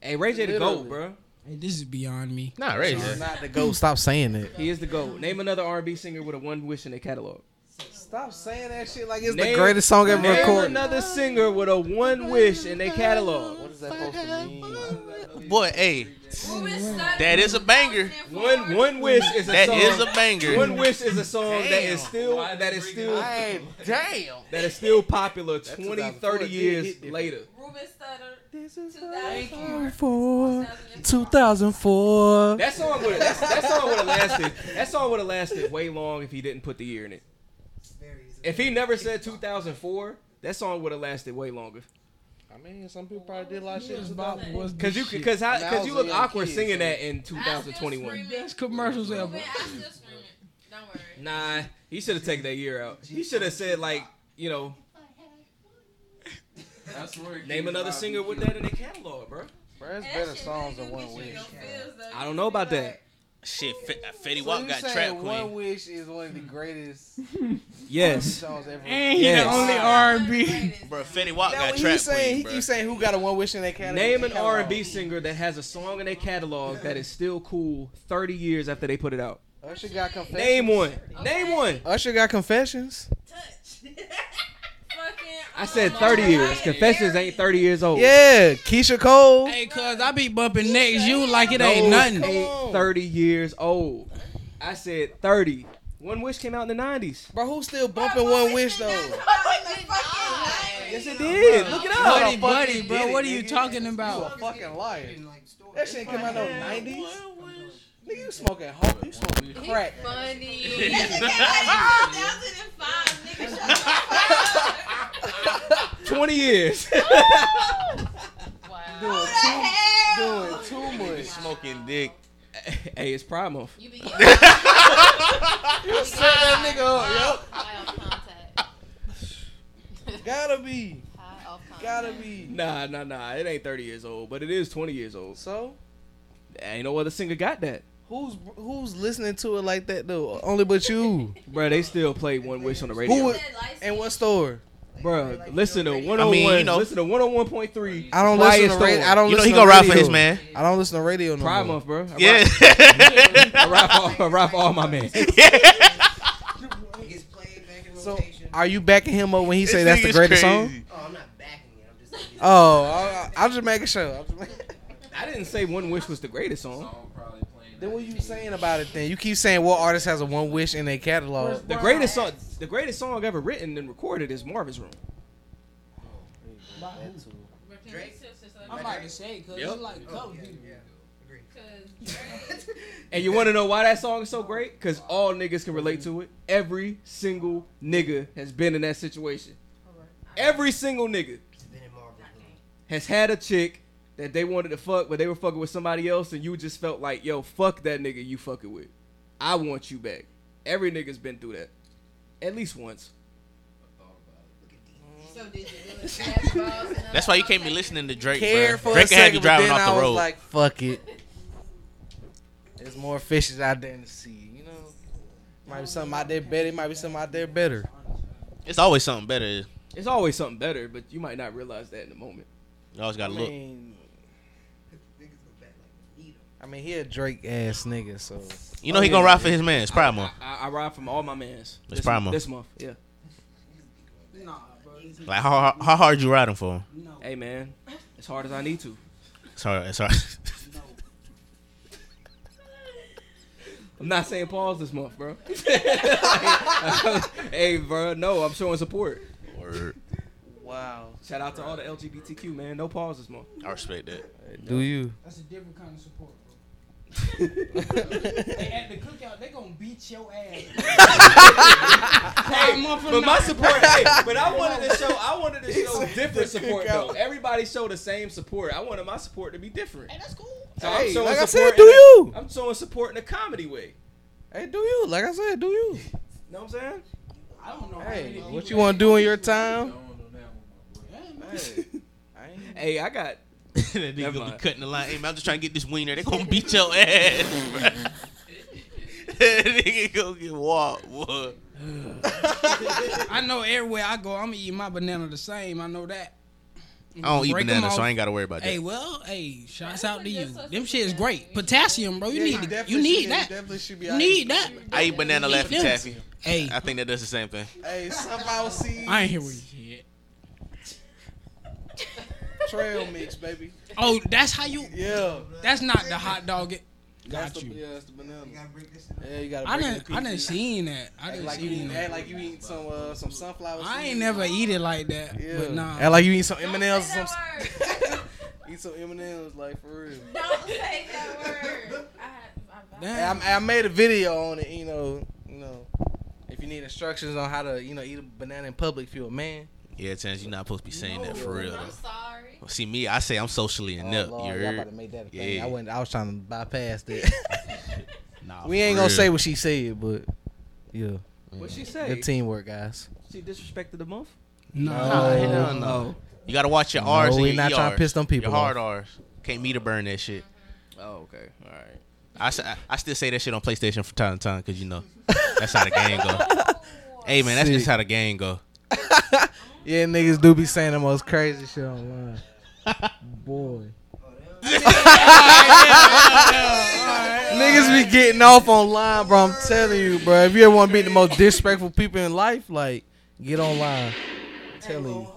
Speaker 3: Hey, Ray J the
Speaker 1: Literally.
Speaker 3: goat, bro.
Speaker 1: Hey, this is beyond me.
Speaker 14: Nah, Ray
Speaker 1: Sorry.
Speaker 14: J.
Speaker 13: Go stop saying it.
Speaker 3: He is the goat. Name another R&B singer with a one wish in their catalog.
Speaker 8: Stop saying that shit like it's
Speaker 3: Name-
Speaker 8: the greatest
Speaker 13: song ever
Speaker 3: name
Speaker 13: recorded.
Speaker 3: Another singer with a one wish in their catalog. What
Speaker 8: is that supposed to mean?
Speaker 14: Boy, hey, that is a banger.
Speaker 3: One one wish is a
Speaker 14: That
Speaker 3: song.
Speaker 14: is a banger.
Speaker 3: One wish is a song that is
Speaker 8: Damn.
Speaker 3: still that is still
Speaker 8: damn.
Speaker 3: that is still popular 20,
Speaker 8: 2004
Speaker 3: 30
Speaker 8: did
Speaker 3: years
Speaker 8: hit different.
Speaker 3: later.
Speaker 20: Ruben Stutter.
Speaker 8: This
Speaker 20: is Thank you.
Speaker 13: 2004. 2004.
Speaker 3: That song would that, that song would have lasted. That song would have lasted way long if he didn't put the year in it. if he never said 2004, that song would have lasted way longer.
Speaker 13: I mean, some people probably did a lot of shit. just about what's
Speaker 3: Cause
Speaker 13: this
Speaker 3: you,
Speaker 13: shit.
Speaker 3: cause how,
Speaker 13: When I
Speaker 3: cause
Speaker 13: was
Speaker 3: you
Speaker 13: a
Speaker 3: look
Speaker 13: young
Speaker 3: awkward
Speaker 13: kid,
Speaker 3: singing
Speaker 13: so-
Speaker 3: that in 2021.
Speaker 1: Best commercials ever.
Speaker 3: Nah, he should have taken that year out. He should have said like, you know, name another singer with that in their catalog, bro.
Speaker 13: Bro, there's better songs than One Wish.
Speaker 3: I don't know about that.
Speaker 14: Shit, Fe- Fetty
Speaker 13: So
Speaker 14: Wap
Speaker 13: you
Speaker 14: got
Speaker 13: saying
Speaker 14: trap
Speaker 13: One
Speaker 14: queen.
Speaker 13: Wish is one of the greatest
Speaker 3: Yes.
Speaker 13: songs ever.
Speaker 14: And he the Yes. only
Speaker 1: R&B.
Speaker 14: Bro, Fetty Wap
Speaker 13: Now,
Speaker 14: got
Speaker 13: when
Speaker 14: trap
Speaker 13: he saying,
Speaker 14: queen,
Speaker 13: he
Speaker 14: bro.
Speaker 13: keeps saying who got a One Wish in their catalog.
Speaker 3: Name an
Speaker 13: catalog.
Speaker 3: R&B singer that has a song in their catalog that is still cool 30 years after they put it out.
Speaker 13: Usher got confessions.
Speaker 3: Name one. Name one.
Speaker 13: Usher got confessions.
Speaker 3: I
Speaker 1: um,
Speaker 3: said 30 years. Confessions ain't 30 years old.
Speaker 13: Yeah, Keisha Cole.
Speaker 1: Hey, cuz I be bumping next you like it
Speaker 3: Those
Speaker 1: ain't nothing.
Speaker 3: ain't 30 years old. I said 30. One Wish came out in the 90s.
Speaker 13: Bro, who's still bumping One Wish though?
Speaker 3: Yes, it did. Look it up.
Speaker 1: Buddy, buddy, bro, what are you talking about?
Speaker 13: fucking liar. That shit came out in the nineties. Nigga, you smoking hope. You smoking crack.
Speaker 3: Twenty years.
Speaker 13: Doing too, doing too much.
Speaker 14: Smoking dick.
Speaker 3: Hey, it's Pride Month.
Speaker 13: You set that nigga up, yo. Gotta be. Gotta be.
Speaker 3: Nah, nah, nah. It ain't 30 years old, but it is 20 years old.
Speaker 13: So?
Speaker 3: Ain't no other singer got that.
Speaker 13: Who's who's listening to it like that though? Only but you.
Speaker 3: Bruh, they still play One Wish on the radio.
Speaker 13: Who? would- And what store?
Speaker 3: Bro, listen to 101.
Speaker 13: I mean, you know-
Speaker 3: listen to 101.3.
Speaker 13: I don't
Speaker 3: Fly
Speaker 13: listen to
Speaker 3: Store.
Speaker 13: radio. I don't listen to radio. I don't listen to radio no
Speaker 3: Pride
Speaker 13: more.
Speaker 3: month, bro. I
Speaker 13: Yeah.
Speaker 3: rock- I rap all, I rap all my men.
Speaker 13: So, are you backing him up when he say
Speaker 3: This
Speaker 13: that's the
Speaker 3: nigga's
Speaker 13: greatest
Speaker 3: crazy.
Speaker 13: song? Oh, I- I- I'm just making sure. I'm just making-
Speaker 3: I didn't say One Wish was the greatest song.
Speaker 13: Then what you saying about it? Then you keep saying what artist has a one wish in their catalog?
Speaker 3: The greatest song, the greatest song ever written and recorded is Marvin's Room.
Speaker 1: I'm about to say, cuz
Speaker 3: Yep.
Speaker 1: it's
Speaker 13: Oh,
Speaker 1: like couple people.
Speaker 3: And you want to know why that song is so great? Cause all niggas can relate to it. Every single nigga has been in that situation. Every single nigga has had a chick that they wanted to fuck, but they were fucking with somebody else, and you just felt like, yo, fuck that nigga you fucking with. I want you back. Every nigga's been through that, at least once.
Speaker 14: That's why you can't be listening to Drake,
Speaker 13: Care
Speaker 14: bro.
Speaker 13: for a
Speaker 14: Drake had
Speaker 13: second,
Speaker 14: you
Speaker 13: but
Speaker 14: driving
Speaker 13: then
Speaker 14: off
Speaker 13: I
Speaker 14: the
Speaker 13: was
Speaker 14: road.
Speaker 13: like, fuck it. There's more fishes out there in the sea, you know. Might be something out there better. Might be something out there better.
Speaker 14: it's always something better.
Speaker 3: It's always something better, but you might not realize that in the moment.
Speaker 14: You always gotta
Speaker 13: I
Speaker 14: look.
Speaker 13: mean, I mean, he a Drake ass nigga, so
Speaker 14: You know he gonna ride for his man. It's Pride Month.
Speaker 3: I, I ride from all my mans.
Speaker 14: It's
Speaker 3: this,
Speaker 14: Pride Month.
Speaker 3: This month, yeah.
Speaker 14: Like how how- how hard you riding for him?
Speaker 3: Hey man, as hard as I need to.
Speaker 14: Sorry, sorry.
Speaker 3: I'm not saying pause this month, bro. hey, bro, no, I'm showing support.
Speaker 14: Word.
Speaker 13: Wow.
Speaker 3: Shout out to all the LGBTQ man. No pause this month.
Speaker 14: I respect that.
Speaker 13: Do you?
Speaker 1: That's a different kind of support, bro. They at the cookout, they gonna beat your ass. Pride month or
Speaker 3: But my
Speaker 1: not.
Speaker 3: support, hey, but I wanted to show, I wanted to show different support though. Everybody show the same support. I wanted my support to be different. Hey, that's cool. So I'm
Speaker 13: Hey,
Speaker 3: showing
Speaker 13: like I
Speaker 3: support
Speaker 13: said, do
Speaker 3: in a-
Speaker 13: you?
Speaker 3: I'm showing support in a comedy way.
Speaker 13: Hey, do you? Like I said, do you?
Speaker 3: You know what I'm saying?
Speaker 1: I don't know.
Speaker 3: Hey,
Speaker 13: What you want to do in your time?
Speaker 3: Hey, I got.
Speaker 14: that nigga gonna be cutting the line. Hey, man, I'm just trying to get this wiener. They gonna beat your ass. bro. that nigga gonna get walked, boy.
Speaker 1: I know everywhere I go, I'm gonna eat my banana the same. I know that.
Speaker 14: I don't eat
Speaker 1: Break 'em
Speaker 14: banana, so
Speaker 1: off.
Speaker 14: I ain't gotta worry about that.
Speaker 1: Hey, well, hey, shouts out to you. Them shit is great. Potassium, bro. You
Speaker 13: Yeah, you definitely
Speaker 1: need it. You
Speaker 13: should- yeah, you
Speaker 1: need that.
Speaker 13: definitely should be
Speaker 1: You
Speaker 13: out
Speaker 1: need
Speaker 13: here.
Speaker 1: that.
Speaker 14: I eat banana
Speaker 1: Eat
Speaker 14: Laffy
Speaker 1: them.
Speaker 14: Taffy.
Speaker 1: Hey,
Speaker 14: I think that does the same thing.
Speaker 13: Hey, somehow see.
Speaker 1: I ain't hear what you said.
Speaker 13: Trail mix, baby.
Speaker 1: Oh, that's how you.
Speaker 13: Yeah.
Speaker 1: That's not the hot dog. It,
Speaker 13: That's
Speaker 1: got
Speaker 13: the,
Speaker 1: you.
Speaker 13: Yeah, that's the banana. You gotta break this. Yeah, you gotta
Speaker 1: I
Speaker 13: break
Speaker 1: done,
Speaker 13: it in
Speaker 1: I done
Speaker 13: pieces.
Speaker 1: seen that. I
Speaker 13: Act
Speaker 1: done
Speaker 13: like you
Speaker 1: seen
Speaker 13: eat,
Speaker 1: that.
Speaker 13: act like you eat some uh, some sunflower.
Speaker 1: I
Speaker 13: seeds.
Speaker 1: ain't never eat it like that.
Speaker 13: Yeah.
Speaker 1: But nah.
Speaker 13: Act like you eat some M and M's or some. eat some M and M's, like for real.
Speaker 9: Don't say that word. I, I,
Speaker 13: Hey, I, I made a video on it, you know, you know. If you need instructions on how to, you know, eat a banana in public if you're a man.
Speaker 14: Yeah, Chance, you're not supposed to be saying that for real.
Speaker 13: I'm
Speaker 14: though. Well, See me, I say I'm socially inept.
Speaker 13: Oh, Lord,
Speaker 14: you
Speaker 13: y'all
Speaker 14: heard?
Speaker 13: about to make that a thing.
Speaker 14: Yeah.
Speaker 13: I went. I was trying to bypass that.
Speaker 14: Nah,
Speaker 13: we
Speaker 14: for
Speaker 13: ain't gonna
Speaker 14: real.
Speaker 13: say what she said, but yeah.
Speaker 3: What she
Speaker 13: Good
Speaker 3: say?
Speaker 13: teamwork, guys.
Speaker 3: She disrespected the month.
Speaker 14: Nah, hell no. You gotta watch your
Speaker 13: No,
Speaker 14: R's. and
Speaker 13: we
Speaker 14: your
Speaker 13: not trying to
Speaker 14: ERs.
Speaker 13: piss them people
Speaker 14: Your hard R's. Can't meet to burn that shit.
Speaker 3: Oh, okay. All right.
Speaker 14: I, s- I- I still say that shit on PlayStation from time to time because you know that's how the game go. hey man, that's just
Speaker 13: Sick.
Speaker 14: how the game go.
Speaker 13: Yeah, niggas do be saying the most crazy shit online. Boy. Niggas be getting off online, bro. I'm telling you, bro. If you ever want to be the most disrespectful people in life, like get online. I'm telling you.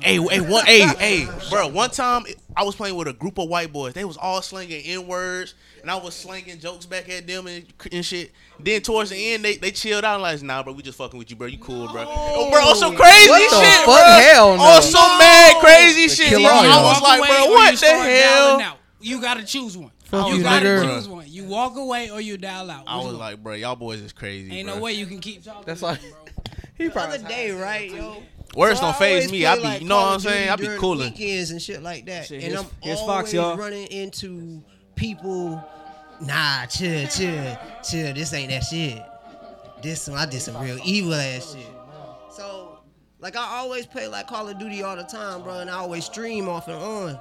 Speaker 14: Hey, hey, one, hey, hey, bro. One time I was playing with a group of white boys. They was all slinging n words, and I was slinging jokes back at them and, and shit. Then towards the end, they, they chilled out. like, nah, bro, we just fucking with you, bro. You cool, bro. Oh, bro, on some crazy
Speaker 21: What the
Speaker 14: shit,
Speaker 21: fuck?
Speaker 14: bro.
Speaker 21: Hell no.
Speaker 1: Oh,
Speaker 14: On Oh, some mad crazy
Speaker 21: The
Speaker 14: shit.
Speaker 21: killer
Speaker 14: bro. I was
Speaker 21: whale.
Speaker 1: Walk
Speaker 14: like,
Speaker 1: away
Speaker 14: bro,
Speaker 1: or you
Speaker 14: what the
Speaker 1: start dialing
Speaker 14: hell?
Speaker 1: out. You gotta choose one.
Speaker 14: Fuck
Speaker 1: you
Speaker 14: you,
Speaker 1: gotta
Speaker 14: nigga.
Speaker 1: choose one. You walk away or you dial out.
Speaker 14: I
Speaker 1: Which
Speaker 14: was
Speaker 1: one?
Speaker 14: like, bro, y'all boys is crazy.
Speaker 1: Ain't
Speaker 14: bro.
Speaker 1: no way you can keep talking.
Speaker 13: That's like
Speaker 11: He probably the other day, right, yo.
Speaker 14: Words
Speaker 11: So
Speaker 14: don't
Speaker 11: I
Speaker 14: phase
Speaker 11: always
Speaker 14: me.
Speaker 11: play,
Speaker 14: I be-
Speaker 11: like,
Speaker 14: you know what
Speaker 11: Call
Speaker 14: I'm
Speaker 11: of
Speaker 14: saying?
Speaker 11: Duty
Speaker 14: I be
Speaker 11: during
Speaker 14: cooling.
Speaker 11: Weekends and shit like that,
Speaker 3: Shit,
Speaker 11: and
Speaker 3: here's-
Speaker 11: I'm
Speaker 3: here's Fox,
Speaker 11: always
Speaker 3: y'all.
Speaker 11: running into people. Nah, chill, chill, chill. This ain't that shit. This some I did some real evil ass shit. So, like I always play like Call of Duty all the time, bro, and I always stream off and on.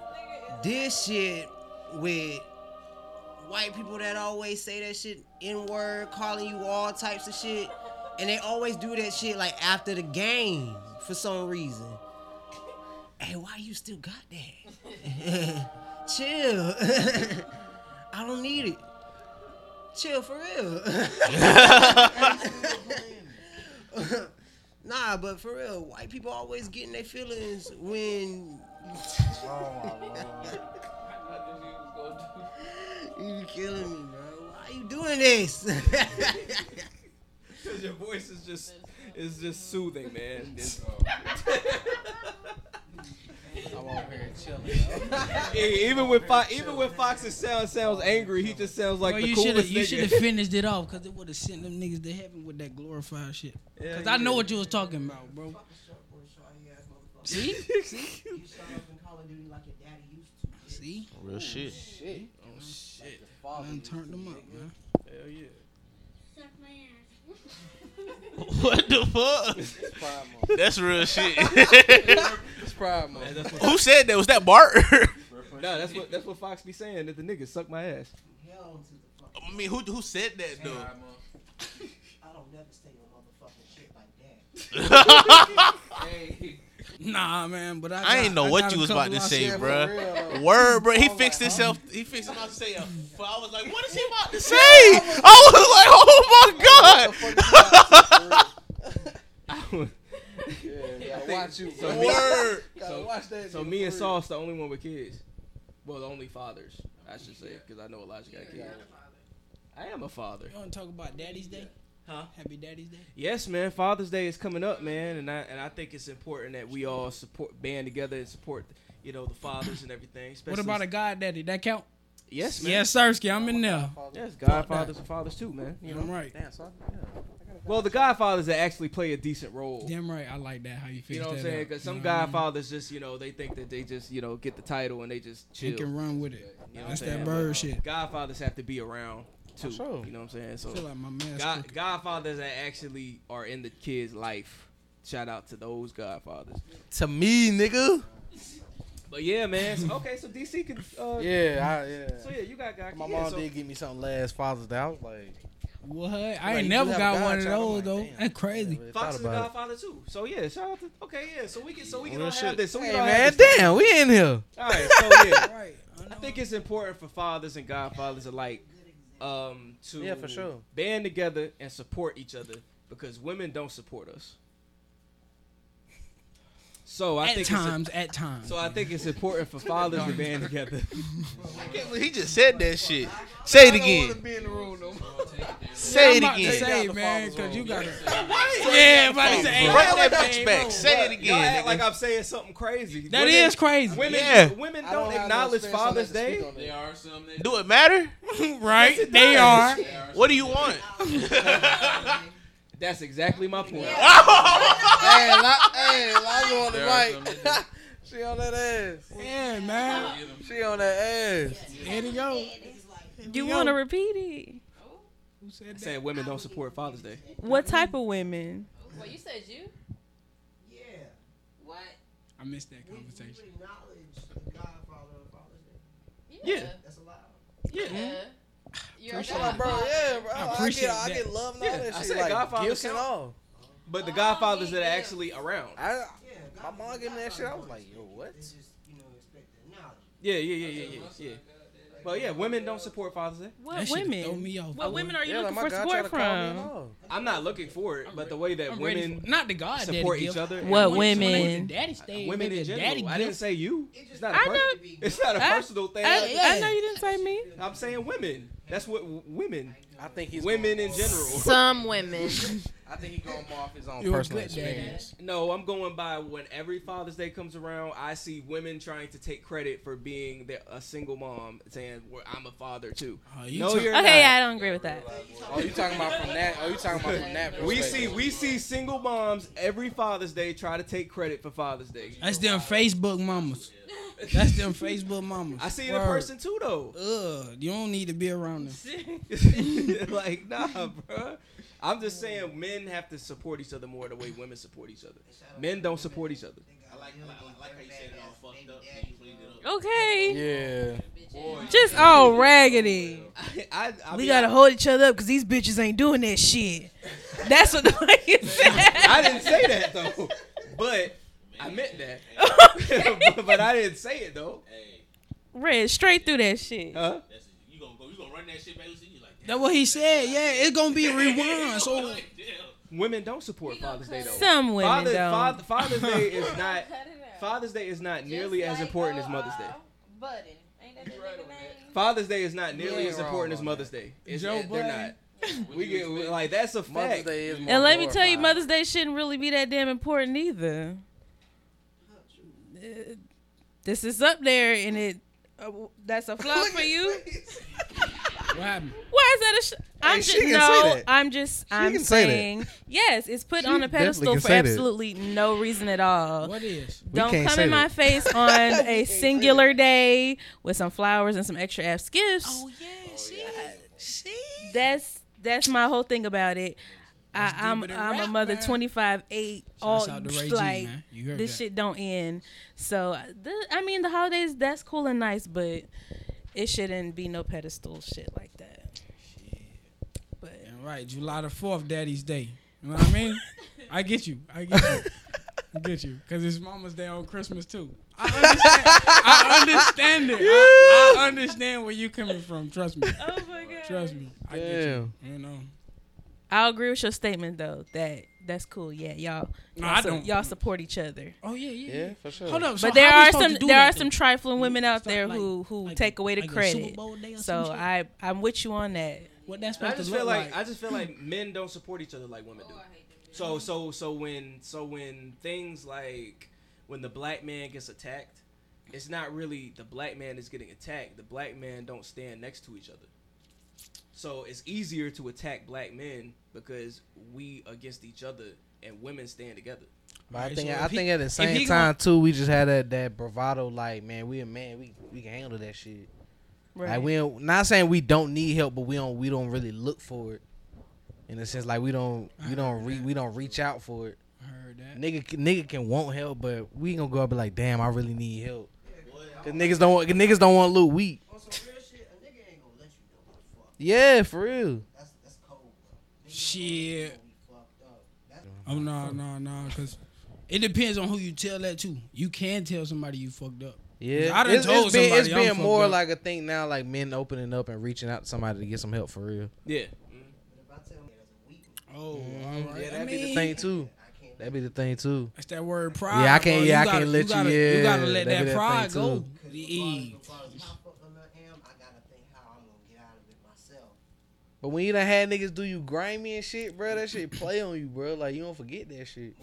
Speaker 11: This shit with white people that always say that shit in word, calling you all types of shit, and they always do that shit like after the game for some reason. Hey, why you still got that? Chill. I don't need it. Chill for real. nah, but for real, white people always getting their feelings when. you killing me, bro. Why you doing this?
Speaker 3: Cause your voice is just is just soothing, man. It's-
Speaker 13: I'm over here chilling.
Speaker 3: E- even when Fox, even when Fox's sound sounds angry, he just sounds like
Speaker 1: Bro,
Speaker 3: the
Speaker 1: you shoulda-
Speaker 3: coolest
Speaker 1: you
Speaker 3: nigga.
Speaker 1: should have finished it off because it would have sent them niggas to heaven with that glorified shit.
Speaker 3: Yeah,
Speaker 1: Because
Speaker 3: you
Speaker 1: I know
Speaker 3: did.
Speaker 1: what you was talking about, bro. See? See? See?
Speaker 14: Real shit.
Speaker 1: Shit. Oh shit. Man, turned them up, man.
Speaker 3: Hell yeah.
Speaker 14: What the fuck? That's real shit.
Speaker 3: It's pride month.
Speaker 14: Who said that? Was that Bart?
Speaker 3: no, that's what that's what Fox be saying. That the niggas suck my ass.
Speaker 14: I mean, who who said that though?
Speaker 11: I don't never say no motherfucking shit like that. hey.
Speaker 1: Nah, man, but I,
Speaker 14: I ain't know
Speaker 1: got- I
Speaker 14: what
Speaker 1: got
Speaker 14: you
Speaker 1: a
Speaker 14: was
Speaker 1: couple
Speaker 14: about to
Speaker 1: of-
Speaker 14: say,
Speaker 1: Yeah, for
Speaker 14: bruh.
Speaker 1: real.
Speaker 14: Word, bruh. He
Speaker 1: I'm
Speaker 14: fixed
Speaker 1: like, huh?
Speaker 14: himself. He fixed himself to say a. But I was like, what is he about to say? I was like, oh my god.
Speaker 3: Yeah,
Speaker 13: gotta watch you,
Speaker 3: So
Speaker 13: bro.
Speaker 3: me,
Speaker 13: Word. Gotta
Speaker 3: so,
Speaker 13: watch that
Speaker 3: so
Speaker 13: nigga
Speaker 3: me and
Speaker 13: word.
Speaker 3: Sauce the only one with kids. Well, the only fathers, I should say, because I know Elijah got kids. I am a father.
Speaker 1: You want to talk about Daddy's Day?
Speaker 3: Huh?
Speaker 1: Happy Daddy's Day?
Speaker 3: Yes, man. Father's Day is coming up, man, and I and I think it's important that we all support, band together, and support, you know, the fathers and everything.
Speaker 1: What about a goddaddy? That count?
Speaker 3: Yes, man.
Speaker 1: Yes, Sirski, I'm in there.
Speaker 3: Yes,
Speaker 1: Fuck that.
Speaker 3: godfathers and fathers too, man. You know,
Speaker 1: I'm right.
Speaker 3: Damn, son. Well, the Godfathers that actually play a decent role.
Speaker 1: Damn right, I like that. How you fix
Speaker 3: You know what I'm
Speaker 1: that
Speaker 3: saying?
Speaker 1: up.
Speaker 3: Because
Speaker 1: You
Speaker 3: some
Speaker 1: know what I mean?
Speaker 3: Godfathers just, you know, they think that they just, you know, get the title and they just
Speaker 1: They
Speaker 3: chill.
Speaker 1: can run with it.
Speaker 3: You know what
Speaker 1: That's
Speaker 3: I'm saying?
Speaker 1: that bird
Speaker 3: But, uh,
Speaker 1: shit.
Speaker 3: Godfathers have to be around too.
Speaker 1: sure.
Speaker 3: You know what I'm saying? So
Speaker 1: feel like my man's
Speaker 3: God- Godfathers that actually are in the kid's life. Shout out to those Godfathers.
Speaker 13: To me, nigga.
Speaker 3: But yeah, man. so- okay, so DC could. Uh,
Speaker 13: Yeah, I, yeah.
Speaker 3: So yeah, you got God.
Speaker 13: My
Speaker 3: yeah,
Speaker 13: mom
Speaker 3: so-
Speaker 13: did give me something last Father's Day. I was like,
Speaker 1: What? I ain't
Speaker 13: Like, you
Speaker 1: never
Speaker 13: have
Speaker 1: got
Speaker 13: a
Speaker 1: one of
Speaker 13: godchild. I'm
Speaker 1: those
Speaker 13: like,
Speaker 1: though. That's crazy.
Speaker 3: Fox is a
Speaker 13: about it.
Speaker 3: Godfather too. So yeah, shout out to. Okay, yeah. So we can. So we can
Speaker 13: Real
Speaker 3: all have
Speaker 13: shit.
Speaker 3: this. So we
Speaker 13: Hey,
Speaker 3: can all
Speaker 13: man,
Speaker 3: have this.
Speaker 13: damn, we in here.
Speaker 3: All right. So yeah. I think it's important for fathers and godfathers alike um, to
Speaker 13: Yeah, for sure.
Speaker 3: band together and support each other because women don't support us. So I
Speaker 1: At
Speaker 3: think
Speaker 1: times,
Speaker 3: it's
Speaker 1: at times.
Speaker 3: So I think it's important for fathers to band together.
Speaker 14: He just said that shit. Say it again. Say it
Speaker 1: I'm about to
Speaker 14: again.
Speaker 1: Say, man, because you got to.
Speaker 14: Yeah,
Speaker 1: Yeah,
Speaker 14: about
Speaker 1: everybody
Speaker 14: to say,
Speaker 1: say, hey,
Speaker 14: bring
Speaker 1: that
Speaker 14: that bitch
Speaker 1: thing,
Speaker 14: back.
Speaker 1: bro.
Speaker 14: Say it
Speaker 3: Y'all
Speaker 14: again.
Speaker 3: act like
Speaker 14: nigga.
Speaker 3: I'm saying something crazy.
Speaker 1: That
Speaker 3: Women-
Speaker 1: is crazy.
Speaker 3: Women,
Speaker 14: Yeah.
Speaker 3: women
Speaker 1: I
Speaker 3: don't,
Speaker 1: don't have no
Speaker 3: acknowledge
Speaker 1: space on
Speaker 3: Father's
Speaker 1: that to
Speaker 3: Day.
Speaker 1: speak on
Speaker 22: There are some that
Speaker 14: Do it matter?
Speaker 1: Right?
Speaker 3: Yes, it
Speaker 1: They
Speaker 3: does.
Speaker 1: are.
Speaker 14: What do you want?
Speaker 3: That's exactly my point.
Speaker 13: hey, La- hey, Lazo on the mic. she on that ass.
Speaker 1: Yeah, man.
Speaker 13: She on that ass.
Speaker 1: There you go.
Speaker 12: You want to repeat it?
Speaker 1: Who said that?
Speaker 3: Saying women don't support Father's Day.
Speaker 12: What type of women?
Speaker 9: Well, you said you. Yeah. What?
Speaker 1: I missed that conversation.
Speaker 3: Yeah.
Speaker 7: That's allowed.
Speaker 1: Mm-hmm.
Speaker 9: Yeah. You're
Speaker 13: Shut up, bro. Yeah, bro. I,
Speaker 3: appreciate
Speaker 13: get, I
Speaker 3: that.
Speaker 13: get love and all
Speaker 3: Yeah,
Speaker 13: that
Speaker 3: I
Speaker 13: shit.
Speaker 3: said
Speaker 13: like,
Speaker 3: Godfather
Speaker 13: gifts and
Speaker 3: count.
Speaker 13: all.
Speaker 3: But the Godfathers that are actually around.
Speaker 13: I, my mom gave me that shit. I was like, yo, what?
Speaker 3: Yeah, yeah, yeah, yeah, yeah, yeah. But yeah, women don't support Father's Day.
Speaker 12: What That shit women? throw me off, What boy. women are you
Speaker 3: Yeah,
Speaker 12: looking
Speaker 3: my
Speaker 12: for
Speaker 3: God
Speaker 12: support
Speaker 3: tried to call me
Speaker 12: from?
Speaker 3: and all. I'm not looking for it, but the way that
Speaker 1: I'm ready
Speaker 3: women
Speaker 1: for- not the God daddy
Speaker 3: support
Speaker 1: gift.
Speaker 3: each other. and
Speaker 12: What
Speaker 3: women-
Speaker 12: women? Daddy stage,
Speaker 3: women
Speaker 12: maybe
Speaker 3: in
Speaker 12: a
Speaker 3: general.
Speaker 12: daddy
Speaker 3: I didn't
Speaker 12: gift.
Speaker 3: say you. It's not a
Speaker 12: I
Speaker 3: per-
Speaker 12: know-
Speaker 3: It's not a
Speaker 12: I-
Speaker 3: personal thing.
Speaker 12: I- I know you didn't say me.
Speaker 3: I'm saying women. That's what w- women. I think he's women in general.
Speaker 10: Some women.
Speaker 3: I think he's going more off his own
Speaker 13: You're a personal good daddy. experience.
Speaker 3: No, I'm going by when every Father's Day comes around, I see women trying to take credit for being the, a single mom, saying, well, "I'm a father too."
Speaker 12: Oh,
Speaker 1: Oh,
Speaker 12: you
Speaker 3: no,
Speaker 12: talk-
Speaker 3: you're
Speaker 12: Okay,
Speaker 3: not.
Speaker 12: yeah, I don't agree with that.
Speaker 13: Oh, you talking about from that? Oh, you talking about from that?
Speaker 3: we see
Speaker 13: perspective.
Speaker 3: we see single moms every Father's Day try to take credit for Father's Day.
Speaker 1: That's them Facebook mamas. That's them Facebook mamas.
Speaker 3: I see it in person too, though.
Speaker 1: Ugh, you don't need to be around them.
Speaker 3: like nah, bruh. I'm just saying men have to support each other more the way women support each other. Men don't support each other.
Speaker 18: I like, I like, I like how you said it all fucked up. and You cleaned it up.
Speaker 12: Okay.
Speaker 3: Yeah.
Speaker 20: Just all raggedy.
Speaker 3: I, I
Speaker 20: we
Speaker 3: mean,
Speaker 20: gotta
Speaker 3: I-
Speaker 20: hold each other up because these bitches ain't doing that shit. That's what the fuck you said.
Speaker 3: I didn't say that though, but I meant that. but, but I didn't say it though.
Speaker 12: Red straight through that shit.
Speaker 3: Huh?
Speaker 18: You gonna go? You gonna run that shit back? You like
Speaker 1: That's what he said. Yeah, it's gonna be rewind. So
Speaker 3: Women don't support Father's Day though.
Speaker 12: Some women
Speaker 3: Father-
Speaker 12: don't.
Speaker 3: Father- Father's Day is not. Father's Day is not nearly as important as Mother's Day.
Speaker 9: Budden. oh, Ain't that the nigga name?
Speaker 3: Father's Day is not nearly
Speaker 13: You ain't
Speaker 3: as
Speaker 13: wrong
Speaker 3: important as
Speaker 13: on
Speaker 3: Mother's Day. It's,
Speaker 13: Joe
Speaker 3: it- they're not. We get like that's a fact.
Speaker 13: Mother's Day is
Speaker 12: And let me tell you, Mother's Day shouldn't really be that damn important either. Uh, This is up there, and it uh, w- that's a flop for you.
Speaker 1: what happened?
Speaker 12: Why is that a? Sh- I'm
Speaker 1: Hey,
Speaker 12: just
Speaker 1: she can
Speaker 12: no.
Speaker 1: say that.
Speaker 12: I'm just. I'm
Speaker 1: can say that.
Speaker 12: saying yes. It's put
Speaker 1: She
Speaker 12: on a
Speaker 1: definitely
Speaker 12: pedestal
Speaker 1: can
Speaker 12: for
Speaker 1: say that.
Speaker 12: absolutely no reason at all.
Speaker 1: What is? We
Speaker 12: Don't
Speaker 1: can't
Speaker 12: come
Speaker 1: say
Speaker 12: in my
Speaker 1: that.
Speaker 12: face on a singular day with some flowers and some extra ass gifts. Oh yeah, she. That's that's my whole thing about it. I, I'm
Speaker 20: deeper than
Speaker 12: I'm a
Speaker 20: rap,
Speaker 12: mother
Speaker 20: man.
Speaker 12: twenty five eight all
Speaker 20: Shouts out to Ray G,
Speaker 12: like
Speaker 20: man. You heard
Speaker 12: this
Speaker 20: that.
Speaker 12: shit don't end. So the, I mean the holidays that's cool and nice, but it shouldn't be no pedestal shit like that.
Speaker 1: And right, July the fourth, Daddy's Day. You know what I mean? I get you. I get you. I get you. Cause it's Mama's Day on Christmas too. I understand. I understand it. I, I understand where you coming from. Trust me.
Speaker 12: Oh my god.
Speaker 1: Trust me. I get you. um,
Speaker 13: Damn.
Speaker 1: You know.
Speaker 12: I agree with your statement though that that's cool. Yeah, y'all.
Speaker 1: No,
Speaker 12: y'all
Speaker 1: I
Speaker 12: su-
Speaker 1: don't.
Speaker 12: Y'all support each other.
Speaker 1: Oh yeah, yeah.
Speaker 13: Yeah, for sure.
Speaker 1: Hold up. so
Speaker 12: but there
Speaker 1: how we
Speaker 12: are
Speaker 1: supposed
Speaker 12: some
Speaker 1: to do
Speaker 12: there
Speaker 1: that
Speaker 12: are
Speaker 1: then?
Speaker 12: some trifling women out there who who take away the
Speaker 1: like a Super
Speaker 12: credit.
Speaker 1: Bowl day or some
Speaker 12: So
Speaker 1: shit?
Speaker 12: I I'm with you on that.
Speaker 1: What that's
Speaker 3: I
Speaker 1: supposed
Speaker 3: just
Speaker 1: to look
Speaker 3: feel like,
Speaker 1: like.
Speaker 3: I just feel like men don't support each other like women do. So so so when so when things like when the black man gets attacked, it's not really the black man is getting attacked. The black man don't stand next to each other. So it's easier to attack black men because we against each other and women stand together.
Speaker 13: But I
Speaker 3: Right,
Speaker 13: think
Speaker 3: so
Speaker 13: I
Speaker 3: if he-
Speaker 13: think at the
Speaker 3: if
Speaker 13: same
Speaker 3: he
Speaker 13: time too, we just had that, that bravado. Like, man, we a man, we we can handle that shit.
Speaker 3: Right.
Speaker 13: Right. Like we don't, not saying we don't need help, but we don't we don't really look for it. In a sense, like we don't we don't re, we don't reach out for it.
Speaker 1: heard that.
Speaker 13: Nigga can- nigga can want help, but we ain't gonna go up and be like, damn, I really need help. Cause niggas don't want niggas don't want to look weak. Yeah, for real.
Speaker 1: Shit. Oh no no no, because it depends on who you tell that to. You can tell somebody you fucked up. 'Cause
Speaker 13: Yeah,
Speaker 1: I done
Speaker 13: it's,
Speaker 1: told
Speaker 13: it's been,
Speaker 1: somebody
Speaker 13: it's
Speaker 1: I'm
Speaker 13: been
Speaker 1: fucked
Speaker 13: more
Speaker 1: up.
Speaker 13: like a thing now, like men opening up and reaching out to somebody to get some help for real.
Speaker 3: Yeah.
Speaker 1: Oh, all right.
Speaker 13: Yeah,
Speaker 1: I
Speaker 13: that'd be the
Speaker 1: mean,
Speaker 13: thing too. That'd be the thing too.
Speaker 1: That's that word pride.
Speaker 13: Yeah, I can't.
Speaker 1: bro.
Speaker 13: Yeah, I
Speaker 1: gotta-
Speaker 13: can't let you.
Speaker 1: gotta-
Speaker 13: yeah,
Speaker 1: you gotta let
Speaker 13: that'd
Speaker 1: that,
Speaker 13: be
Speaker 1: pride
Speaker 13: thing,
Speaker 1: go. E.
Speaker 13: too.
Speaker 1: Eve.
Speaker 13: But when you done had niggas do you grimy and shit, bro, that shit play on you, bro. Like you don't forget that shit.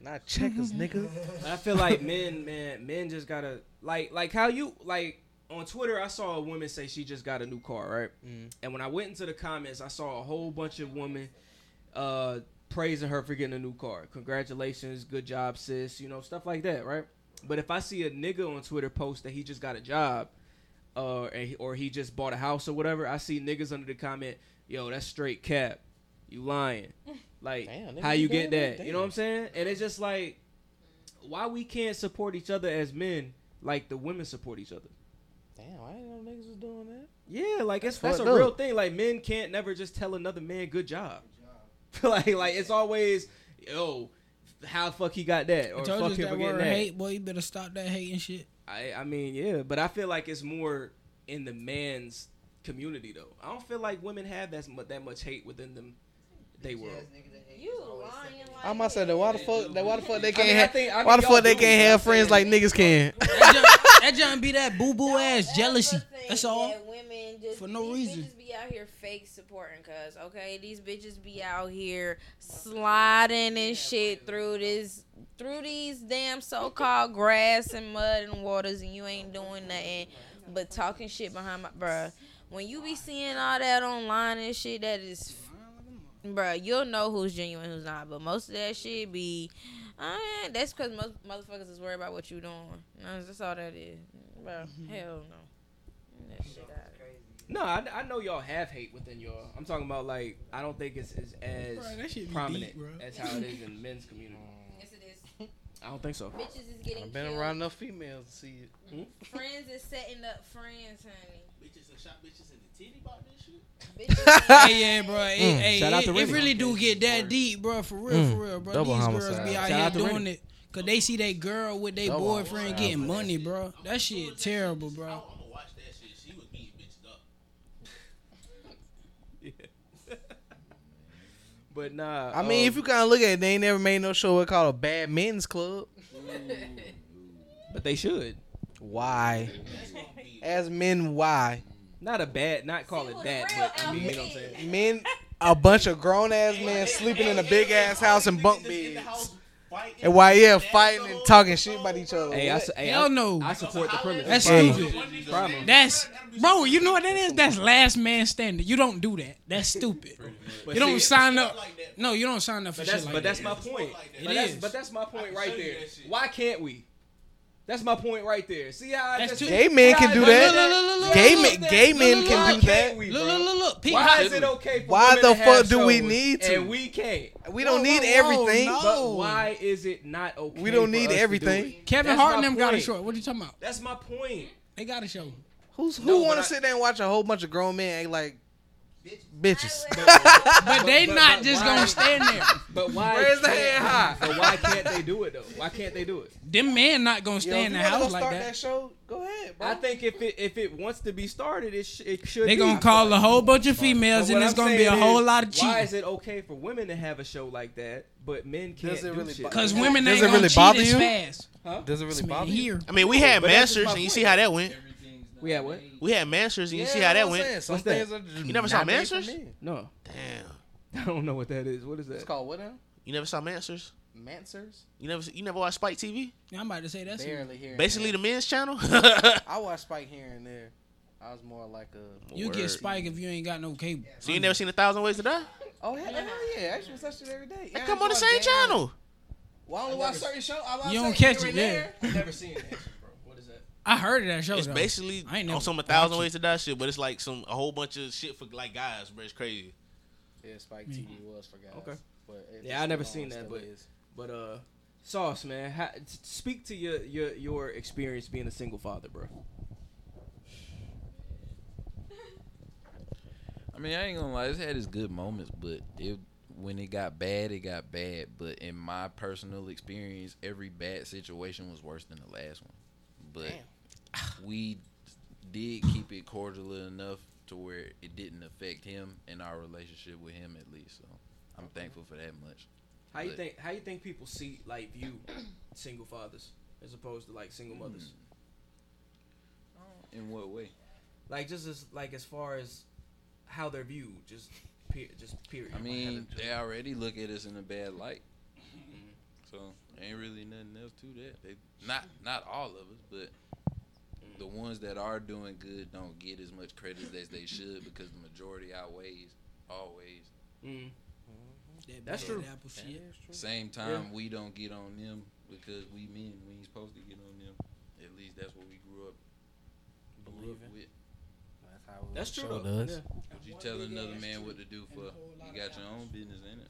Speaker 13: Not checkers, nigga.
Speaker 3: I feel like men, man, men just gotta like like how you like on Twitter, I saw a woman say she just got a new car, right? And when I went into the comments, I saw a whole bunch of women uh, praising her for getting a new car. Congratulations, good job, sis. You know, stuff like that, right? But if I see a nigga on Twitter post that he just got a job, uh, and he- or he just bought a house or whatever, I see niggas under the comment, "Yo, that's straight cap. You lying? Like,
Speaker 8: Damn, nigga,
Speaker 3: how
Speaker 8: you
Speaker 3: you get
Speaker 8: doing that?
Speaker 3: that? You know what I'm saying?" And it's just like, why we can't support each other as men like the women support each other.
Speaker 8: Damn, I didn't know niggas was doing that.
Speaker 3: Yeah, like it's
Speaker 8: That's
Speaker 3: that's,
Speaker 8: fucked
Speaker 3: a real
Speaker 8: up.
Speaker 3: thing. Like men can't never just tell another man good job. like like it's always yo, how the fuck he got that
Speaker 1: I
Speaker 3: or
Speaker 1: told
Speaker 3: fuck him
Speaker 1: you that
Speaker 3: for
Speaker 1: word
Speaker 3: getting that.
Speaker 1: hate, boy. You better stop that hating shit.
Speaker 3: I I mean yeah, but I feel like it's more in the man's community though. I don't feel like women have that much that much hate within them. They world.
Speaker 13: I'm about to say that why the fuck that why the fuck they
Speaker 3: I
Speaker 13: can't
Speaker 3: mean, I
Speaker 13: have,
Speaker 3: think- I
Speaker 13: why
Speaker 3: think
Speaker 13: the
Speaker 3: y'all
Speaker 13: fuck they
Speaker 3: do,
Speaker 13: can't
Speaker 3: but I'm
Speaker 13: have friends like
Speaker 3: saying-
Speaker 13: niggas can.
Speaker 1: That John be that boo boo ass jealousy. That's all.
Speaker 9: women just
Speaker 1: For no reason.
Speaker 9: bitches be out here fake supporting cuz okay these bitches be out here sliding and shit through this through these damn so-called grass and mud and waters and you ain't doing nothing but talking shit behind my bruh when you be seeing all that online and shit that is bruh you'll know who's genuine who's not but most of that shit be uh, that's because most motherfuckers is worried about what you doing Nah, that's all that is bruh hell no that shit out of here.
Speaker 3: No, I, I know y'all have hate within y'all. I'm talking about like I don't think it's, it's as
Speaker 9: Bruh, that shit be
Speaker 3: prominent
Speaker 9: deep, bruh.
Speaker 3: as how it is in men's community.
Speaker 9: Yes, it is.
Speaker 3: I don't think so. Hmm?
Speaker 9: Bitches is getting
Speaker 13: I've been
Speaker 9: killed.
Speaker 13: around enough females to see it.
Speaker 9: Friends is setting up friends, honey. Bitches have shot bitches in the titty about this shit.
Speaker 1: hey, yeah, bro. It,
Speaker 13: Mm.
Speaker 1: hey,
Speaker 13: Shout out
Speaker 1: it,
Speaker 13: to
Speaker 1: it
Speaker 13: Remy.
Speaker 1: really do get that deep, bro. For real,
Speaker 13: Mm.
Speaker 1: for real, bro.
Speaker 13: Double
Speaker 1: These girls
Speaker 13: homicide.
Speaker 1: be out
Speaker 13: Shout out to
Speaker 1: here doing
Speaker 13: Remy.
Speaker 1: it because they see that girl with their
Speaker 13: Double
Speaker 1: boyfriend
Speaker 13: homicide.
Speaker 1: getting money, bro. That shit terrible, bro.
Speaker 3: But nah,
Speaker 13: I mean, if
Speaker 3: um,
Speaker 13: you kind of look at it, they ain't never made no show called a Bad Men's Club.
Speaker 3: um, But they should.
Speaker 13: Why? As men, why?
Speaker 3: Not a bad, not call it that, but I mean, you know what I'm saying.
Speaker 13: Men, a bunch of grown ass men sleeping in a big ass house and bunk beds. And why, yeah, fighting and talking shit about each other.
Speaker 3: Hey, I, su- hey, I,
Speaker 1: Hell no.
Speaker 3: I support the premise.
Speaker 1: That's
Speaker 3: Problem.
Speaker 1: stupid.
Speaker 3: Problem.
Speaker 1: That's bro. You know what that is? That's last man standing. You don't do that. That's stupid.
Speaker 3: But
Speaker 1: you don't
Speaker 3: see-
Speaker 1: sign up. No, you don't sign up for
Speaker 3: But
Speaker 1: shit
Speaker 3: that's,
Speaker 1: like
Speaker 3: but that's
Speaker 1: that.
Speaker 3: my point.
Speaker 1: It
Speaker 3: But that's,
Speaker 1: is.
Speaker 3: but that's my point right there. Why can't we? That's my point right there. See how I
Speaker 1: That's
Speaker 3: just
Speaker 1: too-
Speaker 13: Gay men can do that. Gay men, gay men
Speaker 3: Why
Speaker 13: can do that.
Speaker 3: can't we,
Speaker 1: Look,
Speaker 3: bro?
Speaker 1: look, look, look. Pete,
Speaker 3: Why is it okay for
Speaker 13: Why
Speaker 3: women
Speaker 13: the
Speaker 3: to have
Speaker 13: fuck do we
Speaker 3: shows
Speaker 13: need to?
Speaker 3: And we can't.
Speaker 13: We don't Whoa, need whoa, whoa, everything. no.
Speaker 3: But why is it not okay?
Speaker 13: We don't
Speaker 3: for
Speaker 13: need
Speaker 3: us to do
Speaker 13: everything.
Speaker 3: it?
Speaker 1: Kevin
Speaker 3: That's
Speaker 1: Hart and
Speaker 3: my
Speaker 1: them got a
Speaker 3: point.
Speaker 1: short. What you talking about?
Speaker 3: That's my point.
Speaker 1: They got a show.
Speaker 13: Who's who
Speaker 3: No, but
Speaker 13: want
Speaker 3: I-
Speaker 13: to sit there and watch a whole bunch of grown men act like bitches?
Speaker 1: But they not just
Speaker 3: why-
Speaker 1: gonna stand there.
Speaker 3: But why?
Speaker 13: Where's the
Speaker 3: can't-
Speaker 13: hand high?
Speaker 3: But why can't they do it though? Why can't they do it?
Speaker 1: Them men not gonna stay in the house like that.
Speaker 13: show, go ahead,
Speaker 3: I think if it if it wants to be started, it, sh- it should.
Speaker 1: They
Speaker 3: be.
Speaker 1: gonna call a whole bunch of females,
Speaker 3: But
Speaker 1: and
Speaker 3: what
Speaker 1: it's
Speaker 3: I'm
Speaker 1: gonna be a
Speaker 3: saying
Speaker 1: whole
Speaker 3: is,
Speaker 1: lot of
Speaker 3: Why
Speaker 1: cheating.
Speaker 3: is it okay for women to have a show like that, but men can't
Speaker 13: Does it
Speaker 3: do
Speaker 13: really
Speaker 3: shit?
Speaker 13: bo-
Speaker 3: like
Speaker 1: Because
Speaker 3: that?
Speaker 1: women ain't gonna cheat as fast.
Speaker 13: Does it really bother
Speaker 1: Here.
Speaker 14: I mean, we had
Speaker 3: But that's just
Speaker 14: masters,
Speaker 3: my
Speaker 14: and you
Speaker 3: point.
Speaker 14: see how that went.
Speaker 3: We had what?
Speaker 14: We had masters, and you
Speaker 13: Yeah,
Speaker 14: see how
Speaker 13: that's
Speaker 14: that
Speaker 13: what I'm
Speaker 14: went.
Speaker 13: saying. Some
Speaker 14: What's that?
Speaker 13: things are just
Speaker 14: You never saw
Speaker 13: not made for
Speaker 14: masters?
Speaker 13: men.
Speaker 3: No,
Speaker 14: Damn.
Speaker 3: I don't know what that is. What is that?
Speaker 13: It's called what now?
Speaker 14: You never saw masters.
Speaker 13: Mansers?
Speaker 14: You never you never watched Spike TV?
Speaker 1: Yeah, I'm about to say that's
Speaker 13: Barely here. and
Speaker 14: Basically,
Speaker 13: there.
Speaker 14: the men's channel.
Speaker 13: I watch Spike here and there. I was more like a.
Speaker 1: You
Speaker 14: Word.
Speaker 1: get spike if you ain't got no cable.
Speaker 14: so you never seen a thousand ways to die?
Speaker 13: Oh hell, hell yeah! I actually watch that shit every day. Yeah, I
Speaker 14: Come on the
Speaker 13: enjoy
Speaker 14: same
Speaker 13: that.
Speaker 14: channel.
Speaker 13: Well, I only watch certain shows. I watch
Speaker 1: You don't
Speaker 13: certain
Speaker 1: catch
Speaker 13: here
Speaker 1: it,
Speaker 13: and
Speaker 1: yeah.
Speaker 13: there.
Speaker 3: I've never seen that. bro. What is that?
Speaker 1: I heard of that show.
Speaker 14: It's
Speaker 1: though.
Speaker 14: basically
Speaker 1: I ain't never
Speaker 14: on some a
Speaker 1: watched
Speaker 14: thousand
Speaker 1: it.
Speaker 14: ways to die shit, but it's like some a whole bunch of shit for like guys, bro. It's crazy.
Speaker 13: Yeah, Spike TV
Speaker 1: Mm-hmm.
Speaker 13: was for guys.
Speaker 3: Okay.
Speaker 13: But it-
Speaker 3: Yeah, I never
Speaker 13: it
Speaker 3: seen
Speaker 13: still
Speaker 3: that, but
Speaker 13: is.
Speaker 3: but uh, sauce man, how, t- speak to your your your experience being a single father, bro.
Speaker 5: I mean, I ain't gonna lie, it's had its good moments, but it when it got bad, it got bad. But in my personal experience, every bad situation was worse than the last one. But we did keep it cordial enough to where it didn't affect him and our relationship with him at least. So I'm thankful for that much.
Speaker 3: How you
Speaker 5: But-
Speaker 3: think how you think people see like view single fathers as opposed to like single mothers?
Speaker 5: Hmm. In what way?
Speaker 3: Like just as like as far as how they're viewed, just pe- just period.
Speaker 5: I mean, they already look at us in a bad light.
Speaker 1: Mm-hmm.
Speaker 5: So ain't really nothing else to that. They not not all of us, but
Speaker 1: Mm.
Speaker 5: the ones that are doing good don't get as much credit as they should because the majority outweighs always.
Speaker 3: Mm.
Speaker 1: Mm-hmm. That
Speaker 3: That's
Speaker 1: bad
Speaker 3: true.
Speaker 1: apple
Speaker 5: Yeah.
Speaker 1: shit.
Speaker 5: Same time, we don't get on them because we men, we ain't supposed to get on them. At least that's what we grew up, grew up with. That's how.
Speaker 3: That's true Sure though. does. Yeah.
Speaker 5: Would you tell another man what to do for? You got your own business in it.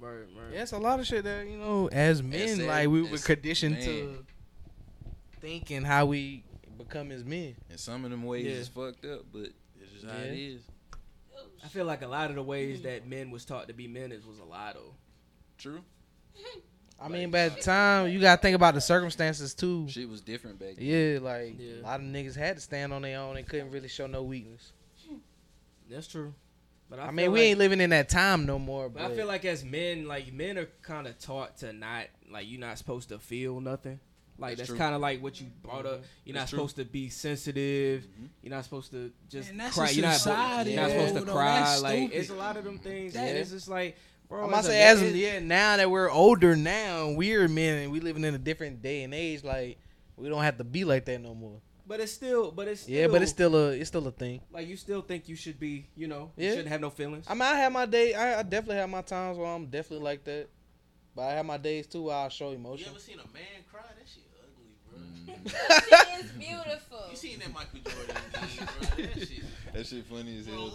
Speaker 3: Right, right.
Speaker 13: Yeah, it's a lot of shit that you know, as men, like we were
Speaker 5: as
Speaker 13: conditioned
Speaker 5: man.
Speaker 13: to thinking how we become as men.
Speaker 5: And some of them ways
Speaker 13: Yeah.
Speaker 5: is fucked up, but it's just how it
Speaker 3: Yeah.
Speaker 5: is.
Speaker 3: I feel like a lot of the ways that men was taught to be men is was a lie though.
Speaker 5: True.
Speaker 13: I mean, by the time you gotta think about the circumstances too.
Speaker 5: Shit was different back then.
Speaker 13: Yeah, like
Speaker 3: Yeah.
Speaker 13: a lot of niggas had to stand on their own and couldn't really show no weakness.
Speaker 3: That's true. But
Speaker 13: I,
Speaker 3: feel
Speaker 13: mean, we
Speaker 3: like-
Speaker 13: ain't living in that time no more.
Speaker 3: But I feel like as men, like men are kind of taught to not like you're not supposed to feel nothing. Like
Speaker 13: That's
Speaker 3: that's,
Speaker 13: true. Mm-hmm.
Speaker 3: kind of like what you brought up. You're not
Speaker 13: That's true. Mm-hmm.
Speaker 3: supposed to be sensitive. You're not supposed to just
Speaker 13: Man, that's
Speaker 3: cry.
Speaker 13: a
Speaker 3: You're not,
Speaker 13: society,
Speaker 3: you're not supposed to
Speaker 13: bro.
Speaker 3: cry.
Speaker 13: That's
Speaker 3: Like
Speaker 13: stupid.
Speaker 3: it's a lot of them things.
Speaker 13: That
Speaker 3: and
Speaker 13: is-
Speaker 3: it's just like, bro.
Speaker 13: I'm about
Speaker 3: as
Speaker 13: to
Speaker 3: a
Speaker 13: say, as
Speaker 3: man-
Speaker 13: yeah, now that we're older now, we're men and we living in a different day and age. Like we don't have to be like that no more.
Speaker 3: But it's still, but it's
Speaker 13: Yeah, but it's still a it's still a thing.
Speaker 3: like you still think you should be. You know, you
Speaker 13: Yeah.
Speaker 3: shouldn't have no feelings.
Speaker 13: I mean, I have my day. I, I definitely have my times where I'm definitely like that. But I have my days too where I show
Speaker 11: You
Speaker 13: emotion.
Speaker 11: ever seen a man cry? That shit ugly, bro.
Speaker 13: Mm.
Speaker 9: She is beautiful.
Speaker 11: You seen that Michael Jordan game, bro? That shit.
Speaker 5: That shit funny as hell.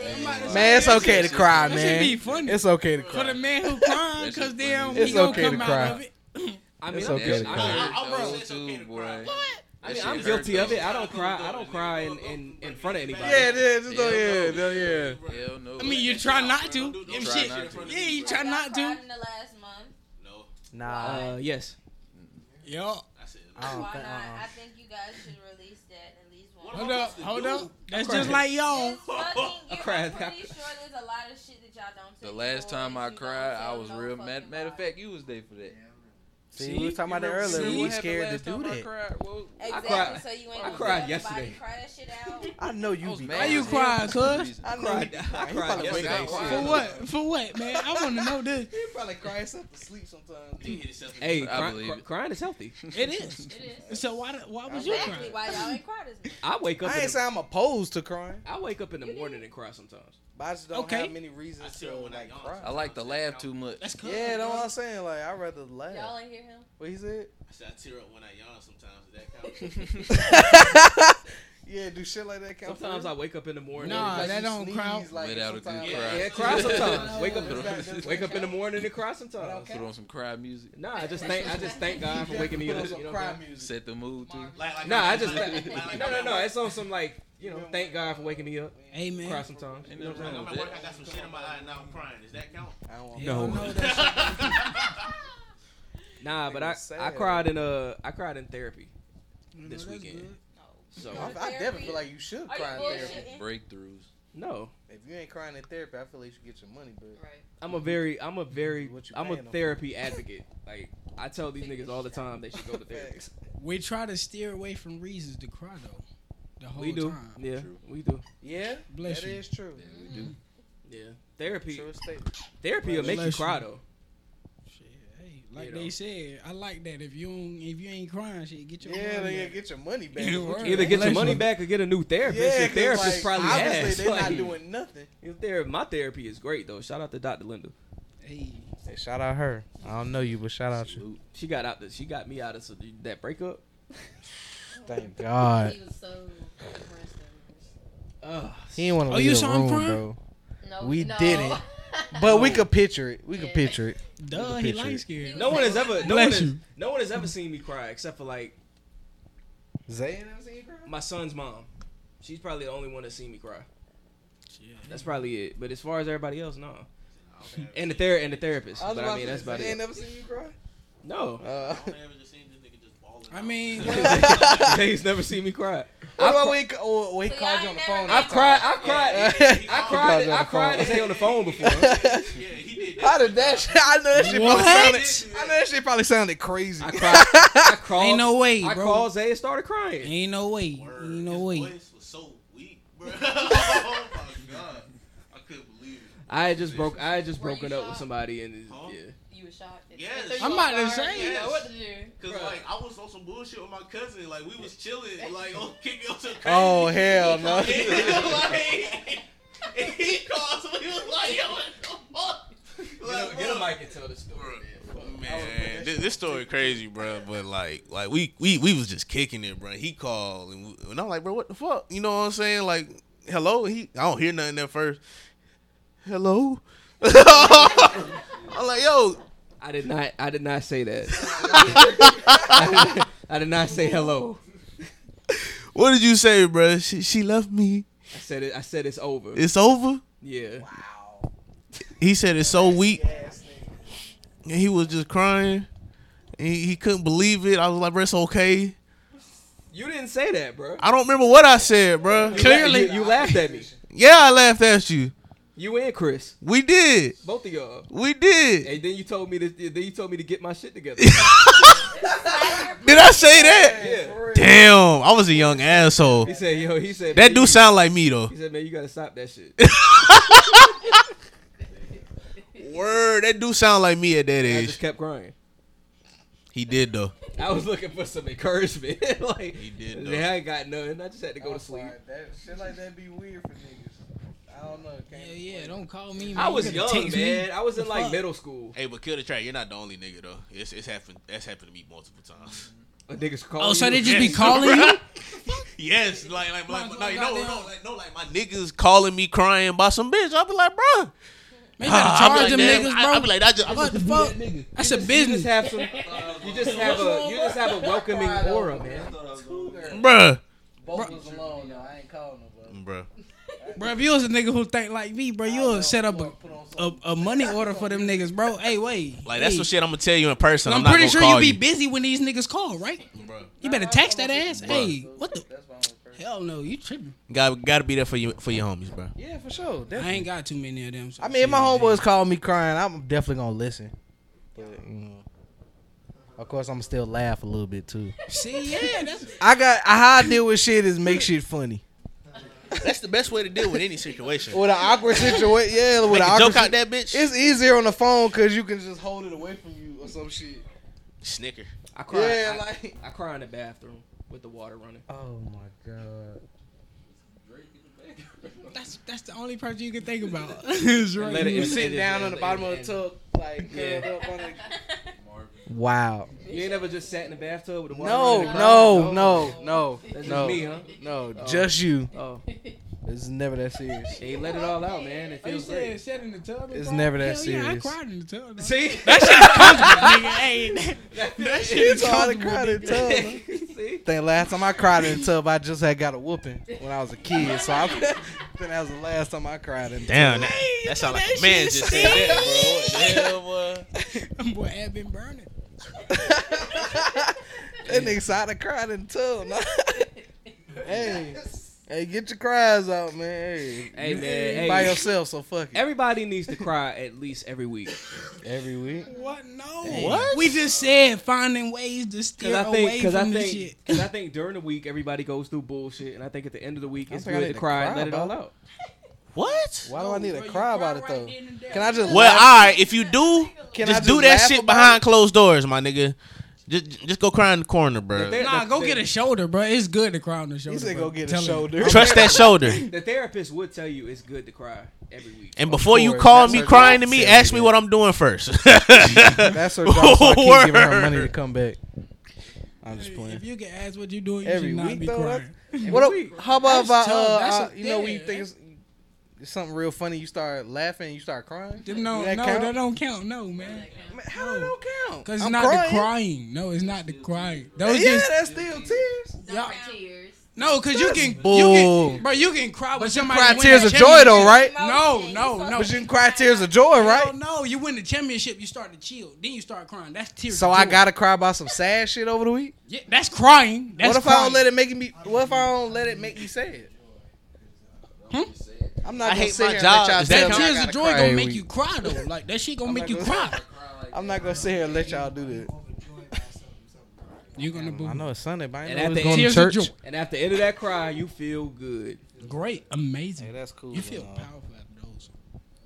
Speaker 13: Man, it's okay to cry,
Speaker 1: That
Speaker 13: man.
Speaker 1: should be funny.
Speaker 13: It's okay to
Speaker 1: For
Speaker 13: cry.
Speaker 1: the man who crying, cause damn,
Speaker 13: It's
Speaker 1: he gonna
Speaker 13: okay
Speaker 1: come
Speaker 13: to
Speaker 1: out of
Speaker 13: cry.
Speaker 1: it.
Speaker 3: I mean,
Speaker 13: It's
Speaker 3: I'm
Speaker 13: okay
Speaker 3: guilty.
Speaker 13: to
Speaker 3: I,
Speaker 13: cry.
Speaker 3: I, I,
Speaker 5: Those two, boy.
Speaker 3: I mean,
Speaker 5: That
Speaker 3: I'm
Speaker 5: shit
Speaker 3: guilty
Speaker 5: hurt
Speaker 3: of it. I don't cry. I don't cry in, in, in front of anybody.
Speaker 13: Yeah, it is. It's yeah, no, yeah.
Speaker 5: Hell no.
Speaker 1: I mean, you try not to. Them
Speaker 5: try
Speaker 1: shit.
Speaker 5: not to.
Speaker 1: Yeah, you try not to.
Speaker 9: In the last month.
Speaker 13: Nah.
Speaker 3: Uh, yes.
Speaker 9: Why
Speaker 1: Yo.
Speaker 9: not?
Speaker 3: uh-uh.
Speaker 9: I think you guys should release that at least once.
Speaker 1: uh-uh. Hold up, hold up. That's
Speaker 5: I cried.
Speaker 1: just like y'all.
Speaker 9: It's fucking-
Speaker 5: I
Speaker 9: you-
Speaker 5: cried.
Speaker 9: I'm pretty sure there's a lot of shit that y'all don't
Speaker 5: The last time I cried, I was real mad. Matter of fact, you was there for that.
Speaker 13: See, we were talking about that earlier.
Speaker 5: See?
Speaker 13: We
Speaker 5: What
Speaker 13: was
Speaker 5: happened
Speaker 13: scared to
Speaker 5: last
Speaker 13: do
Speaker 5: time I
Speaker 13: that.
Speaker 5: cried? Well,
Speaker 9: Exactly.
Speaker 5: I cried.
Speaker 9: So you ain't
Speaker 5: I
Speaker 9: gonna
Speaker 5: cried
Speaker 9: let
Speaker 5: yesterday.
Speaker 9: nobody Cry that shit out.
Speaker 13: I know you be.
Speaker 5: mad Why you as hell. crying, cuz?
Speaker 13: I
Speaker 5: I
Speaker 13: know.
Speaker 5: cried-
Speaker 13: you-
Speaker 5: I
Speaker 13: you
Speaker 5: cried
Speaker 13: probably
Speaker 5: yesterday,
Speaker 13: wake up
Speaker 5: shit.
Speaker 1: For
Speaker 13: crying.
Speaker 1: what? For what, man? I want to know this.
Speaker 13: He probably cry himself to sleep sometimes.
Speaker 3: Hey,
Speaker 5: I
Speaker 3: cry,
Speaker 5: believe
Speaker 3: cry,
Speaker 5: it.
Speaker 3: crying is healthy.
Speaker 1: It is. So why? Why was you
Speaker 9: Exactly.
Speaker 1: crying?
Speaker 9: Why y'all ain't cried as much?
Speaker 3: I wake up.
Speaker 13: I
Speaker 3: in
Speaker 13: ain't
Speaker 3: the,
Speaker 13: say I'm opposed to crying.
Speaker 3: I wake up in the morning and cry sometimes.
Speaker 13: But I just don't
Speaker 3: Okay.
Speaker 13: have many reasons to like cry.
Speaker 5: I like to laugh too much.
Speaker 13: Yeah, that's what I'm saying. Like I'd rather laugh.
Speaker 9: Y'all ain't hear him.
Speaker 13: What he said?
Speaker 11: I said I tear up when I yawn sometimes. That count?
Speaker 13: yeah, do shit like that. Count
Speaker 3: Sometimes I wake up in the morning.
Speaker 1: Nah,
Speaker 3: and
Speaker 1: that don't cry.
Speaker 5: Without a good cry.
Speaker 3: Yeah, yeah, cry sometimes. wake up, wake up in the morning and cry sometimes.
Speaker 5: Put on some cry music.
Speaker 3: Nah, I just thank I just thank God for waking me up. You know what I'm saying?
Speaker 5: Set the mood too.
Speaker 3: Nah, I just no no no. It's on some like you know thank God for waking me up.
Speaker 1: Amen.
Speaker 3: Cry sometimes. You know what
Speaker 11: I'm
Speaker 3: I'm
Speaker 11: at
Speaker 3: saying?
Speaker 11: work. I got some shit in my eye and now I'm crying. Does that count? I don't
Speaker 3: want- No. Nah, but I I cried in uh I cried in therapy this weekend. So
Speaker 13: I, I definitely feel like you should
Speaker 9: Are you
Speaker 13: cry in therapy.
Speaker 9: bullshitting?
Speaker 5: Breakthroughs.
Speaker 3: no.
Speaker 13: If you ain't crying in therapy, I feel like you should get your money, but
Speaker 3: I'm a very, I'm a very, I'm a
Speaker 13: paying them
Speaker 3: therapy advocate. Like I tell these niggas all the time, they should go to therapy.
Speaker 1: We try to steer away from reasons to cry though. The whole
Speaker 3: We do,
Speaker 1: time.
Speaker 3: yeah, we do.
Speaker 13: yeah,
Speaker 1: Bless
Speaker 13: that
Speaker 1: you.
Speaker 13: is true.
Speaker 5: We do.
Speaker 3: Yeah, therapy,
Speaker 13: True
Speaker 3: therapy will make you
Speaker 1: Bless
Speaker 3: cry
Speaker 1: you.
Speaker 3: though.
Speaker 1: Hey, like
Speaker 3: You
Speaker 1: they
Speaker 3: know.
Speaker 1: said, I like that. If you don't, if you ain't crying, shit, get your
Speaker 13: Yeah,
Speaker 1: money
Speaker 13: they
Speaker 1: back.
Speaker 13: get your money back.
Speaker 1: Yeah,
Speaker 13: What you-
Speaker 3: Either get your
Speaker 1: Bless
Speaker 3: money
Speaker 1: you.
Speaker 3: back or get a new therapist.
Speaker 13: Yeah,
Speaker 3: your
Speaker 13: 'cause,
Speaker 3: therapist
Speaker 13: like,
Speaker 3: probably
Speaker 13: obviously
Speaker 3: ass.
Speaker 13: they not
Speaker 3: like,
Speaker 13: doing nothing.
Speaker 3: If they're, my therapy is great though. Shout out to Dr. Linda.
Speaker 13: Hey, shout out her. I don't know you, but shout out you.
Speaker 3: She got out the, she got me out of so- that breakup.
Speaker 13: Thank God.
Speaker 9: He was so depressed.
Speaker 3: Ugh.
Speaker 13: He didn't want to
Speaker 3: Oh,
Speaker 13: leave
Speaker 3: you
Speaker 13: the
Speaker 3: saw him
Speaker 13: room,
Speaker 3: crying?
Speaker 13: bro.
Speaker 9: No,
Speaker 13: we
Speaker 9: no.
Speaker 13: didn't. But we could picture it. We could picture it. We
Speaker 1: Duh,
Speaker 13: could
Speaker 1: he
Speaker 13: picture
Speaker 1: light
Speaker 13: it.
Speaker 1: skinned.
Speaker 3: No one has ever, no one
Speaker 13: Bless
Speaker 3: has,
Speaker 13: you.
Speaker 3: no one has ever seen me cry except for like
Speaker 13: Zayn,
Speaker 3: my son's mom. She's probably the only one that's seen me cry. That's probably it. But as far as everybody else, no. And the ther- and the therapist.
Speaker 13: I was
Speaker 3: But I
Speaker 13: about
Speaker 3: mean,
Speaker 13: to
Speaker 3: that's
Speaker 13: say,
Speaker 3: about
Speaker 13: they ain't
Speaker 3: it.
Speaker 13: never seen you cry? Uh,
Speaker 3: No.
Speaker 1: I mean,
Speaker 3: Jay's never seen me cry.
Speaker 13: What
Speaker 3: I
Speaker 13: about
Speaker 3: cry-
Speaker 13: when he, ca- oh, when he called you on the phone?
Speaker 3: I've cried. I've
Speaker 13: Yeah.
Speaker 3: cried.
Speaker 13: He
Speaker 3: I
Speaker 13: called
Speaker 3: cried.
Speaker 13: you
Speaker 3: I
Speaker 13: on the
Speaker 3: cried to
Speaker 13: phone.
Speaker 3: stay on the phone before.
Speaker 13: How did that? Shit, I know that shit
Speaker 3: What?
Speaker 13: probably sounded. I know that shit probably sounded crazy. I
Speaker 3: cried. I crawled,
Speaker 1: Ain't no way,
Speaker 3: I
Speaker 1: bro.
Speaker 3: called Zay and started crying.
Speaker 1: Ain't no way. Ain't no way.
Speaker 11: oh my god, I couldn't believe it.
Speaker 3: I had just broke. I had just broken up with somebody, and it- yeah,
Speaker 9: You was
Speaker 10: shocked.
Speaker 18: Yeah,
Speaker 1: I'm about to say.
Speaker 18: You know
Speaker 10: what
Speaker 18: what
Speaker 10: to do.
Speaker 18: Cause like I was on some bullshit with my cousin, like we was chilling, like on kick out to crazy.
Speaker 13: Oh, hell no.
Speaker 18: And he was like, and he calls me, he was like, yo, what the fuck? Like,
Speaker 8: Get a
Speaker 18: bro.
Speaker 8: mic and tell the story.
Speaker 14: Man, this, this story crazy, bro. But like, like we we we was just kicking it, bro. He called and, we, and I'm like, bro, what the fuck? You know what I'm saying? Like, hello. He I don't hear nothing at first. Hello. I'm like, yo.
Speaker 3: I did not. I did not say that. I, did, I did not say hello.
Speaker 14: What did you say, bro? She she left me.
Speaker 3: I said it. I said it's over.
Speaker 14: It's over.
Speaker 3: Yeah.
Speaker 14: He said it's so weak. And he was just crying. And he, he couldn't believe it. I was like, bro, it's okay.
Speaker 3: You didn't say that, bro.
Speaker 14: I don't remember what I said, bro.
Speaker 3: You la- you, you laughed at me.
Speaker 14: Yeah, I laughed at you.
Speaker 3: You and Chris.
Speaker 14: We did.
Speaker 3: Both of y'all.
Speaker 14: We did.
Speaker 3: And then you told me to. Then you told me to get my shit together.
Speaker 14: Did I say that?
Speaker 3: Yeah. for real.
Speaker 14: Damn, I was a young asshole.
Speaker 3: He said, "Yo," he said.
Speaker 14: that
Speaker 3: "Man,
Speaker 14: do
Speaker 3: you-
Speaker 14: sound like me though.
Speaker 3: He said, "Man, you gotta stop that shit."
Speaker 14: Word, that do sound like me at that
Speaker 3: I
Speaker 14: age.
Speaker 3: just kept crying.
Speaker 14: He did though.
Speaker 3: I was looking for some encouragement. like
Speaker 14: he did.
Speaker 3: Though. I ain't got nothing. I just had to go to sleep.
Speaker 8: That shit like that be weird for niggas. I don't know. Can't yeah, yeah,
Speaker 1: don't call me.
Speaker 3: I was young, man. I was in like middle school.
Speaker 14: Hey, but kill the track. You're not the only nigga though. It's it's happened. That's happened to me multiple times.
Speaker 3: A niggas
Speaker 1: Oh, so they just be calling you?
Speaker 14: yes, like like, like no, no, no, like, no, like my niggas calling me crying by some bitch. I'll be like, bro.
Speaker 1: Man, you gotta charge them niggas, bro.
Speaker 14: I'll be like, I just,
Speaker 1: what the fuck? That's a
Speaker 3: You
Speaker 1: business.
Speaker 3: just have some. You just have a. You just have a welcoming aura, man.
Speaker 14: Bruh.
Speaker 8: Both was alone though. I ain't calling them, bro.
Speaker 14: Bruh.
Speaker 1: Bro, if you was a nigga who think like me, bro, you'll set up a, a, a money order for them niggas, bro. Hey, wait.
Speaker 14: Like that's
Speaker 1: hey.
Speaker 14: some shit I'm gonna tell you in person.
Speaker 1: I'm,
Speaker 14: not
Speaker 1: pretty
Speaker 14: gonna
Speaker 1: sure
Speaker 14: call
Speaker 1: you be busy when these niggas call, right? You better text that ass. Hey, what the? Hell no, you tripping.
Speaker 14: Got got to be there for you for your homies, bro.
Speaker 1: Yeah, for sure. I ain't got too many of them. so
Speaker 13: I mean, if my
Speaker 1: shit.
Speaker 13: homeboys call me crying, I'm definitely gonna listen. But, mm, of course, I'm still laugh a little bit too.
Speaker 1: See, yeah, that's
Speaker 13: I got how I deal with shit is make shit funny.
Speaker 14: That's the best way to deal with any situation.
Speaker 13: With an awkward situation, yeah, with
Speaker 14: Make
Speaker 13: an
Speaker 14: a
Speaker 13: awkward
Speaker 14: joke out
Speaker 13: sit-
Speaker 14: that bitch.
Speaker 13: It's easier on the phone because you can just hold it away from you or some shit.
Speaker 14: Snicker.
Speaker 3: I cry.
Speaker 13: Yeah,
Speaker 3: I,
Speaker 13: like-
Speaker 3: I cry in the bathroom with the water running.
Speaker 13: Oh my god.
Speaker 1: That's that's the only person you can think about. It's right.
Speaker 3: Let it-
Speaker 13: You
Speaker 3: it-
Speaker 13: sit
Speaker 3: it-
Speaker 13: down
Speaker 3: it-
Speaker 13: on the
Speaker 3: it-
Speaker 13: bottom of
Speaker 3: it-
Speaker 13: the tub, like
Speaker 3: Yeah.
Speaker 13: curled up on the. Wow.
Speaker 3: You ain't ever just sat in the bathtub with the water
Speaker 13: No,
Speaker 3: running and
Speaker 13: no,
Speaker 3: cried?
Speaker 13: no, no,
Speaker 3: That's
Speaker 13: no,
Speaker 3: just me, huh?
Speaker 13: no,
Speaker 3: Oh.
Speaker 13: just you.
Speaker 3: Oh.
Speaker 13: This is never that serious.
Speaker 3: Hey, let it all out, man. It
Speaker 1: Oh, you
Speaker 3: feels
Speaker 1: said
Speaker 3: great.
Speaker 1: shit in the tub?
Speaker 13: It's
Speaker 1: bro?
Speaker 13: never that
Speaker 1: Hell yeah,
Speaker 13: serious.
Speaker 1: I cried in the tub. though.
Speaker 3: See?
Speaker 1: that shit is comfortable, nigga. Hey, that, that
Speaker 3: It's
Speaker 1: shit is
Speaker 13: hard to
Speaker 1: comfortable,
Speaker 13: cry in the
Speaker 1: nigga.
Speaker 13: tub, Think last time I cried in the tub, I just had got a whooping when I was a kid. So I think that was the last time I cried in the
Speaker 14: Damn,
Speaker 13: tub.
Speaker 14: that, that sound like a man just said that, bro. Hell, boy.
Speaker 1: boy had been burning.
Speaker 13: That nigga said I cried in the tub. nah. hey, hey, get your cries out, man. Hey,
Speaker 3: Hey,
Speaker 13: You-
Speaker 3: man.
Speaker 13: you
Speaker 3: Hey.
Speaker 13: by yourself, so fuck it.
Speaker 3: Everybody needs to cry at least every week.
Speaker 13: Every week?
Speaker 1: What? No.
Speaker 3: Damn.
Speaker 1: We just said finding ways to
Speaker 3: Because
Speaker 1: steer
Speaker 3: I think,
Speaker 1: away
Speaker 3: cause
Speaker 1: from
Speaker 3: I
Speaker 1: this shit.
Speaker 3: think, cause I think during the week everybody goes through bullshit, and I think at the end of the week
Speaker 13: I
Speaker 3: it's
Speaker 13: think I
Speaker 3: good
Speaker 13: need
Speaker 3: to
Speaker 13: to
Speaker 3: cry, and
Speaker 13: cry
Speaker 3: let it all
Speaker 13: about
Speaker 3: out.
Speaker 14: What?
Speaker 13: Why do I need to cry about it though? Can I just?
Speaker 14: Well,
Speaker 13: laugh?
Speaker 14: all right. If you do,
Speaker 13: Can
Speaker 14: just,
Speaker 13: I
Speaker 14: do
Speaker 13: just
Speaker 14: that
Speaker 13: laugh
Speaker 14: shit
Speaker 13: about
Speaker 14: behind closed doors, my nigga. Just, just go cry in the corner, bro.
Speaker 1: Nah, go get a shoulder, bro. It's good to cry on the shoulder.
Speaker 13: said
Speaker 1: bro.
Speaker 13: go get a
Speaker 1: Tell him.
Speaker 13: shoulder.
Speaker 14: Trust that shoulder.
Speaker 3: The therapist would tell you it's good to cry every week.
Speaker 14: And before you call me crying to me, ask me what I'm doing first. That's
Speaker 13: That's her job. So I keep giving her money to come back. I'm just playing.
Speaker 1: If you get asked what you doing, you
Speaker 13: Every
Speaker 1: should not
Speaker 13: week,
Speaker 1: be
Speaker 13: though,
Speaker 1: crying.
Speaker 13: that's- What up? How about
Speaker 1: That's
Speaker 13: if I,
Speaker 1: tough.
Speaker 13: uh,
Speaker 1: That's
Speaker 13: I-
Speaker 1: a-
Speaker 13: you know, when you
Speaker 1: yeah.
Speaker 13: think it's, it's something real funny, you start laughing, you start crying. Do
Speaker 1: No,
Speaker 13: that
Speaker 1: no,
Speaker 13: count?
Speaker 1: that don't count. No, man.
Speaker 13: How that don't count?
Speaker 1: Because it's
Speaker 13: I'm
Speaker 1: not
Speaker 13: crying.
Speaker 1: the crying. No, it's not the crying. Those
Speaker 13: yeah,
Speaker 1: just
Speaker 13: that's still tears.
Speaker 1: y'all- No, because you can, you
Speaker 13: Bull.
Speaker 1: can, bro, you can cry when somebody
Speaker 13: Cry
Speaker 1: win
Speaker 13: tears
Speaker 1: the
Speaker 13: of joy though, right?
Speaker 1: championship. No, no, no.
Speaker 13: But you can cry tears of joy,
Speaker 1: Hell
Speaker 13: right?
Speaker 1: No, you win the championship, you start to chill, then you start crying. That's tears.
Speaker 13: So
Speaker 1: of
Speaker 13: I
Speaker 1: joy.
Speaker 13: gotta cry about some sad shit over the week.
Speaker 1: Yeah, that's crying. That's
Speaker 13: what if I
Speaker 1: crying.
Speaker 13: don't let it make me? What if I don't let it make me sad? I'm not. gonna
Speaker 1: I hate
Speaker 13: sit
Speaker 1: my
Speaker 13: here and
Speaker 1: job.
Speaker 13: let y'all tell me I
Speaker 1: That tears of
Speaker 13: gotta
Speaker 1: joy
Speaker 13: cry
Speaker 1: gonna
Speaker 13: every
Speaker 1: make
Speaker 13: week.
Speaker 1: you cry, though. Like, that shit gonna
Speaker 13: I'm
Speaker 1: make
Speaker 13: not
Speaker 1: you
Speaker 13: gonna-
Speaker 1: cry.
Speaker 13: I'm not gonna sit here and let y'all do that.
Speaker 1: You're gonna boo.
Speaker 13: I know it's Sunday, but I
Speaker 3: And at,
Speaker 13: ain't
Speaker 3: the
Speaker 13: always going to
Speaker 3: end,
Speaker 13: church.
Speaker 3: and at the end of that cry, you feel good.
Speaker 1: Great, amazing.
Speaker 13: that's cool.
Speaker 1: You feel powerful after those.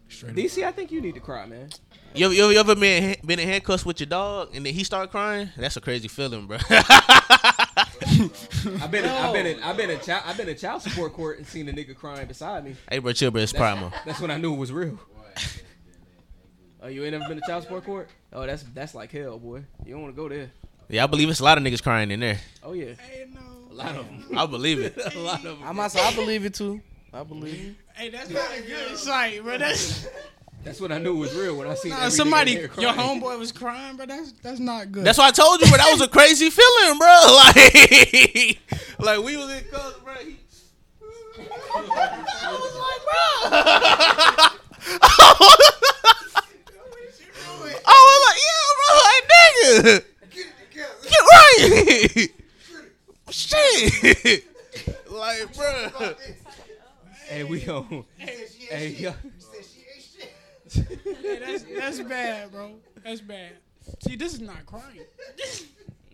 Speaker 1: Straight up.
Speaker 3: DC, I think you need to cry, man.
Speaker 14: You ever, you ever- you ever been been in handcuffs with your dog and then he start crying? That's a crazy feeling, bro.
Speaker 3: I've been, in, I've been, in, I've been in child, I've been in child support court and seen a nigga crying beside me.
Speaker 14: Hey, bro, chill, bro. It's
Speaker 3: That's-
Speaker 14: primal.
Speaker 3: That's when I knew it was real. Oh, you ain't never been to child support court? Oh, that's that's like hell, boy. You don't want to go there.
Speaker 14: yeah, I believe it's a lot of niggas crying in there.
Speaker 3: Oh yeah, a lot of them.
Speaker 14: I believe it.
Speaker 3: a lot of them.
Speaker 8: I'm also, I believe it too. I believe.
Speaker 1: Hey, that's not a good sight, bro. That's
Speaker 3: That's when I knew it was real when I seen.
Speaker 1: Nah,
Speaker 3: every nigga
Speaker 1: somebody,
Speaker 3: in there
Speaker 1: your
Speaker 3: crying.
Speaker 1: homeboy was crying, bro. That's that's not good.
Speaker 14: That's why I told you, bro. That was a crazy feeling, bro. Like, like we was in cuffs, bro. He- I was like, yeah, bro, like nigga, get right, shit, like, bro.
Speaker 3: Hey, we on. Hey, yo.
Speaker 1: Yeah, that's that's bad, bro. That's bad. See, this is not crying.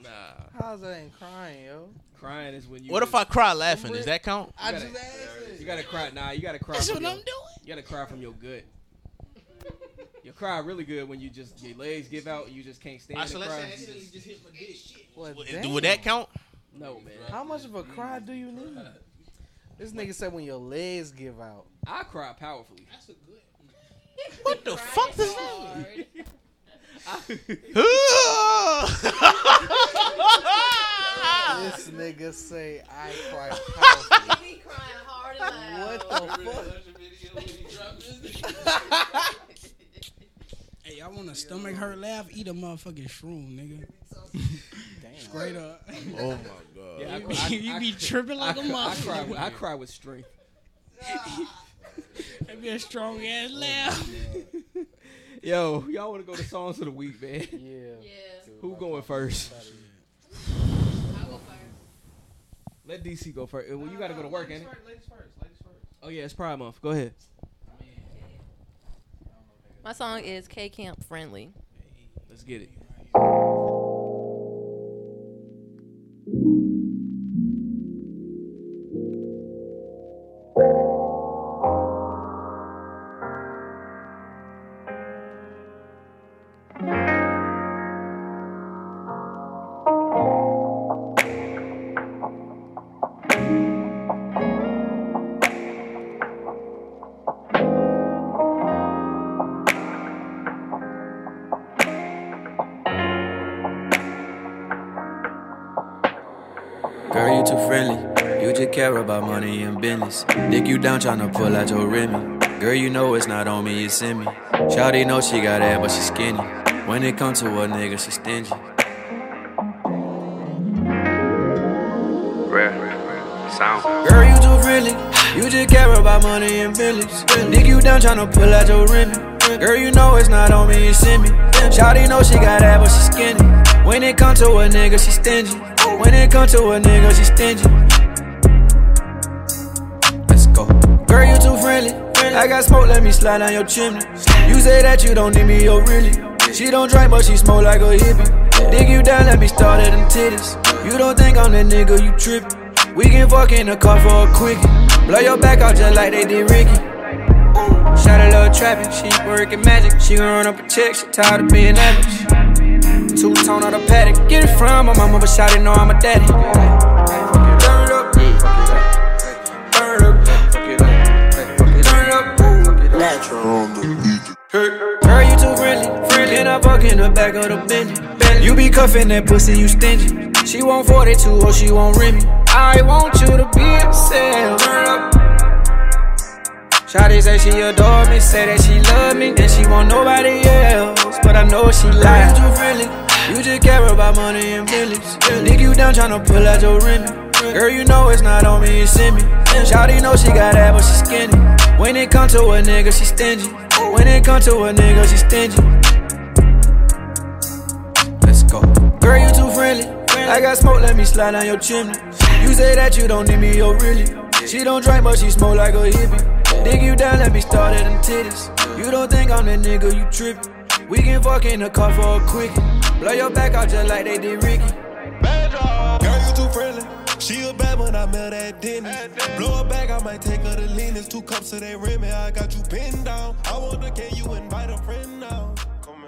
Speaker 3: Nah.
Speaker 8: How's that ain't crying, yo?
Speaker 3: Crying is when you.
Speaker 14: What if I cry laughing? Does that count?
Speaker 3: I gotta, just asked. You gotta cry. Nah, you gotta cry.
Speaker 1: That's
Speaker 3: from
Speaker 1: what
Speaker 3: your,
Speaker 1: I'm doing.
Speaker 3: You gotta cry from your gut. You cry really good when you just your legs give out. and You just can't stand.
Speaker 14: Alright, so
Speaker 3: and
Speaker 14: let's
Speaker 3: cry.
Speaker 14: say that
Speaker 8: just hit my dick.
Speaker 14: Would- Would that count?
Speaker 3: No, man.
Speaker 8: How much of a cry do you need? This nigga said when your legs give out.
Speaker 3: I cry powerfully.
Speaker 1: That's a good.
Speaker 14: What the fuck does that?
Speaker 8: this nigga say I cry powerfully. He crying hard What the fuck?
Speaker 1: Hey, y'all want a stomach hurt laugh? Eat a motherfucking shroom, nigga. Straight up.
Speaker 14: Oh my god.
Speaker 3: Yeah, I
Speaker 1: you
Speaker 3: cry-
Speaker 1: be,
Speaker 3: I-
Speaker 1: you
Speaker 3: I
Speaker 1: be
Speaker 3: cry-
Speaker 1: tripping like
Speaker 3: I
Speaker 1: a
Speaker 3: cry- I cry
Speaker 1: motherfucker.
Speaker 3: with- I cry with strength.
Speaker 1: That'd be a strong ass
Speaker 3: Oh,
Speaker 1: laugh.
Speaker 3: Yo, y'all want to go to songs of the week, man? Yeah. Who going first? Let DC go first. Uh, Well, you got to go to work, ain't it?
Speaker 13: Ladies first. Ladies first.
Speaker 3: Oh yeah, it's Pride Month. Go ahead.
Speaker 10: My song is K Camp Friendly.
Speaker 3: Let's get it.
Speaker 23: Girl, you too friendly. You just care about money and business. Dick you down tryna pull out your Remy. Girl, you know it's not on me, it's in me. Shawty know she got ass, but she skinny. When it comes to a nigga, she stingy.
Speaker 24: Rare. Sound.
Speaker 23: Girl, you too friendly. You just care about money and feelings. Dick you down tryna pull out your Remy. Girl, you know it's not on me, it's in me. Shawty know she got ass, but she skinny. When it comes to a nigga, she stingy. When it comes to a nigga, she stingy. Let's go. Girl, you too friendly. I got smoke, let me slide down your chimney. You say that you don't need me, oh really? She don't drink, but she smoke like a hippie. Dig you down, let me start at them titties. You don't think I'm that nigga, you trippin'. We can fuck in the car for a quickie. Blow your back out just like they did Ricky. Shout a little trapping, she working magic. She gon' run up a check, she tired of being average. Two tone out the paddock, get it from my mama, but shout it, know I'm a daddy. Turn it up, turn it up. Girl, you too friendly. Friendly, and I fuck in the back of the Bentley. You be cuffing that pussy, you stingy. She want 42 or she want Remy. I want you to be yourself. Turn up. Shawty say she adore me, say that she love me, and she want nobody else. But I know she lying. Girl, you too friendly. You just care about money and feelings. Dig you down tryna pull out your Remy. Girl, you know it's not on me, it's in me. Shawty know she got ass, but she skinny. When it come to a nigga, she stingy. When it come to a nigga, she stingy. Let's go. Girl, you too friendly. I got smoke, let me slide down your chimney. You say that you don't need me, oh really? She don't drink, but she smoke like a hippie. Dig you down, let me start at them titties. You don't think I'm that nigga, you trippin'. We can fuck in the car for a quickie. Blow your back out just like they did Ricky.
Speaker 25: Girl, you too friendly. She a bad when I met that Denny. Blow her back, I might take her to Lean. It's two cups of that Remy. I got you pinned down. I wonder, can you invite a friend now? Come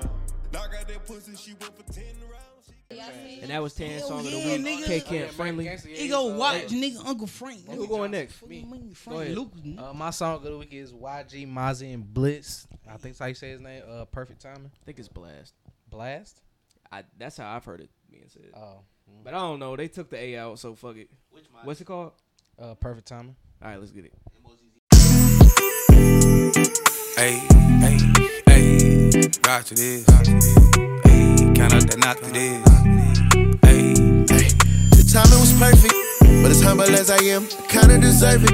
Speaker 26: pussy, she went for ten rounds.
Speaker 3: And that was Tan's
Speaker 1: Hell
Speaker 3: song
Speaker 1: yeah,
Speaker 3: of the week.
Speaker 1: nigga.
Speaker 3: K Camp friendly.
Speaker 1: He go watch nigga Uncle Frank.
Speaker 3: Who going next?
Speaker 1: Me.
Speaker 13: Go ahead. Uh, my song of the week is YG Mozzie and Blitz. I think that's how you say his name. Uh, perfect timing. I
Speaker 3: think it's Blast.
Speaker 13: Blast.
Speaker 3: I, that's how I've heard it being said. Oh, but I don't know. They took the A out, so fuck it. What's it called?
Speaker 13: Uh, perfect timing.
Speaker 3: All right, let's get it.
Speaker 27: Hey, hey, hey, watch this. Hey, count out that knock to this.
Speaker 25: The timing was perfect, but as humble as I am, I kinda deserve it.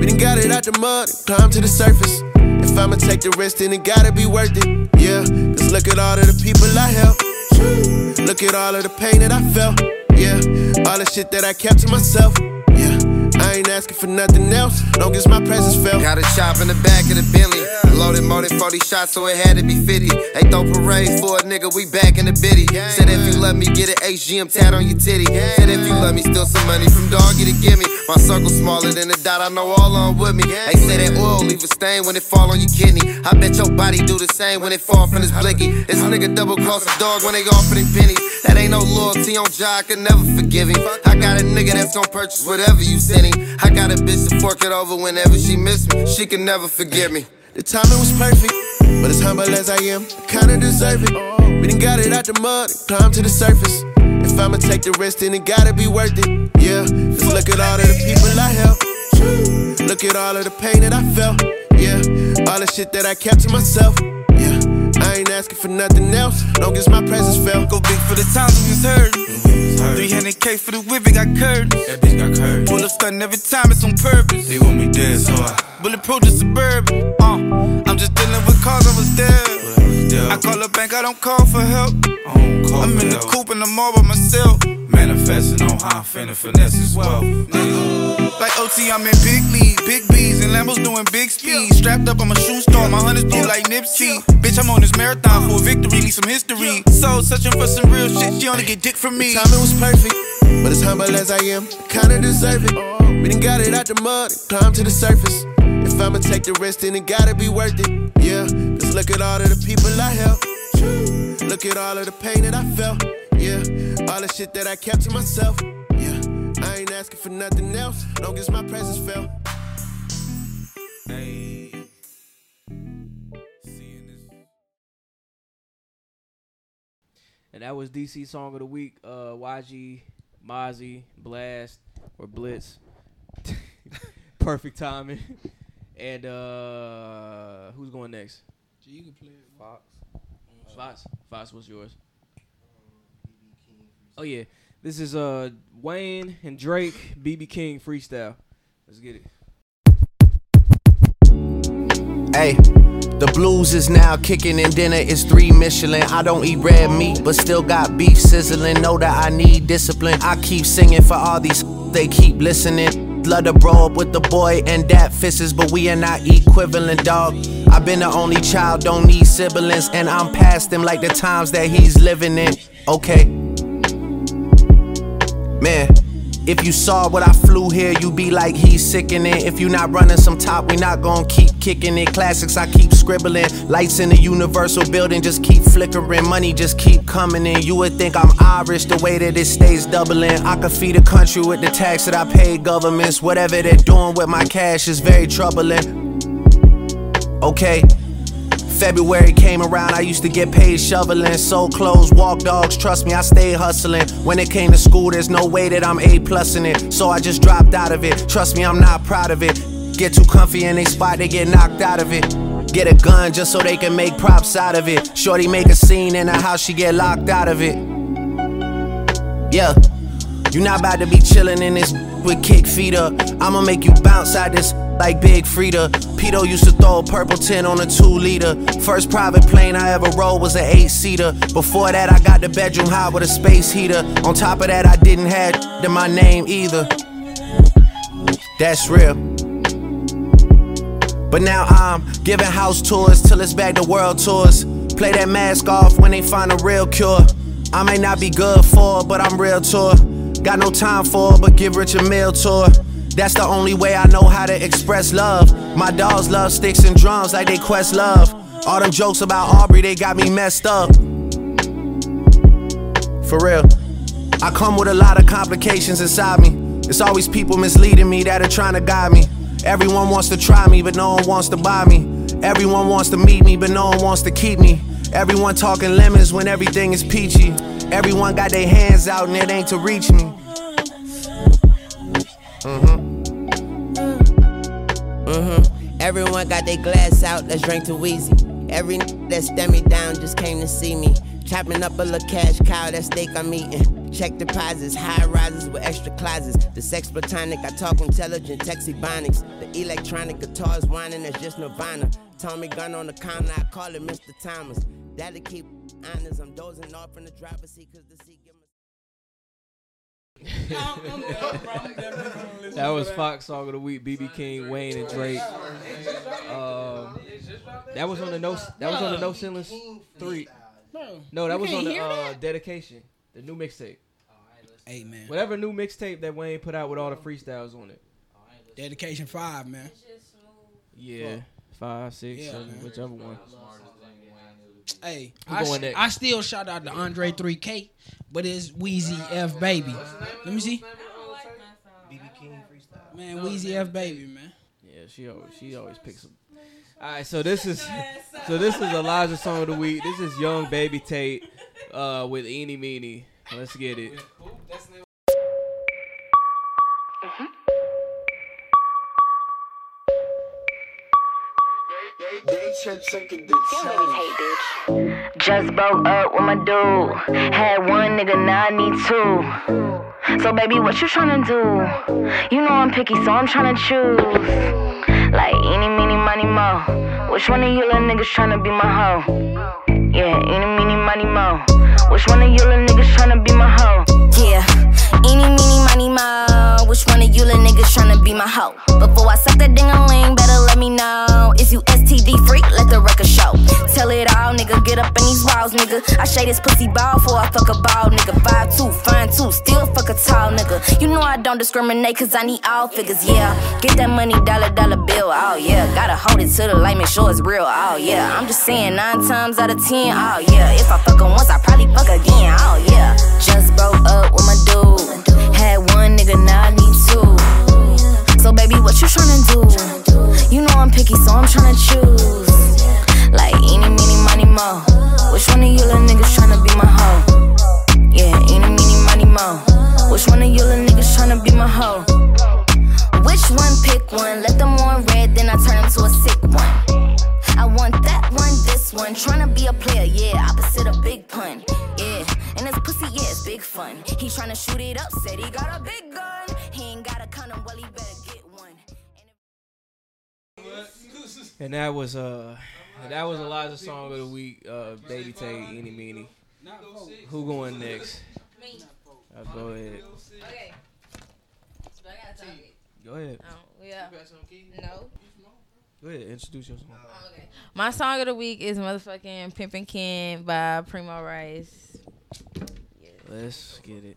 Speaker 25: We done got it out the mud, and climbed to the surface. If I'ma take the risk, then it gotta be worth it. Yeah, cause look at all of the people I helped. Whew. Look at all of the pain that I felt. Yeah, all the shit that I kept to myself. I ain't asking for nothing else, long as my presence felt.
Speaker 21: Got a shop in the back of the Bentley. Loaded, molded 40 shots, so it had to be 50. They throw parade for a nigga, we back in the bitty. Said if you love me, get an HGM tat on your titty. Said if you love me, steal some money from doggy to gimme. My circle smaller than a dot, I know all on with me. They say that oil leave a stain when it fall on your kidney. I bet your body do the same when it fall from this blicky. This nigga double cross a dog when they offering pennies. That ain't no loyalty on Jai, I could never forgive him. I got a nigga that's gon' purchase whatever you send him. I got a bitch to fork it over whenever she miss me. She can never forgive me.
Speaker 25: The timing was perfect, but as humble as I am, I kinda deserve it. We done got it out the mud, and climbed to the surface. If I'ma take the risk, then it gotta be worth it. Yeah, just look at all of the people I helped. Whew. Look at all of the pain that I felt. Yeah, all the shit that I kept to myself. Yeah, I ain't asking for nothing else, long as my presence felt. Go big for the times we deserve.
Speaker 4: 300k for the whip, it got curtains. That bitch got curtains. Pull up stunting every time, it's on purpose. They want me dead, so I. Bulletproof the suburban. Uh, I'm just dealing with cars, I was dead. I call a bank, I don't call for help. I don't call I'm in the coop and I'm all by myself.
Speaker 27: Manifesting on how I'm finna finesse as well.
Speaker 4: Like OT, I'm in big league, big B's and Lambos doing big speed. Strapped up, I'm a shoe store, my hundreds blue like Nipsey. Bitch, I'm on this marathon for a victory, need some history. So searching for some real shit, she only get dick from me.
Speaker 25: The timing was perfect, but as humble as I am, I kinda deserve it. We done got it out the mud, and climbed to the surface. If I'ma take the risk, then it gotta be worth it. Yeah, cause look at all of the people I helped. Whew. Look at all of the pain that I felt. Yeah, all the shit that I kept to myself. Yeah, I ain't asking for nothing else, long as my presence felt.
Speaker 3: And that was DC song of the week. Uh, YG, Mozzie, Blast, or Blitz. Perfect timing. and uh, who's going next?
Speaker 1: You can play it.
Speaker 3: Fox. Fox. Fox, what's yours? Oh yeah, this is uh Wayne and Drake, BB King freestyle. Let's get it.
Speaker 21: Hey, the blues is now kicking and dinner is three Michelin. I don't eat red meat, but still got beef sizzling. Know that I need discipline. I keep singing for all these, they keep listening. Love to bro up with the boy and dad fists, but we are not equivalent, dog. i been the only child, don't need siblings, and I'm past him like the times that he's living in. Okay. Man, if you saw what I flew here, you be like he's sickening. If you not running some top, we not gonna keep kicking it. Classics, I keep scribbling. Lights in the universal building just keep flickering. Money just keep coming in. You would think I'm Irish the way that it stays doubling. I could feed a country with the tax that I pay governments. Whatever they're doing with my cash is very troubling. Okay. February came around, I used to get paid shoveling. So clothes, walk dogs, trust me, I stayed hustling. When it came to school, there's no way that I'm A plus in it. So I just dropped out of it. Trust me, I'm not proud of it. Get too comfy in they spot, they get knocked out of it. Get a gun just so they can make props out of it. Shorty make a scene in the house, she get locked out of it. Yeah, you not about to be chillin' in this with kick feet up. I'ma make you bounce out this like Big Frida. Pito used to throw a purple tin on a two liter. First private plane I ever rode was an eight seater. Before that, I got the bedroom hot with a space heater. On top of that, I didn't have to my name either. That's real. But now I'm giving house tours till it's back to world tours. Play that mask off when they find a real cure. I may not be good for it, but I'm real tour. Got no time for it, but give Rich a meal tour. That's the only way I know how to express love. My dogs love sticks and drums like they quest love. All them jokes about Aubrey, they got me messed up. for real. I come with a lot of complications inside me. It's always people misleading me that are trying to guide me. Everyone wants to try me, but no one wants to buy me. Everyone wants to meet me, but no one wants to keep me. Everyone talking lemons when everything is peachy. Everyone got their hands out and it ain't to reach me. Mm-hmm.
Speaker 2: Mm-hmm. Everyone got their glass out, let's drink to Weezy. Every n- that stand me down just came to see me. Chopping up a little cash cow, that steak I'm eating. Check deposits, high rises with extra closets. The sex platonic, I talk intelligent, texibonics. The electronic guitars whining, that's just Nirvana. Tommy gun on the counter, I call it Mr. Thomas. That'll keep honest, I'm dozing off in the driver's seat, cause the seat give me.
Speaker 3: That was Fox Song of the Week, BB King, Wayne, and Drake. Um, that was on the no. That was on the No Ceilings three. No, that
Speaker 8: You
Speaker 3: was on
Speaker 8: can't
Speaker 3: the
Speaker 8: hear
Speaker 3: uh, dedication, the new mixtape.
Speaker 1: Amen.
Speaker 3: Whatever new mixtape that Wayne put out with all the freestyles on it.
Speaker 1: Dedication five, man.
Speaker 3: Yeah, five, six,
Speaker 1: Yeah,
Speaker 3: seven,
Speaker 1: man.
Speaker 3: whichever one.
Speaker 1: Hey,
Speaker 3: Who
Speaker 1: I,
Speaker 3: going
Speaker 1: sh-
Speaker 3: next?
Speaker 1: I still shout out to Andre 3K, but it's Wheezy F Baby. Let me see.
Speaker 8: BB King freestyle.
Speaker 1: Man, Wheezy F Baby, man.
Speaker 3: Yeah, she always she always picks them. All right, so this is so this is Elijah's song of the week. This is Young Baby Tate uh, with Eeny Meeny. Let's get it.
Speaker 19: Just broke up with my dude. Had one nigga, now I need two. So baby, what you tryna do? You know I'm picky, so I'm tryna choose. Like any, meeny, money, mo. Which one of you little niggas tryna be my hoe? Yeah, any, meeny, money, mo. Which one of you little niggas tryna be my hoe?
Speaker 15: Yeah. Eeny, meeny, miny, mo. Which one of you little niggas tryna be my hoe? Before I suck that ding a ling, better let me know. Is you STD freak? Let the record show. Tell it all, nigga. Get up in these walls, nigga. I shade this pussy ball before I fuck a ball, nigga. Five two, fine two, still fuck a tall nigga. You know I don't discriminate, cause I need all figures, yeah. Get that money, dollar, dollar bill, oh yeah. Gotta hold it to the light, make sure it's real, oh yeah. I'm just saying, nine times out of ten, oh yeah. If I fuck her once, I probably fuck again, oh yeah. Just broke up with my dude. Had one nigga, now I need two. So baby, what you tryna do? You know I'm picky, so I'm tryna choose. Like any, meeny, money, mo. Which one of you little niggas tryna be my hoe? Yeah, any, meeny, money, mo. Which one of you little niggas tryna be my hoe? Which one pick one? Let them on red, then I turn them to a sick one. I want that one, this one. Tryna be a player, yeah. Opposite a big pun, yeah. And this pussy, yeah, it's big fun. He tryna shoot it up, said he got a big gun. He ain't got a condom, well, he better get one.
Speaker 3: And that was uh that was Elijah's song of the week, uh Baby Tay Eeny Meeny. Who going next? Uh, go ahead.
Speaker 9: Okay. So I gotta talk it.
Speaker 3: Go ahead.
Speaker 9: Oh, yeah. No.
Speaker 3: Go ahead, introduce your song.
Speaker 9: My song of the week is motherfucking Pimpin' Ken by Primo Rice.
Speaker 3: Let's get it.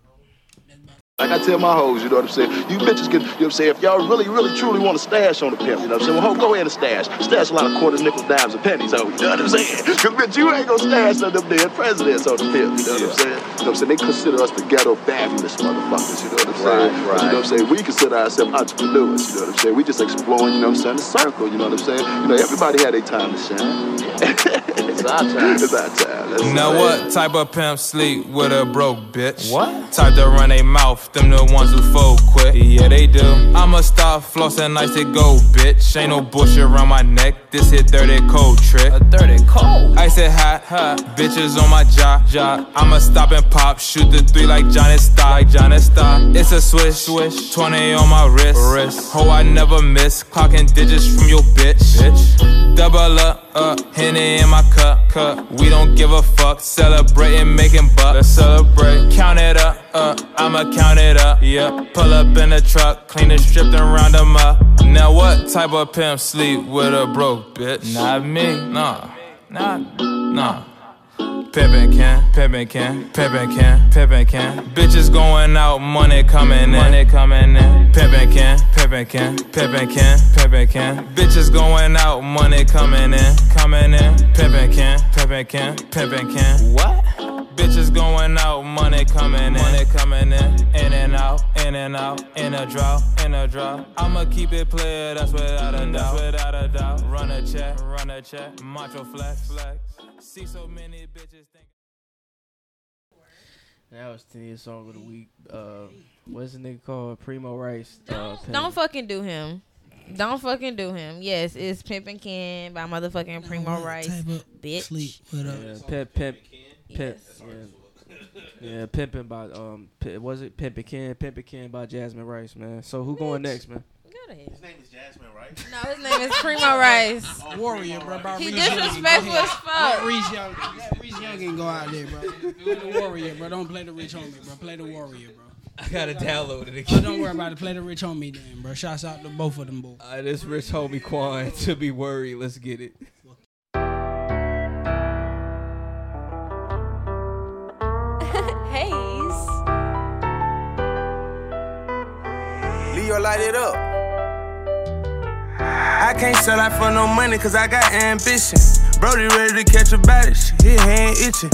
Speaker 28: Like I tell my hoes, you know what I'm saying? You bitches can, you know what I'm saying? If y'all really, really, truly want to stash on the pimp, you know what I'm saying? Well, ho, go ahead and stash. Stash a lot of quarters, nickels, dimes, and pennies, ho, you know what I'm saying? 'Cause bitch, you ain't gonna stash on them dead presidents on the pimp, you know what I'm saying? You know what I'm saying? They consider us the ghetto fabulous motherfuckers, you know what I'm saying?
Speaker 29: Right,
Speaker 28: You
Speaker 29: right.
Speaker 28: know what I'm saying? We consider ourselves entrepreneurs, you know what I'm saying? We just exploring, you know what I'm saying? The circle, you know what I'm saying? You know, everybody had their time to shine. it's our time. It's our time. That's
Speaker 27: Now
Speaker 28: right.
Speaker 27: what type of pimp sleep with a broke bitch? What? Type to run they mouth, them the ones who fold quit. Yeah, they do. I'ma stop flossing nice to go, bitch. Ain't no bullshit around my neck. This hit dirty cold trick. A dirty cold. I said hot, hot. Bitches on my job, job. I'ma stop and pop, shoot the three like Johnny Stock, like Johnny Stock. It's a swish, swish. 20 on my wrist, wrist. Ho, I never miss. Clocking digits from your bitch, bitch. Double up, up. Henny in my cup, cup. We don't give a fuck. Celebrating, making bucks. Let's celebrate. Count it up, up. I'ma count it up, yeah. Pull up in the truck, clean the strip, then round 'em up. Now what type of pimp sleep with a broke bitch? Not me, nah, nah, nah. Pimpin' can, pimpin' can, pimpin' can, pimpin' can. Bitches going out, money coming in, money coming in. Pimpin' can, pimpin' can, pimpin' can, pimpin' can. Bitches going out, money coming in, coming in. Pimpin' can, pimpin' can, pimpin' can. What? Bitches going out, money coming in, money coming in, in and out, in and out, in a drought, in a drought. I'ma keep it player, that's without a doubt, without a doubt. Run a check, run a check, macho flex, flex. See so many bitches think.
Speaker 8: That was Tania's song of the week. Uh, what's the nigga called? Primo Rice. uh, Penny.
Speaker 9: Don't fucking do him. Don't fucking do him. Yes, it's Pimpin' Ken by motherfucking Primo
Speaker 1: what
Speaker 9: Rice.
Speaker 1: type of
Speaker 9: Bitch.
Speaker 1: sleep would I-
Speaker 3: Yeah, pimp, pimp, pimp. Yeah. yeah, pimping by um, P- was it pimping Ken, pimping Ken by Jasmine Rice, man. So who going next, man?
Speaker 9: His
Speaker 11: name is Jasmine, right?
Speaker 9: No, his name is Primo Rice.
Speaker 1: Warrior, bro. About
Speaker 9: He
Speaker 1: Reese Young.
Speaker 9: disrespectful
Speaker 1: Go
Speaker 9: as
Speaker 1: ahead.
Speaker 9: fuck.
Speaker 1: Let Reese Young, let Reese Young can go out there, bro. Play the Warrior, bro. Don't play the rich homie, bro. Play the Warrior, bro.
Speaker 3: I gotta download it
Speaker 1: Oh, don't worry about it. Play the rich homie, then, bro. Shouts out to both of them, boys.
Speaker 3: Uh, this rich homie Quan to be worried. Let's get it.
Speaker 30: Haze.
Speaker 4: Leo light it up. I can't sell out for no money, cause I got ambition. Brody ready to catch a body, shit, his hand itching.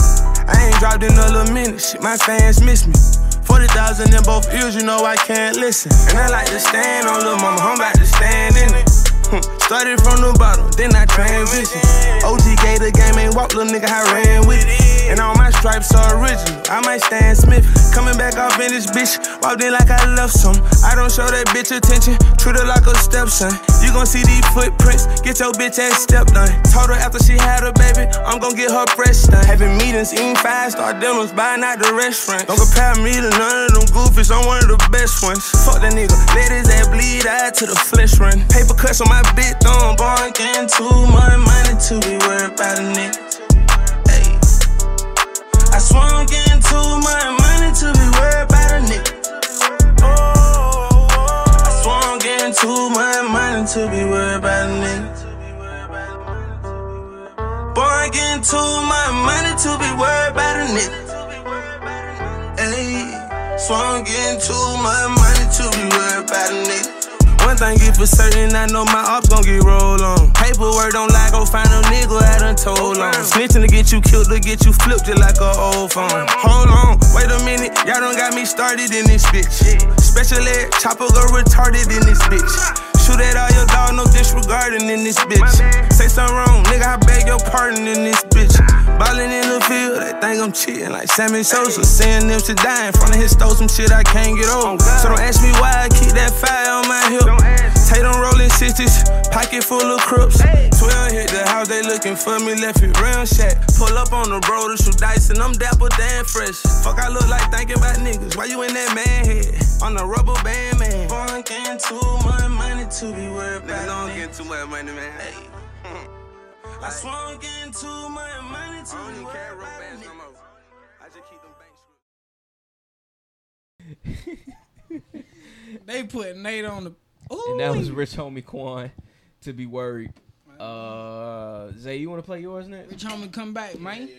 Speaker 4: I ain't dropped in a little minute, shit, my fans miss me. 40,000 in both ears, you know I can't listen. And I like to stand on little mama, I'm about to stand in it. Hmm, Started from the bottom, then I transitioned. OG gave the game, ain't walk, little nigga, I ran with it. And all my stripes are original, I might stand Smith. Coming back off in this bitch, walked in like I left some. I don't show that bitch attention, treat her like a stepson. You gon' see these footprints, get your bitch ass stepped on. Told her after she had her baby, I'm gon' get her fresh done. Having meetings, eating five star dinners, buying out the restaurant. Don't compare me to none of them goofies, I'm one of the best ones. Fuck that nigga, let his ass bleed out to the flesh run. Paper cuts on my big thumb, boy, I'm getting too much money to be worried about a nigga. Ayy. I swear I'm getting too much money to be worried about a nigga. Oh, I swear I'm getting too much money to be worried about a nigga. Boy, I'm getting too much money to be worried about a nigga. Ayy, so I'm getting too much money to be worried about a nigga. One thing is for certain, I know my ops gon' get roll on. Paperwork don't lie, go find a nigga I done told on. Snitching to get you killed, to get you flipped just like an old phone. Hold on, wait a minute, y'all done got me started in this bitch. Special ed, chopper go retarded in this bitch. Shoot at all your dog, no disregarding in this bitch. Say something wrong, nigga, I beg your pardon in this bitch. Ballin' in the field, they think I'm cheating like Sammy Sosa. Seeing them shit die in front of his stove, some shit I can't get over. So don't ask me why I keep that fire on my hip. Tatum rolling 60s, pocket full of crips. 12 hit the house, they looking for me, left it round shack. Pull up on the road to shoot dice, and I'm dapper damn fresh. Fuck, I look like thinking about niggas. Why you in that man head? On the rubber band, man. Boy, I'm getting too much money to be worried about. Nigga, don't get too much money, man. I swear I'm getting too much money to be worried about. no more. I just keep them banks.
Speaker 1: They put Nate on the. Ooh,
Speaker 3: And that was rich homie Quan to be worried. Uh, Zay, you want to play yours next?
Speaker 1: Rich homie, come back, man.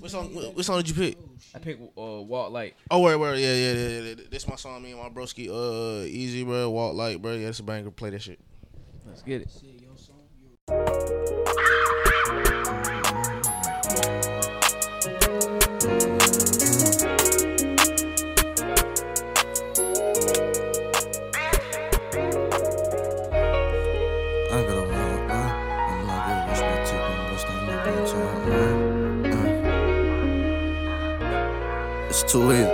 Speaker 11: What song? What song did you pick?
Speaker 3: I picked uh, Walk Light.
Speaker 11: Oh wait, wait, yeah, yeah, yeah, yeah. This my song, me and my broski, uh, easy, bro. Walk light, bro. Yeah, that's a banger. Play that shit.
Speaker 3: Let's get it.
Speaker 4: I got a lot of love. I'm like, I wish my tip and wish that nigga bitch on mine. Uh. It's too easy.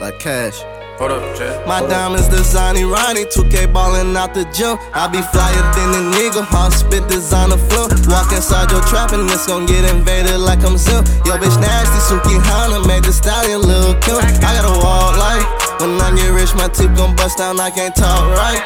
Speaker 4: Like cash. Hold up, Chad. My diamonds designing Ronnie, 2K ballin' out the gym. I be flyer than a nigga, hard spit designer flow. Walk inside your trap and it's gon' get invaded like I'm Zim. Yo, bitch nasty, Suki Hana, made the stallion Lil Kim. I got a wall like, when I get rich, my teeth gon' bust down, I can't talk right.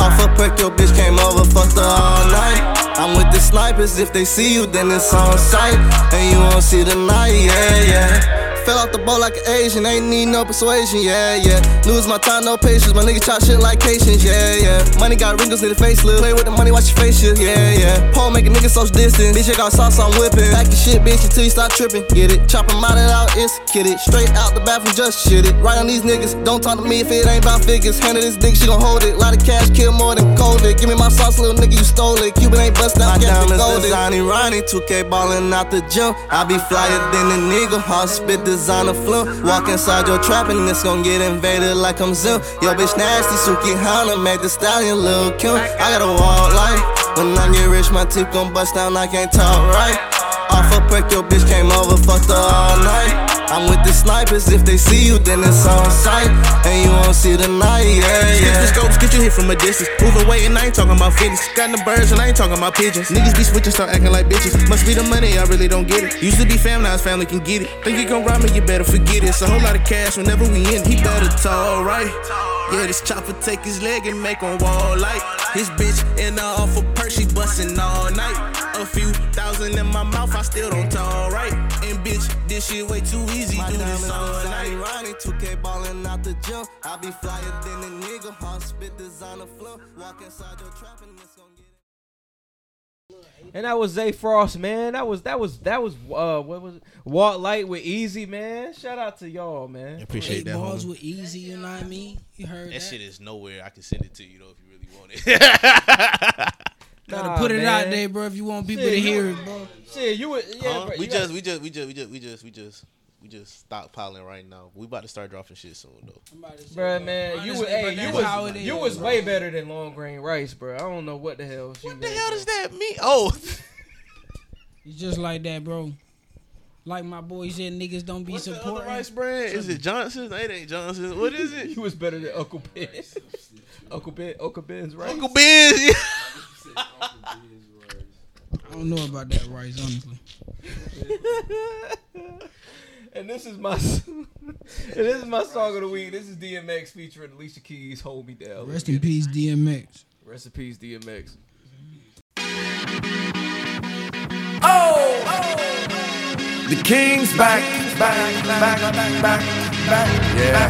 Speaker 4: Off a perk, your bitch came over, fucked her all night. I'm with the snipers, if they see you, then it's on sight. And you won't see the night, yeah, yeah.
Speaker 30: Fell off the boat like an Asian, ain't need no persuasion, yeah, yeah. Lose my time, no patience. My niggas chop shit like Cations, yeah, yeah. Money got wrinkles in the facelift. Play with the money, watch your face shit, yeah, yeah. Pole make a nigga social distance. Bitch, I got sauce, I'm whipping. Back your shit, bitch, until you start tripping. Get it? Chop 'em out and out, insecure it. Straight out the bathroom, just shit it. Right on these niggas, don't talk to me if it ain't about figures. Handle this dick, she gon' hold it. Lot of cash, kill more than COVID. Give me my sauce, little nigga, you stole it. Cuban ain't bust My out, gas been diamonds golden. designing Ronnie, 2K ballin' out the gym. I be flyer than a nigga, hard spit designer flim. Walk inside your trap and it's gon' get invaded like I'm Zim. Yo, bitch nasty, Suki Hana, make the stallion Lil Kim. I got a wall life. When I get rich, my teeth gon' bust down, I can't talk right. Off a perk, your bitch came over, fucked her all night. I'm with the snipers, if they see you, then it's on sight. And you won't see the night, yeah, yeah.
Speaker 12: The scopes get you hit from a distance. Moving weight and I ain't talking about fitness. Got the birds and I ain't talking about pigeons. Niggas be switching, start acting like bitches. Must be the money, I really don't get it. Used to be fam, now his family can get it. Think you gon' rob me, you better forget it. It's a whole lot of cash whenever we in. He better tall, right? Yeah, this chopper take his leg and make him wall like his bitch in the awful purse, she bustin' all night. A few thousand in my mouth, I still don't talk right. And bitch, this shit way too easy. Do this all night.
Speaker 30: Ronnie, 2K ballin' out the gym. I be flyer than a nigga, hard spit designer flim. Walk inside your trap and it's gon' get
Speaker 3: And that was Zay Frost, man. That was that was that was uh what was it? Walk Light with Easy, man. Shout out to y'all, man.
Speaker 11: Appreciate
Speaker 1: Eight
Speaker 11: that,
Speaker 1: balls
Speaker 11: homie.
Speaker 1: were easy, you know what I mean? You heard
Speaker 14: That
Speaker 1: that?
Speaker 14: shit is nowhere. I can send it to you though if you really want it.
Speaker 1: Gotta put it out there, bro, if you want people to hear it, bro.
Speaker 3: Shit, you would.
Speaker 1: yeah, bro,
Speaker 11: we
Speaker 1: you
Speaker 11: just,
Speaker 1: got-
Speaker 11: we just, we just, we just, we just, we just, we just stockpiling right now. We about to start dropping shit soon though.
Speaker 3: Bro, man, you
Speaker 11: Honestly,
Speaker 3: was, hey,
Speaker 11: bro,
Speaker 3: you
Speaker 11: that's
Speaker 3: was,
Speaker 11: how it
Speaker 3: you
Speaker 11: is,
Speaker 3: was
Speaker 11: bro.
Speaker 3: way better than long grain rice, bro. I don't know what the hell. What the hell
Speaker 11: does that mean? Oh,
Speaker 1: It's just like that, bro. Like my boy said, niggas don't be supporting.
Speaker 11: rice brand? Is it Johnson's? It ain't Johnson's. What is it?
Speaker 3: you was better than Uncle Ben. Uncle Ben, Uncle Ben's right.
Speaker 11: Uncle Ben's, yeah.
Speaker 1: I don't know about that rice, honestly.
Speaker 3: and this is my, and this is my song of the week. This is DMX featuring Alicia Keys. Hold me down.
Speaker 1: Rest in peace, DMX.
Speaker 3: Recipes DMX.
Speaker 7: Oh! The king's back, back, back, back, back, back, yeah.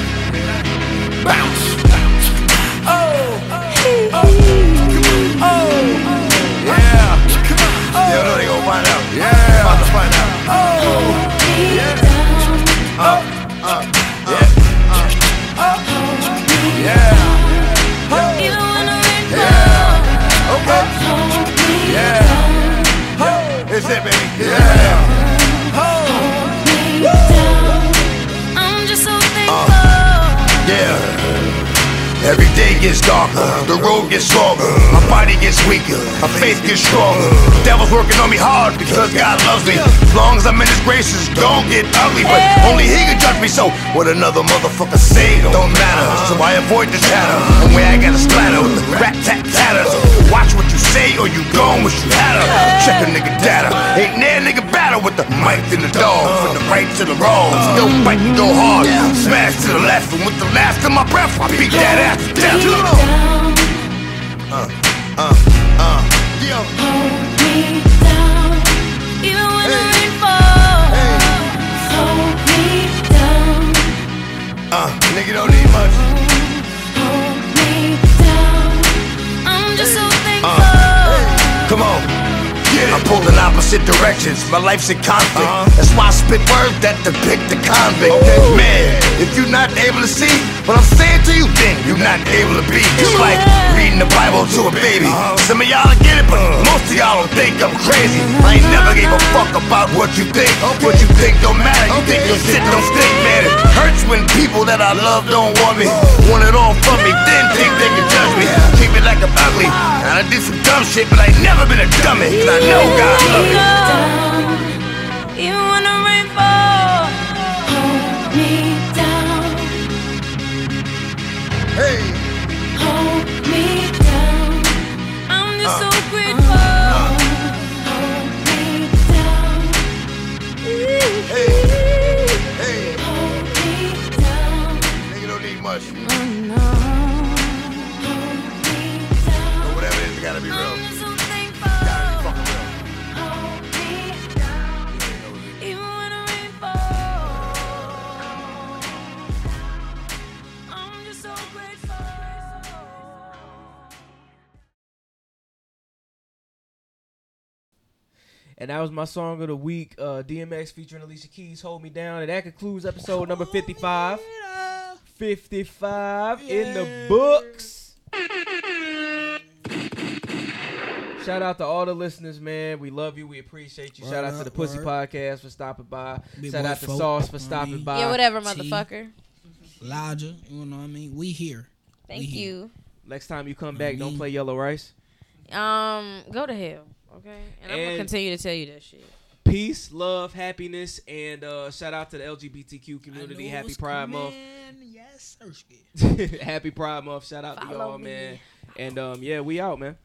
Speaker 7: Bounce. Oh, oh, oh, oh, yeah. Yo, no, they gon' find out. Yeah, about to find out. Oh, yeah. Uh, uh, yeah. Uh, yeah. Yeah. Okay. Yeah. It's it, Oh. baby. Yeah.
Speaker 30: I'm just so
Speaker 7: Uh, yeah. Every day gets darker, the road gets longer, my body gets weaker, my faith gets stronger. Devil's working on me hard because God loves me. As long as I'm in His graces, don't get ugly, but only He can judge me. So what another motherfucker say don't matter. So I avoid the chatter, and where I gotta splatter with the rat tat tatter. So watch what you say or you gon' wish you had her. Check a nigga data, ain't there nigga battle with the mic and the dog, from the right to the wrong. Still biting, go hard, smash to the left, and with the last of my breath, I beat that ass to death. Uh, uh, uh, yeah. Uh, nigga don't need much. Uh, come on. I'm pulling opposite directions. My life's a conflict. That's why I spit words that depict the convict. Man, if you're not able to see what I'm saying to you, then you're not able to be. It's like reading the Bible to a baby. Some of y'all get it, but most of y'all don't think I'm crazy. I ain't never gave a fuck about what you think. What you think don't matter. You think your shit don't stink, man. It hurts when people that I love don't want me. Want it all from me, then think they can judge me. Treat me like I'm ugly. And I did some dumb shit, but I ain't never been a dummy. 'cause I know God love me. Nigga don't need much. But whatever it is, it gotta be real. Gotta be fucking real.
Speaker 3: And that was my song of the week, uh, DMX featuring Alicia Keys, Hold Me Down. And that concludes episode number 55. 55 in the books. Shout out to all the listeners, man. We love you. We appreciate you. Shout out to the Pussy Podcast for stopping by.
Speaker 1: Big
Speaker 3: Shout
Speaker 1: boy
Speaker 3: out to
Speaker 1: folk,
Speaker 3: Sauce for
Speaker 1: you know what I
Speaker 3: stopping
Speaker 1: mean?
Speaker 3: by.
Speaker 9: Yeah, whatever,
Speaker 1: T.
Speaker 9: motherfucker.
Speaker 1: Elijah, you know what I mean? We here.
Speaker 9: Thank
Speaker 1: We here.
Speaker 9: you.
Speaker 3: Next time you come back, don't play Yellow Rice.
Speaker 9: Um, go to hell. Okay, and, I'm gonna
Speaker 3: And-
Speaker 9: continue to tell you that shit.
Speaker 3: Peace, love, happiness, and uh, shout out to the LGBTQ community.
Speaker 1: know
Speaker 3: Happy
Speaker 1: what's
Speaker 3: Pride
Speaker 1: coming.
Speaker 3: Month.
Speaker 1: Yes, sir.
Speaker 3: Happy Pride Month. Shout out to
Speaker 1: Follow
Speaker 3: y'all,
Speaker 1: me.
Speaker 3: man. And um, yeah, we out, man.